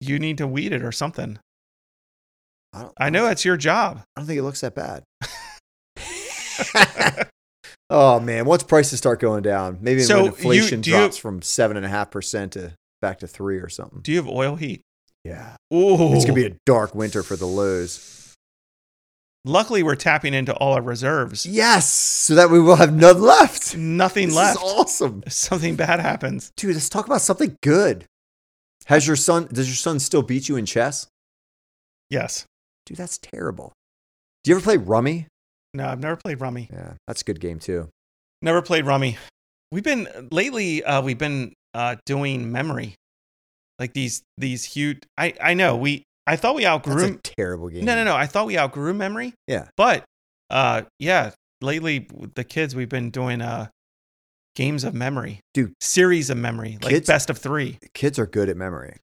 you need to weed it or something.
I don't,
I know that's your job.
I don't think it looks that bad. oh man, once prices start going down, maybe
So
when
you-
inflation
do you-
drops from seven and a half percent to back to three or something.
Do Oh. you have oil heat?
Yeah,
Ooh.
it's gonna be a dark winter for the lows.
Luckily, we're tapping into all our reserves.
Yes, so that we will have none left.
Nothing
This
left.
is awesome,
if something bad happens.
dude. Let's talk about something good. Has your son? Does your son still beat you in chess?
Yes.
Dude, that's terrible. Do you ever play rummy?
No, I've never played rummy.
Yeah, that's a good game too.
Never played Rummy. We've been lately. Uh, we've been uh, doing memory, like these these huge. I I know we. I thought we
That's a
outgrew.
terrible game.
No, no, no. I thought we outgrew memory.
Yeah.
But uh, yeah, lately with the kids we've been doing uh, games of memory,
Dude.
series of memory, like
Kids-
best of three.
Kids are good at memory.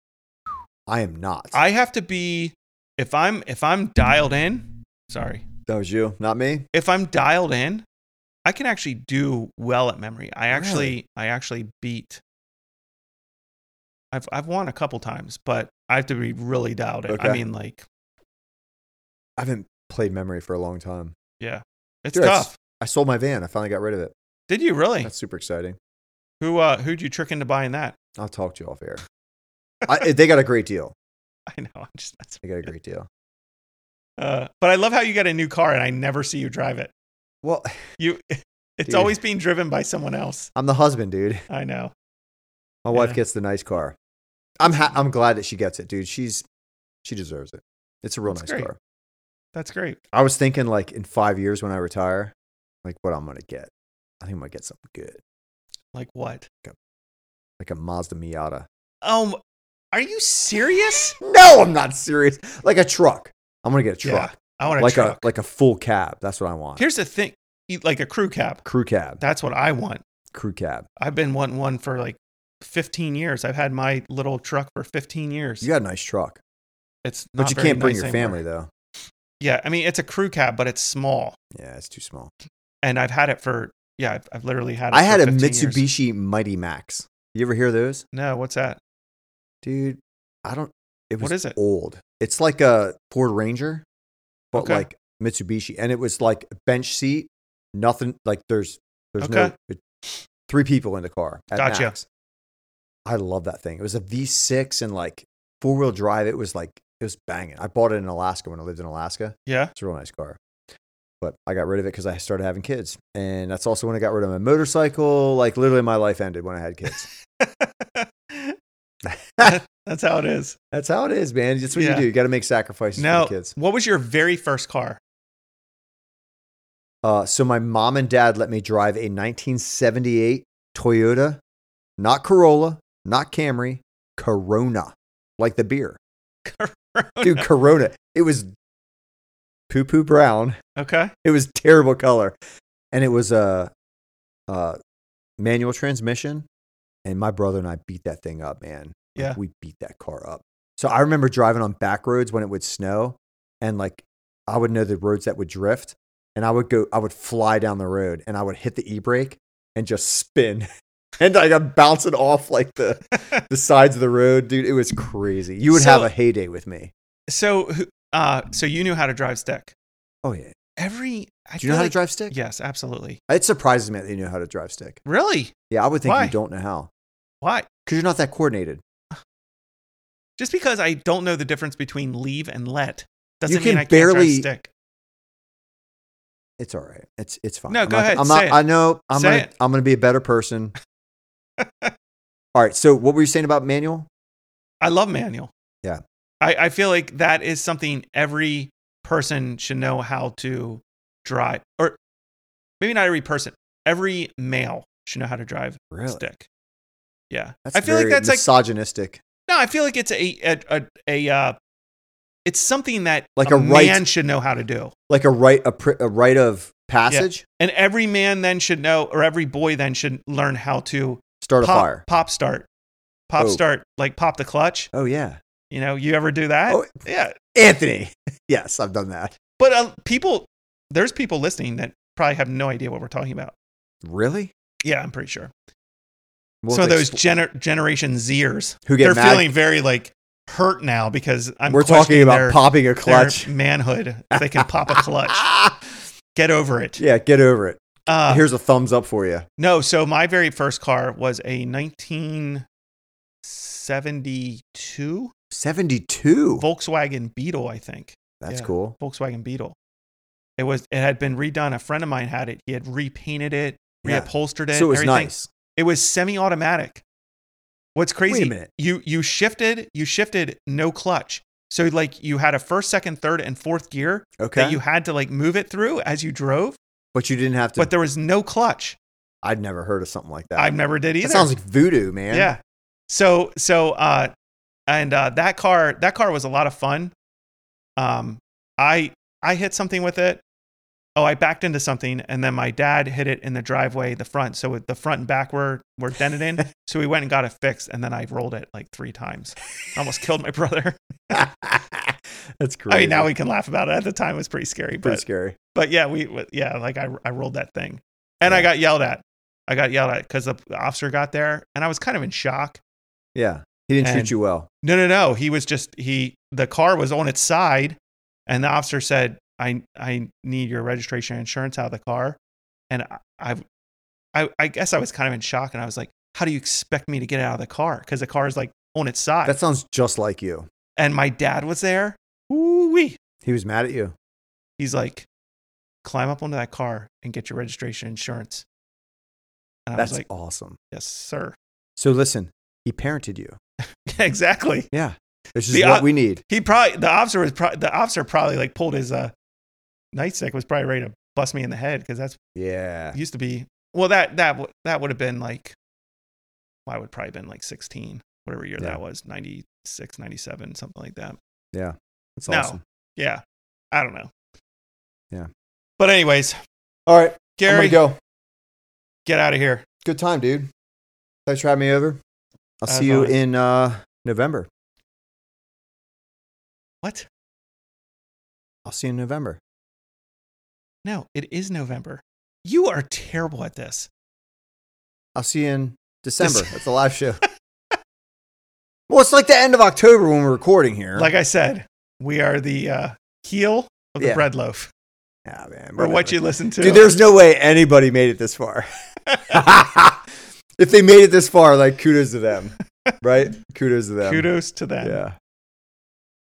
I am not.
I have to be if I'm if I'm dialed in. Sorry,
that was you, not me.
if I'm dialed in, I can actually do well at memory. I actually
Really?
I actually beat I've I've won a couple times, but I have to be really dialed in.
Okay.
I mean like
I haven't played memory for a long time.
it's
Dude, that's-
tough.
I sold my van. I finally got rid of it.
Did you really?
That's super exciting.
who uh who'd you trick into buying that?
I'll talk to you off air. I, they got a great deal.
I know, I'm just that's
They got a great deal.
uh but I love how you got a new car and I never see you drive it.
Well,
You it's
Dude.
always being driven by someone else.
I'm the husband, dude.
I know.
My wife
Yeah.
gets the nice car. I'm ha- I'm glad that she gets it, dude. She's she deserves it. It's a real
That's
nice
great.
car.
That's great.
I was thinking like in five years when I retire, like what I'm gonna get. I think I'm gonna get something good,
Like what?
like a Mazda Miata.
Um are you serious?
No, I'm not serious. Like a truck. I'm gonna get a
Yeah,
truck.
I want a
like
truck.
a like a full cab. That's what I want.
Here's the thing, you- like a crew cab.
crew cab.
That's what I want.
crew cab.
I've been wanting one for like 15 years. I've had my little truck for 15 years.
You got a nice truck,
it's
but
not
you
very
can't bring
nice
your
anymore.
family though.
Yeah, I mean it's a crew cab, but it's small,
Yeah, it's too small.
and I've had it for yeah, I've, I've literally had. it
I
for
had a
15 years.
Mitsubishi Mighty Max. You ever hear those,
No, what's that?
dude? I don't. It was
What is it?
Old. It's like a Ford Ranger, but
Okay.
like Mitsubishi, and it was like a bench seat. Nothing like there's there's no
Okay.
it, three people in the car. At
Gotcha.
max. I love that thing. It was a V6 and like four wheel drive. It was like it was banging. I bought it in Alaska when I lived in Alaska.
Yeah,
It's a real nice car. But I got rid of it because I started having kids. And that's also when I got rid of my motorcycle. Like literally my life ended when I had kids.
that's how it is.
that's how it is, man. That's what
Yeah.
you do. You gotta make sacrifices
Now,
for the kids.
what was your very first car?
Uh, so my mom and dad let me drive a 1978 Toyota, not Corolla, not Camry, Corona. Like the beer.
Oh,
Dude, Corona. It was poo poo brown.
Okay,
It was terrible color. And it was a uh, manual transmission, and my brother and I beat that thing up, man. Like,
Yeah.
we beat that car up. So I remember driving on back roads when it would snow, and like I would know the roads that would drift, and I would go, I would fly down the road, and I would hit the e brake and just spin, and I got bouncing off like the the sides of the road, dude. It was crazy. You would
So-
have a heyday with me.
So, who- uh, so you knew how to drive stick.
Oh yeah.
Every, I
Do you
feel
know how
like-
to drive stick?
Yes, absolutely.
It surprises me that you know how to drive stick.
Really?
Yeah, I would think
Why?
you don't know how
Why?
because you're not that coordinated.
Just because I don't know the difference between leave and let doesn't
You
mean
can
I can't
barely-
drive stick.
It's all right. It's it's fine.
No,
I'm
go
not,
ahead,
I'm
say
not.
it.
I know. I'm
Say
gonna.
it.
I'm gonna be a better person. all right. So what were you saying about manual?
I love manual.
Yeah.
I, I feel like that is something every person should know how to drive, or maybe not every person, every male should know how to drive stick. Yeah.
That's
I feel like
very
that's like,
misogynistic.
no, I feel like it's a, a, a, a uh, it's something that
Like
a,
a right-
man should know how to do.
Like, a right a, pr- a rite of passage.
And every man then should know, or every boy then should learn how to
Start a
pop,
fire.
pop start, pop
Oh.
start, like pop the clutch.
Oh yeah,
You know, you ever do that?
Oh.
Yeah.
Anthony. yes, I've done that.
But uh, people, there's people listening that probably have no idea what we're talking about.
Really?
Yeah, I'm pretty sure.
We'll
Some of
have
those
to expl-
gener- Generation Zers,
who
they're
get mad.
feeling very like hurt now because I'm
we're
questioning
talking about
their,
popping a clutch.
their manhood. If they can pop a clutch, get over it.
yeah, get over it.
Uh,
Here's a thumbs up for you.
No, so my very first car was a 1972
Seventy-two.
Volkswagen Beetle, I think.
That's
yeah.
cool.
Volkswagen Beetle. It was it had been redone. A friend of mine had it. He had repainted it,
Yeah.
reupholstered it.
So it was
everything.
nice.
It was semi-automatic. What's crazy?
minute.
You you shifted you shifted no clutch. So like you had a first, second, third, and fourth gear
Okay.
that you had to like move it through as you drove,
but you didn't have to.
but there was no clutch.
I'd never heard of something like that.
I've never did either.
That sounds like voodoo, man.
Yeah. So so uh and uh that car that car was a lot of fun. Um I I hit something with it. Oh, I backed into something and then my dad hit it in the driveway, the front. So the front and back were were dented in. so we went and got it fixed and then I rolled it like three times. Almost killed my brother.
That's great.
I mean, now we can laugh about it. At the time it was pretty scary,
pretty
but
scary.
but yeah, we we- yeah, like I I rolled that thing, and I
Yeah.
got yelled at. I got yelled at because the officer got there, and I was kind of in shock.
Yeah, he didn't
And-
treat you well.
No, no, no. He was just he. The car was on its side, and the officer said, "I I need your registration and insurance out of the car." And I, I, I, I guess I was kind of in shock, and I was like, "How do you expect me to get out of the car? Because the car is like on its side."
That sounds just like you.
and my dad was there. Ooh wee.
He was mad at you.
He's like, "Climb up onto that car and get your registration and insurance." And I
That's
was like,
awesome.
"Yes, sir."
So listen, he parented you.
exactly.
Yeah, this is
The,
what
uh,
we need.
He probably the officer was pro- the officer probably like pulled his uh nightstick was probably ready to bust me in the head because that's
Yeah,
used to be well that that w- that would have been like well, I would probably been like 16 whatever year
Yeah.
that was 96 97 something like that
that's
no.
awesome.
yeah I don't know
Yeah.
but anyways
All right,
Gary
I'm gonna go.
get out of here
Good time, dude. Thanks for having me over. I'll
As
see you
always.
in uh, November.
what
I'll see you in November.
no it is November you are terrible at this
I'll see you in December. That's a live show. well, it's like the end of October when we're recording here.
like I said we are the uh, heel of the
Yeah.
bread loaf
yeah, man,
or what
whatever.
you listen to
Dude, there's no way anybody made it this far. if they made it this far, like kudos to them, right? Kudos to them.
kudos to them.
Yeah.